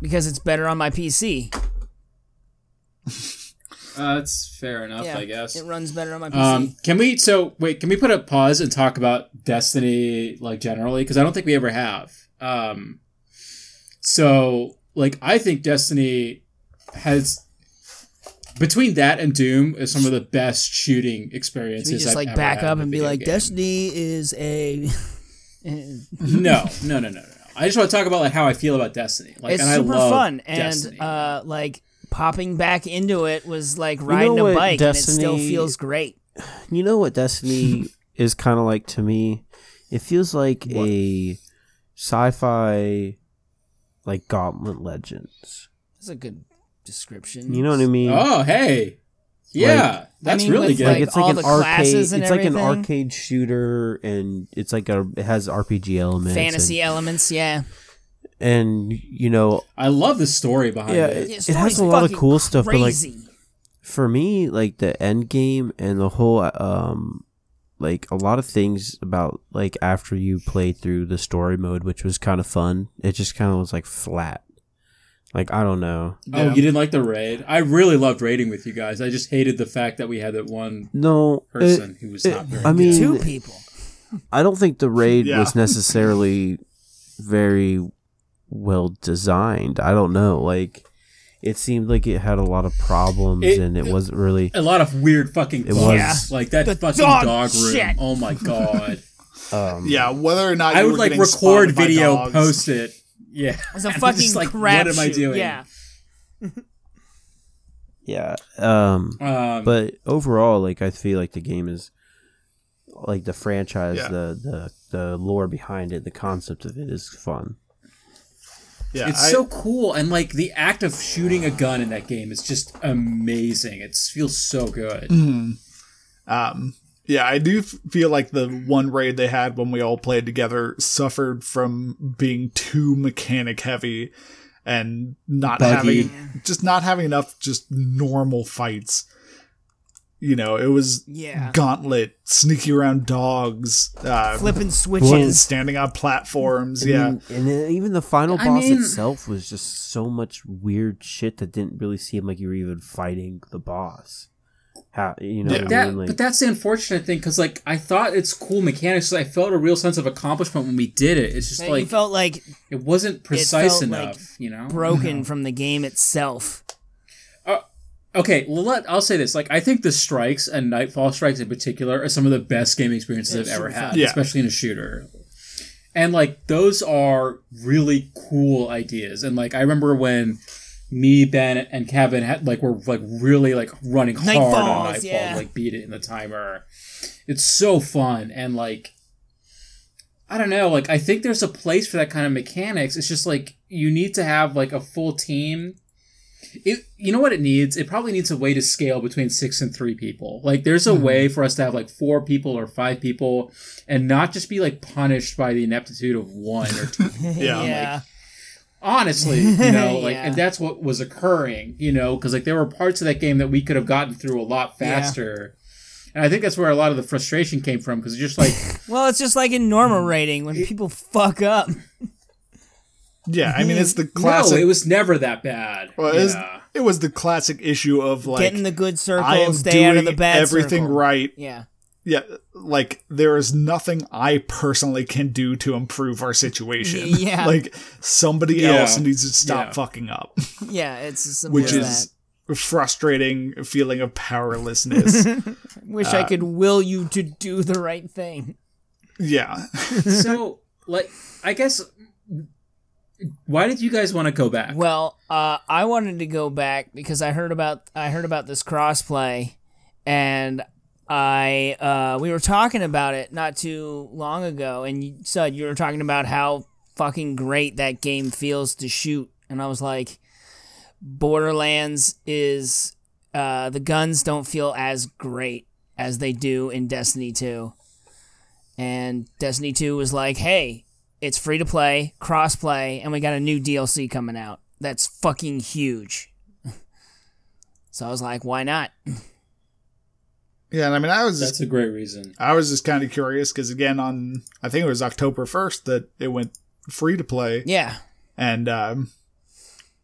[SPEAKER 2] because it's better on my PC.
[SPEAKER 4] Uh, that's fair enough, I guess.
[SPEAKER 2] it runs better on my PC.
[SPEAKER 4] Um, can we? So wait, can we put a pause and talk about Destiny like generally? Because I don't think we ever have. Um, so like, I think Destiny has between that and Doom is some of the best shooting experiences.
[SPEAKER 2] Should we just
[SPEAKER 4] I've
[SPEAKER 2] like
[SPEAKER 4] ever
[SPEAKER 2] back
[SPEAKER 4] had
[SPEAKER 2] up
[SPEAKER 4] with
[SPEAKER 2] and be
[SPEAKER 4] video
[SPEAKER 2] like,
[SPEAKER 4] games.
[SPEAKER 2] Destiny is a. it's
[SPEAKER 4] No, no, no, no, no. I just want to talk about like how I feel about Destiny. Like, and I
[SPEAKER 2] super
[SPEAKER 4] love
[SPEAKER 2] fun
[SPEAKER 4] Destiny.
[SPEAKER 2] and uh, like popping back into it was like riding
[SPEAKER 3] know
[SPEAKER 2] a
[SPEAKER 3] what
[SPEAKER 2] bike and it still
[SPEAKER 3] Destiny-
[SPEAKER 2] feels great.
[SPEAKER 3] You know what Destiny is kind of like to me? It feels like a sci-fi like Gauntlet Legends.
[SPEAKER 2] That's a good description.
[SPEAKER 3] You know what I mean?
[SPEAKER 4] oh, hey, yeah, that's
[SPEAKER 2] mean,
[SPEAKER 4] really
[SPEAKER 2] with,
[SPEAKER 4] good.
[SPEAKER 3] like,
[SPEAKER 2] Like,
[SPEAKER 3] it's like
[SPEAKER 2] all
[SPEAKER 3] an
[SPEAKER 2] the
[SPEAKER 3] arcade
[SPEAKER 2] classes
[SPEAKER 3] it's
[SPEAKER 2] and
[SPEAKER 3] like an
[SPEAKER 2] everything.
[SPEAKER 3] arcade shooter and it's like a it has RPG elements and-
[SPEAKER 2] Fantasy elements, yeah.
[SPEAKER 3] and, you know
[SPEAKER 4] I love the story behind
[SPEAKER 3] yeah
[SPEAKER 4] it.
[SPEAKER 2] Yeah,
[SPEAKER 3] it, it
[SPEAKER 2] story's
[SPEAKER 3] has a lot of
[SPEAKER 2] fucking
[SPEAKER 3] cool stuff but like
[SPEAKER 2] Crazy.
[SPEAKER 3] for me like the end game and the whole um like a lot of things about like after you play through the story mode which was kind of fun it just kind of was like flat like i don't know
[SPEAKER 4] Oh,
[SPEAKER 1] Yeah.
[SPEAKER 4] you didn't like the raid? I really loved raiding with you guys. I just hated the fact that we had that one
[SPEAKER 3] no it-
[SPEAKER 4] person who was
[SPEAKER 3] it-
[SPEAKER 4] not very.
[SPEAKER 3] i mean
[SPEAKER 2] Two people.
[SPEAKER 3] I don't think the raid
[SPEAKER 1] Yeah.
[SPEAKER 3] was necessarily very well designed. I don't know. Like it seemed like it had a lot of problems
[SPEAKER 4] It-
[SPEAKER 3] and it, wasn't really
[SPEAKER 4] a lot of weird fucking
[SPEAKER 3] It
[SPEAKER 4] bugs.
[SPEAKER 3] was-
[SPEAKER 4] like that
[SPEAKER 2] The
[SPEAKER 4] fucking
[SPEAKER 2] dog
[SPEAKER 4] dog, room.
[SPEAKER 2] shit.
[SPEAKER 4] Oh my god!
[SPEAKER 3] um
[SPEAKER 1] yeah whether or not
[SPEAKER 4] I
[SPEAKER 1] you
[SPEAKER 4] would
[SPEAKER 1] were
[SPEAKER 4] like
[SPEAKER 1] getting spotted
[SPEAKER 4] record
[SPEAKER 1] by
[SPEAKER 4] video,
[SPEAKER 1] dogs.
[SPEAKER 4] post it. Yeah,
[SPEAKER 2] It's a
[SPEAKER 4] I'm
[SPEAKER 2] fucking
[SPEAKER 4] just like,
[SPEAKER 2] crap
[SPEAKER 4] What am I
[SPEAKER 2] shoot,
[SPEAKER 4] doing?
[SPEAKER 2] Yeah.
[SPEAKER 3] yeah. Um
[SPEAKER 4] Um, but
[SPEAKER 3] but
[SPEAKER 1] Mm-hmm.
[SPEAKER 3] overall like I feel like the game is like the franchise,
[SPEAKER 1] Yeah.
[SPEAKER 3] the, the the lore behind it, the concept of it is fun.
[SPEAKER 1] yeah
[SPEAKER 4] it's
[SPEAKER 1] I-
[SPEAKER 4] so cool, and like the act of shooting a gun in that game is just amazing. It feels so good.
[SPEAKER 1] Mm-hmm. Um, yeah, I do f- feel like the one raid they had when we all played together suffered from being too mechanic heavy and not
[SPEAKER 4] Buggy.
[SPEAKER 1] having just not having enough just normal fights. You know, it was
[SPEAKER 2] Yeah.
[SPEAKER 1] gauntlet, sneaky around dogs, uh, fucking
[SPEAKER 2] Flipping switches.
[SPEAKER 1] standing on platforms.
[SPEAKER 3] And
[SPEAKER 1] yeah,
[SPEAKER 3] then- and then even the final
[SPEAKER 4] I
[SPEAKER 3] boss
[SPEAKER 4] mean-
[SPEAKER 3] itself was just so much weird shit that didn't really seem like you were even fighting the boss. how you know.
[SPEAKER 1] Yeah.
[SPEAKER 3] what I
[SPEAKER 4] That,
[SPEAKER 3] mean? Like,
[SPEAKER 4] but that's the unfortunate thing because like I thought it's cool mechanics. So I felt a real sense of accomplishment when we did it. It's just
[SPEAKER 2] It
[SPEAKER 4] like
[SPEAKER 2] felt like
[SPEAKER 4] it wasn't precise
[SPEAKER 2] felt
[SPEAKER 4] enough,
[SPEAKER 2] like
[SPEAKER 4] you know.
[SPEAKER 2] broken from the game itself.
[SPEAKER 4] Okay, well, let I'll say this. Like, I think the strikes and Nightfall strikes in particular are some of the best game experiences I've ever had,
[SPEAKER 1] Yeah.
[SPEAKER 4] especially in a shooter. And like, those are really cool ideas. And like, I remember when me, Ben, and Kevin had like were like really like running hard on
[SPEAKER 2] Nightfalls,
[SPEAKER 4] Nightfall, to,
[SPEAKER 2] yeah.
[SPEAKER 4] like beat it in the timer. It's so fun and like. I don't know. Like, I think there's a place for that kind of mechanics. It's just like you need to have like a full team it, you know what it needs? It probably needs a way to scale between six and three people. Like, there's a way for us to have like four people or five people, and not just be like punished by the ineptitude of one or two.
[SPEAKER 2] Mm-hmm.
[SPEAKER 1] Yeah, I'm
[SPEAKER 2] yeah.
[SPEAKER 4] Honestly, you know, like,
[SPEAKER 2] Yeah.
[SPEAKER 4] and that's what was occurring. You know, because like there were parts of that game that we could have gotten through a lot
[SPEAKER 2] Yeah.
[SPEAKER 4] faster, and I think that's where a lot of the frustration came from. Because just like,
[SPEAKER 2] well, it's just like in normal
[SPEAKER 4] Mm.
[SPEAKER 2] rating when people fuck up.
[SPEAKER 1] Yeah, I mean it's the
[SPEAKER 2] Mm-hmm.
[SPEAKER 4] no,
[SPEAKER 1] classic.
[SPEAKER 4] it was never that bad.
[SPEAKER 1] well, it, was,
[SPEAKER 4] yeah.
[SPEAKER 1] it was the classic issue of like
[SPEAKER 2] Get in the good circle,
[SPEAKER 1] I am
[SPEAKER 2] stay
[SPEAKER 1] doing
[SPEAKER 2] out of the bad
[SPEAKER 1] everything
[SPEAKER 2] circle.
[SPEAKER 1] right.
[SPEAKER 2] Yeah.
[SPEAKER 1] Yeah, like there is nothing I personally can do to improve our situation.
[SPEAKER 2] Yeah.
[SPEAKER 1] like somebody
[SPEAKER 4] Yeah.
[SPEAKER 1] else needs to stop
[SPEAKER 4] Yeah.
[SPEAKER 1] fucking up,
[SPEAKER 2] Yeah, it's as simple
[SPEAKER 1] which
[SPEAKER 2] as
[SPEAKER 1] is a frustrating feeling of powerlessness.
[SPEAKER 2] that. Wish I could will you to do the right thing.
[SPEAKER 1] yeah,
[SPEAKER 4] so like, I guess. Why did you guys want to go back?
[SPEAKER 2] Well, uh, I wanted to go back because I heard about I heard about this crossplay, and I uh, we were talking about it not too long ago, and you said you were talking about how fucking great that game feels to shoot, and I was like, Borderlands is uh, the guns don't feel as great as they do in Destiny Two, and Destiny Two was like, hey, it's free to play, cross play, and we got a new DLC coming out. That's fucking huge. so I was like, why not?
[SPEAKER 1] yeah. And I mean, I was just,
[SPEAKER 4] That's a great reason.
[SPEAKER 1] I was just kind of curious because again, on I think it was October first that it went free to play.
[SPEAKER 2] Yeah.
[SPEAKER 1] and um,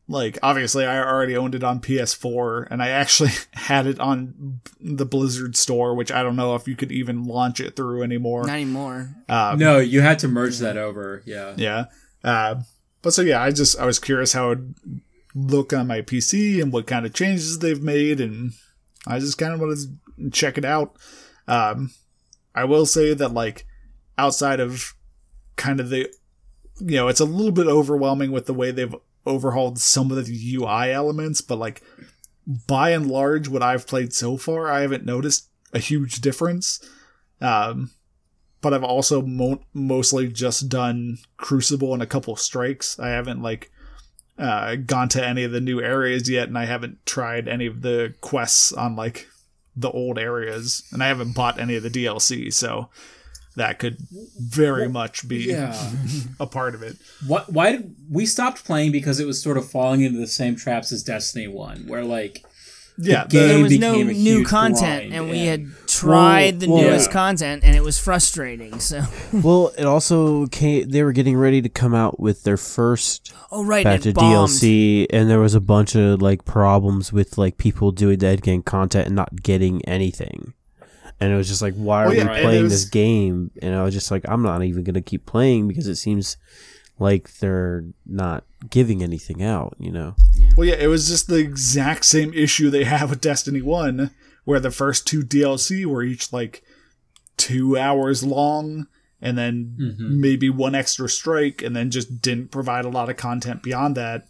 [SPEAKER 1] like obviously i already owned it on ps4 and i actually had it on the blizzard store which i don't know if you could even launch it through anymore
[SPEAKER 2] Not anymore.
[SPEAKER 1] um,
[SPEAKER 4] No, you had to merge that over. Yeah.
[SPEAKER 1] yeah uh, but so yeah i just i was curious how it would look on my pc and what kind of changes they've made and i just kind of wanted to check it out um, i will say that like outside of kind of the you know it's a little bit overwhelming with the way they've overhauled some of the ui elements but like by and large what i've played so far i haven't noticed a huge difference um, but I've also mo- mostly just done Crucible and a couple strikes. I haven't like uh, gone to any of the new areas yet, and I haven't tried any of the quests on like the old areas, and I haven't bought any of the DLC, so that could very much be
[SPEAKER 4] Yeah.
[SPEAKER 1] a part of it.
[SPEAKER 4] Why, why did we stopped playing because it was sort of falling into the same traps as Destiny One, where like
[SPEAKER 1] Yeah,
[SPEAKER 4] game-
[SPEAKER 1] the-
[SPEAKER 2] There
[SPEAKER 4] It
[SPEAKER 2] was no
[SPEAKER 4] became a
[SPEAKER 2] new
[SPEAKER 4] huge
[SPEAKER 2] content,
[SPEAKER 4] grind,
[SPEAKER 2] and we had
[SPEAKER 4] and-
[SPEAKER 2] tried the
[SPEAKER 3] Well, well,
[SPEAKER 2] newest
[SPEAKER 4] yeah.
[SPEAKER 2] content, and it was frustrating. So,
[SPEAKER 3] well, it also came. They were getting ready to come out with their first
[SPEAKER 2] oh right, and
[SPEAKER 3] batch
[SPEAKER 2] it
[SPEAKER 3] of
[SPEAKER 2] bombed.
[SPEAKER 3] DLC, and there was a bunch of like problems with like people doing the end game content and not getting anything. And it was just like, why are
[SPEAKER 1] Well, yeah,
[SPEAKER 3] we
[SPEAKER 1] and
[SPEAKER 3] playing
[SPEAKER 1] it was-
[SPEAKER 3] this game? And I was just like, I'm not even gonna keep playing because it seems like they're not giving anything out. You know?
[SPEAKER 1] Well, yeah, it was just the exact same issue they have with Destiny 1, where the first two DLC were each like two hours long, and then maybe one extra strike, and then just didn't provide a lot of content beyond that.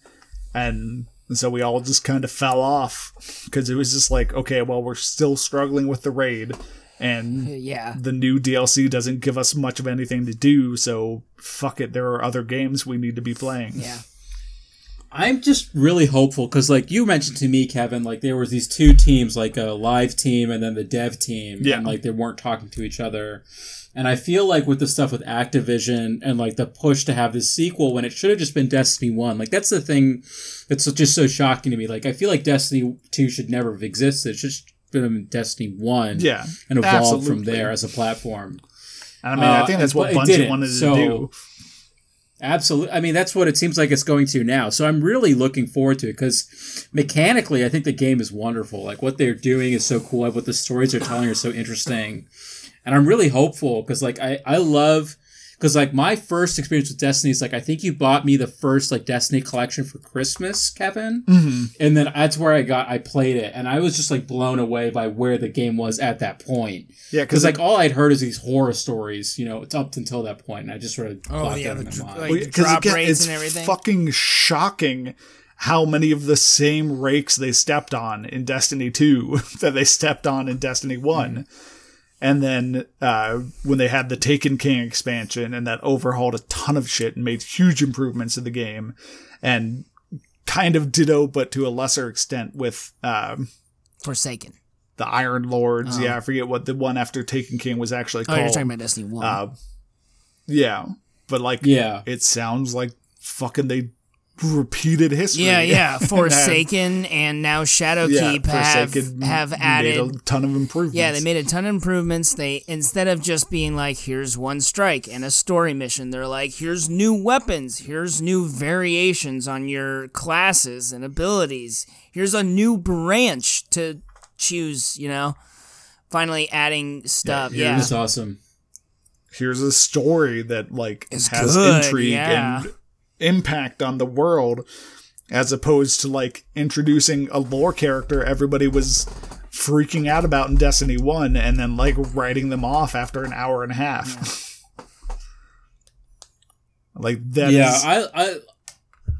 [SPEAKER 1] And so we all just kind of fell off because it was just like, okay, well, we're still struggling with the raid, and
[SPEAKER 2] Yeah.
[SPEAKER 1] the new DLC doesn't give us much of anything to do, so fuck it, there are other games we need to be playing.
[SPEAKER 2] Yeah.
[SPEAKER 4] I'm just really hopeful because like you mentioned to me, Kevin, like there was these two teams, like a live team and then the dev team,
[SPEAKER 1] Yeah.
[SPEAKER 4] and like they weren't talking to each other. And I feel like with the stuff with Activision and like the push to have this sequel when it should have just been Destiny One, like that's the thing that's just so shocking to me. Like I feel like Destiny Two should never have existed. It should have been Destiny One,
[SPEAKER 1] Yeah,
[SPEAKER 4] and evolve from
[SPEAKER 1] absolutely.
[SPEAKER 4] there as a platform.
[SPEAKER 1] And I mean, I
[SPEAKER 4] Uh,
[SPEAKER 1] think that's what
[SPEAKER 4] but it
[SPEAKER 1] Bungie
[SPEAKER 4] didn't,
[SPEAKER 1] wanted to
[SPEAKER 4] so-
[SPEAKER 1] do.
[SPEAKER 4] Absolutely. I mean, that's what it seems like it's going to now. So I'm really looking forward to it because mechanically, I think the game is wonderful. Like what they're doing is so cool. What the stories they're telling are so interesting. And I'm really hopeful because like I, I love because like my first experience with Destiny is like I think you bought me the first like Destiny collection for Christmas, Kevin. And then that's where I got I played it and I was just like blown away by where the game was at that point.
[SPEAKER 1] Yeah,
[SPEAKER 4] Because like all I'd heard is these horror stories, you know, it's up until that point, and I just sort of
[SPEAKER 2] Oh,
[SPEAKER 4] blocked
[SPEAKER 2] yeah,
[SPEAKER 4] that
[SPEAKER 2] the
[SPEAKER 4] in my
[SPEAKER 2] dr-
[SPEAKER 4] mind.
[SPEAKER 2] like-
[SPEAKER 1] Well, yeah, 'cause
[SPEAKER 2] drop
[SPEAKER 1] again,
[SPEAKER 2] rates
[SPEAKER 1] it's
[SPEAKER 2] and everything.
[SPEAKER 1] fucking shocking how many of the same rakes they stepped on in Destiny 2 that they stepped on in Destiny one And then uh, when they had the Taken King expansion and that overhauled a ton of shit and made huge improvements to the game and kind of ditto, but to a lesser extent with um,
[SPEAKER 2] Forsaken.
[SPEAKER 1] the Iron Lords. Yeah, I forget what the one after Taken King was actually
[SPEAKER 2] Oh,
[SPEAKER 1] called.
[SPEAKER 2] you're talking about Destiny One.
[SPEAKER 1] Uh, yeah, but like
[SPEAKER 4] Yeah.
[SPEAKER 1] it sounds like fucking they repeated history.
[SPEAKER 2] yeah, yeah. Forsaken and now
[SPEAKER 1] yeah.
[SPEAKER 2] Shadowkeep have
[SPEAKER 1] Forsaken
[SPEAKER 2] have
[SPEAKER 1] made
[SPEAKER 2] added.
[SPEAKER 1] a ton of improvements.
[SPEAKER 2] Yeah, they made a ton of improvements. They instead of just being like, "Here's one strike and a story mission," they're like, "Here's new weapons. Here's new variations on your classes and abilities. Here's a new branch to choose." You know, finally adding stuff.
[SPEAKER 4] It
[SPEAKER 2] Yeah,
[SPEAKER 4] was awesome.
[SPEAKER 1] Here's a story that like
[SPEAKER 2] It's
[SPEAKER 1] has
[SPEAKER 2] good,
[SPEAKER 1] intrigue
[SPEAKER 2] yeah.
[SPEAKER 1] and impact on the world, as opposed to like introducing a lore character everybody was freaking out about in Destiny One, and then like writing them off after an hour and a half. like that is.
[SPEAKER 4] yeah, I, I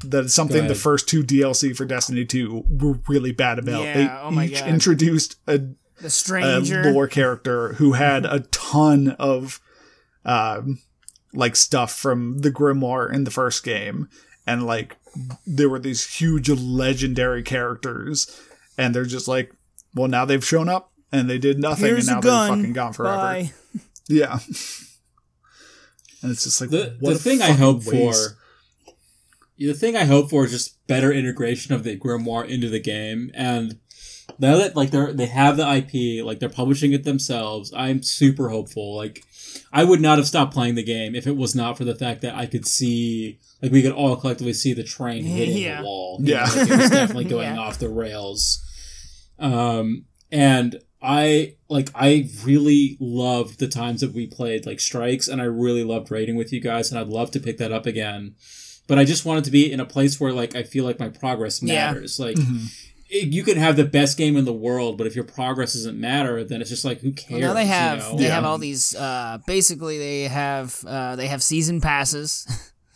[SPEAKER 1] that is
[SPEAKER 4] Go
[SPEAKER 1] something
[SPEAKER 4] ahead.
[SPEAKER 1] the first two DLC for Destiny 2 were really bad about.
[SPEAKER 2] Yeah,
[SPEAKER 1] they
[SPEAKER 2] oh my
[SPEAKER 1] each
[SPEAKER 2] God.
[SPEAKER 1] introduced a,
[SPEAKER 2] the
[SPEAKER 1] a
[SPEAKER 2] stranger.
[SPEAKER 1] lore character who had
[SPEAKER 2] Mm-hmm.
[SPEAKER 1] a ton of um, like stuff from the grimoire in the first game and like there were these huge legendary characters and they're just like well now they've shown up and they did nothing
[SPEAKER 2] Here's
[SPEAKER 1] and now
[SPEAKER 2] a gun.
[SPEAKER 1] they're fucking gone forever.
[SPEAKER 2] Bye.
[SPEAKER 1] Yeah. and it's just like
[SPEAKER 4] the,
[SPEAKER 1] what
[SPEAKER 4] the
[SPEAKER 1] a
[SPEAKER 4] thing I
[SPEAKER 1] fucking
[SPEAKER 4] hope
[SPEAKER 1] waste.
[SPEAKER 4] for the thing I hope for is just better integration of the grimoire into the game and now that like they're they have the IP like they're publishing it themselves I'm super hopeful like I would not have stopped playing the game if it was not for the fact that I could see like we could all collectively see the train hitting
[SPEAKER 2] Yeah.
[SPEAKER 4] the wall
[SPEAKER 1] Yeah.
[SPEAKER 4] Like, it was definitely going
[SPEAKER 2] Yeah.
[SPEAKER 4] off the rails um, and I like I really loved the times that we played like strikes, and I really loved raiding with you guys, and I'd love to pick that up again. But I just wanted to be in a place where like I feel like my progress
[SPEAKER 2] Yeah.
[SPEAKER 4] matters. Like
[SPEAKER 1] Mm-hmm.
[SPEAKER 4] it- you can have the best game in the world, but if your progress doesn't matter, then it's just like who
[SPEAKER 2] Well,
[SPEAKER 4] cares?
[SPEAKER 2] now they
[SPEAKER 4] you
[SPEAKER 2] have
[SPEAKER 4] know?
[SPEAKER 2] they
[SPEAKER 1] Yeah.
[SPEAKER 2] have all these. Uh, basically, they have uh, they have season passes,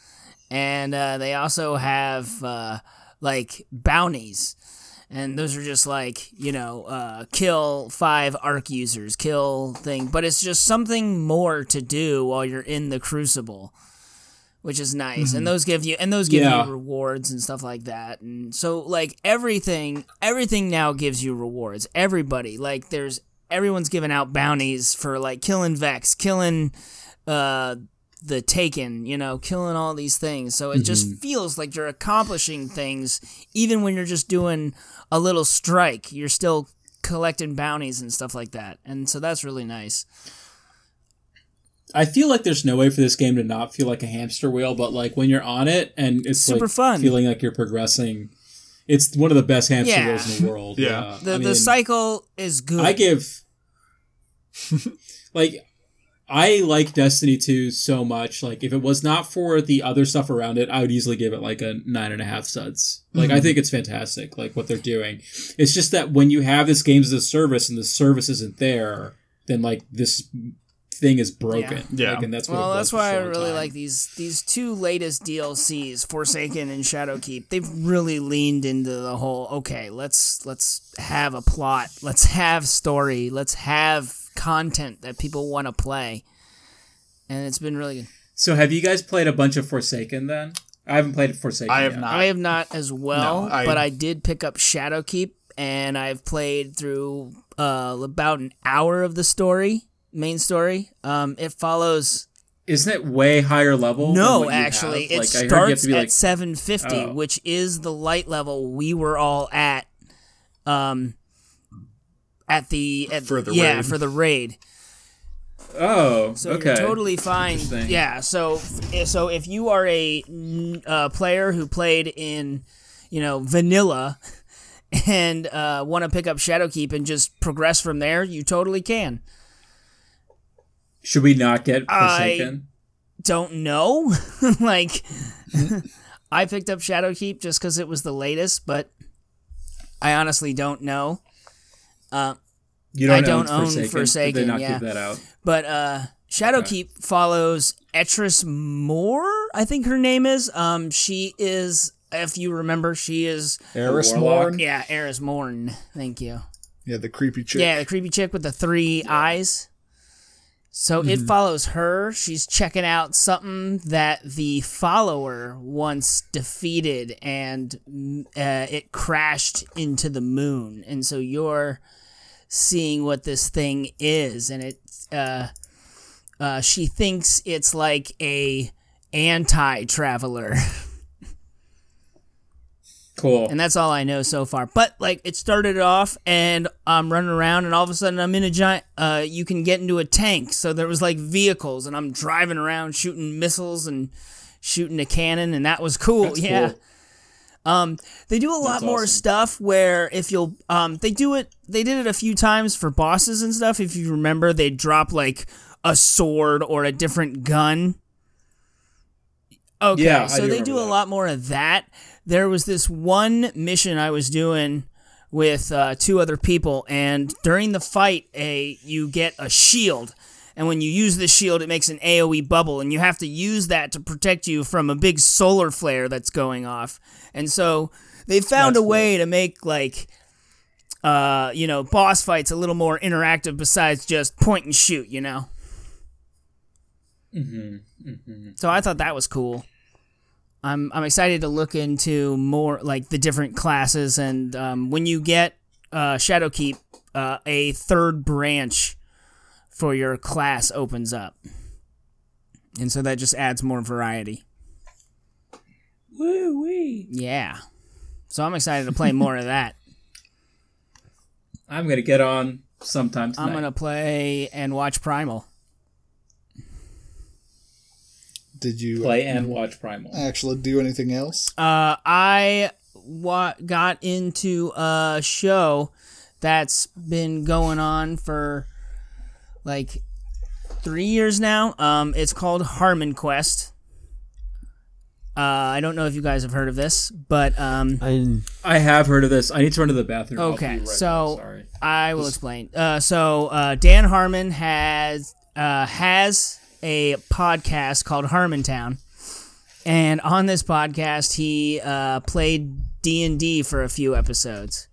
[SPEAKER 2] and uh, they also have uh, like bounties, and those are just like you know uh, kill five arc users, kill thing. But it's just something more to do while you're in the crucible. Which is nice,
[SPEAKER 4] Mm-hmm.
[SPEAKER 2] and those give you and those give
[SPEAKER 4] Yeah.
[SPEAKER 2] you rewards and stuff like that, and so like everything, everything now gives you rewards. Everybody like there's everyone's giving out bounties for like killing Vex, killing uh the Taken, you know, killing all these things. So it
[SPEAKER 4] Mm-hmm.
[SPEAKER 2] just feels like you're accomplishing things even when you're just doing a little strike. You're still collecting bounties and stuff like that. And so that's really nice.
[SPEAKER 4] I feel like there's no way for this game to not feel like a hamster wheel, but like when you're on it and it's
[SPEAKER 2] Super
[SPEAKER 4] like,
[SPEAKER 2] fun.
[SPEAKER 4] feeling like you're progressing. It's one of the best hamster
[SPEAKER 2] Yeah.
[SPEAKER 4] wheels in the world.
[SPEAKER 1] Yeah.
[SPEAKER 4] Yeah,
[SPEAKER 2] The
[SPEAKER 4] I
[SPEAKER 2] the
[SPEAKER 4] mean-
[SPEAKER 2] cycle is good.
[SPEAKER 4] I give like I like Destiny 2 so much. Like if it was not for the other stuff around it, I would easily give it like a nine and a half suds. Like I think it's fantastic, like what they're doing. It's just that when you have this game as a service and the service isn't there, then like this thing is broken.
[SPEAKER 1] Yeah.
[SPEAKER 4] Like, and that's what it
[SPEAKER 2] well,
[SPEAKER 4] was
[SPEAKER 2] that's
[SPEAKER 4] for
[SPEAKER 2] why I
[SPEAKER 4] a long
[SPEAKER 2] really
[SPEAKER 4] time.
[SPEAKER 2] like these these two latest DLCs, Forsaken and Shadowkeep. They've really leaned into the whole okay, let's let's have a plot, let's have story, let's have content that people want to play. And it's been really good.
[SPEAKER 4] So have you guys played a bunch of Forsaken then? I haven't played Forsaken.
[SPEAKER 1] I have
[SPEAKER 4] yet.
[SPEAKER 1] not.
[SPEAKER 2] I have not as well,
[SPEAKER 1] No, I-
[SPEAKER 2] but I did pick up Shadowkeep and I've played through uh, about an hour of the story, main story. Um, it follows
[SPEAKER 4] Isn't it way higher level? than what
[SPEAKER 2] No,
[SPEAKER 4] you have?
[SPEAKER 2] actually, it
[SPEAKER 4] Like, I heard you have
[SPEAKER 2] starts
[SPEAKER 4] to be,
[SPEAKER 2] at 750,
[SPEAKER 4] Oh.
[SPEAKER 2] which is the light level we were all at. Um, at the at,
[SPEAKER 1] For the
[SPEAKER 2] yeah
[SPEAKER 1] raid.
[SPEAKER 2] for the raid.
[SPEAKER 4] Oh,
[SPEAKER 2] So
[SPEAKER 4] okay.
[SPEAKER 2] you're totally fine.
[SPEAKER 4] Interesting.
[SPEAKER 2] Yeah. So eh, so if you are a mm, uh, player who played in, you know, vanilla, and uh, want to pick up Shadowkeep and just progress from there, you totally can.
[SPEAKER 4] Should we not get
[SPEAKER 2] I-
[SPEAKER 4] forsaken?
[SPEAKER 2] Don't know, like. I picked up Shadowkeep just because it was the latest, but I honestly don't know.
[SPEAKER 4] you don't,
[SPEAKER 2] I don't own
[SPEAKER 4] own forsaken. Did they
[SPEAKER 2] Forsaken,
[SPEAKER 4] not
[SPEAKER 2] yeah.
[SPEAKER 4] give that out?
[SPEAKER 2] But uh Shadowkeep follows Etrus Moore, I think her name is. Um she is if you remember, she is
[SPEAKER 1] Eris
[SPEAKER 4] warlock?
[SPEAKER 1] Morn.
[SPEAKER 2] yeah, Eris Morn. Thank you.
[SPEAKER 1] Yeah, the creepy chick.
[SPEAKER 2] Yeah, the creepy chick with the three eyes. So it
[SPEAKER 1] Mm-hmm.
[SPEAKER 2] follows her. She's checking out something that the follower once defeated, and mm, uh, it crashed into the moon. And so you're seeing what this thing is, and it. Uh, uh, she thinks it's like a anti-traveler,
[SPEAKER 4] Cool.
[SPEAKER 2] and that's all I know so far. But like, it started off, and I'm running around, and all of a sudden, I'm in a giant. Uh, you can get into a tank, so there was like vehicles, and I'm driving around shooting missiles and shooting a cannon, and that was cool.
[SPEAKER 4] That's
[SPEAKER 2] oh, yeah.
[SPEAKER 4] cool.
[SPEAKER 2] Um, they do a lot
[SPEAKER 4] That's
[SPEAKER 2] more
[SPEAKER 4] awesome.
[SPEAKER 2] stuff where if you'll, um, they do it. They did it a few times for bosses and stuff. If you remember, they drop like a sword or a different gun. Okay,
[SPEAKER 4] Yeah, I
[SPEAKER 2] so
[SPEAKER 4] do
[SPEAKER 2] they
[SPEAKER 4] remember
[SPEAKER 2] do a
[SPEAKER 4] that.
[SPEAKER 2] lot more of that. There was this one mission I was doing with uh, two other people, and during the fight, a you get a shield, and when you use the shield, it makes an AOE bubble, and you have to use that to protect you from a big solar flare that's going off. And so they found
[SPEAKER 4] That's
[SPEAKER 2] a way to make like. Uh, you know, boss fights a little more interactive besides just point and shoot, you know? So I thought that was cool. I'm I'm excited to look into more like the different classes and um, when you get uh, Shadowkeep, uh, a third branch for your class opens up, and so that just adds more variety.
[SPEAKER 4] Woo wee.
[SPEAKER 2] Yeah, so I'm excited to play more of that.
[SPEAKER 4] I'm gonna get on sometime tonight.
[SPEAKER 2] I'm gonna play and watch Primal.
[SPEAKER 1] Did you
[SPEAKER 4] play and watch Primal.
[SPEAKER 1] actually do anything else?
[SPEAKER 2] Uh, I wa- got into a show that's been going on for like three years now. Um, it's called Harmon Quest. Uh, I don't know if you guys have heard of this, but um,
[SPEAKER 3] I
[SPEAKER 4] I have heard of this. I need to run to the bathroom. I'll be
[SPEAKER 2] Okay,
[SPEAKER 4] right
[SPEAKER 2] so-
[SPEAKER 4] back. sorry.
[SPEAKER 2] I will explain. Uh, so uh, Dan Harmon has uh, has a podcast called Harmontown, and on this podcast he uh, played D and D for a few episodes,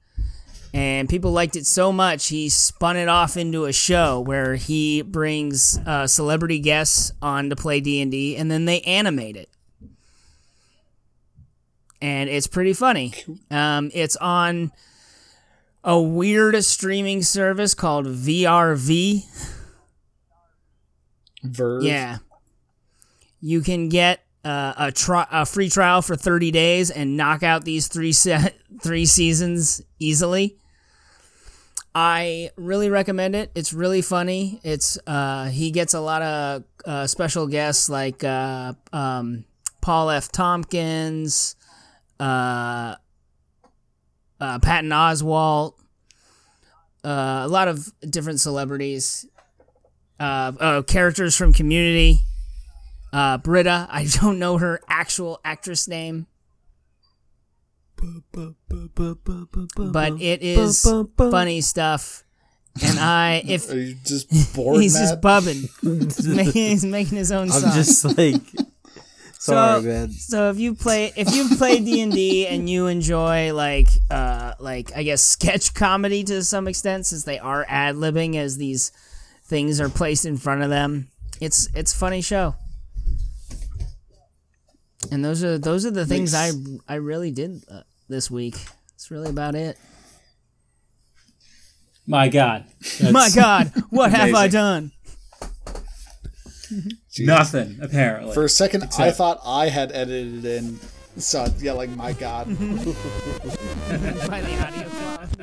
[SPEAKER 2] and people liked it so much he spun it off into a show where he brings uh, celebrity guests on to play D and D, and then they animate it. And it's pretty funny. Um, it's on a weird streaming service called VRV.
[SPEAKER 1] Verve.
[SPEAKER 2] Yeah. You can get uh, a, tri- a free trial for 30 days and knock out these three se- three seasons easily. I really recommend it. It's really funny. It's uh, he gets a lot of uh, special guests like uh, um, Paul F. Tompkins, uh, uh, Patton Oswalt, uh, a lot of different celebrities uh, uh, characters from Community. Uh, Britta, I don't know her actual actress name, but it is funny stuff. And I, if
[SPEAKER 1] Are you just bored?
[SPEAKER 2] he's just
[SPEAKER 1] Matt?
[SPEAKER 2] bubbing, he's making, he's making his own
[SPEAKER 3] I'm
[SPEAKER 2] song.
[SPEAKER 3] just like sorry, man.
[SPEAKER 2] So if you play if you play D and D and you enjoy like uh like I guess sketch comedy to some extent since they are ad libbing as these things are placed in front of them, it's it's a funny show. And those are those are the things I I really did uh, this week. That's really about it.
[SPEAKER 4] My God.
[SPEAKER 2] My God, what have I
[SPEAKER 4] Amazing.
[SPEAKER 2] done?
[SPEAKER 1] Jeez.
[SPEAKER 4] Nothing apparently.
[SPEAKER 1] For a second, I thought I had edited in. So yeah, like my god.
[SPEAKER 2] By the audio.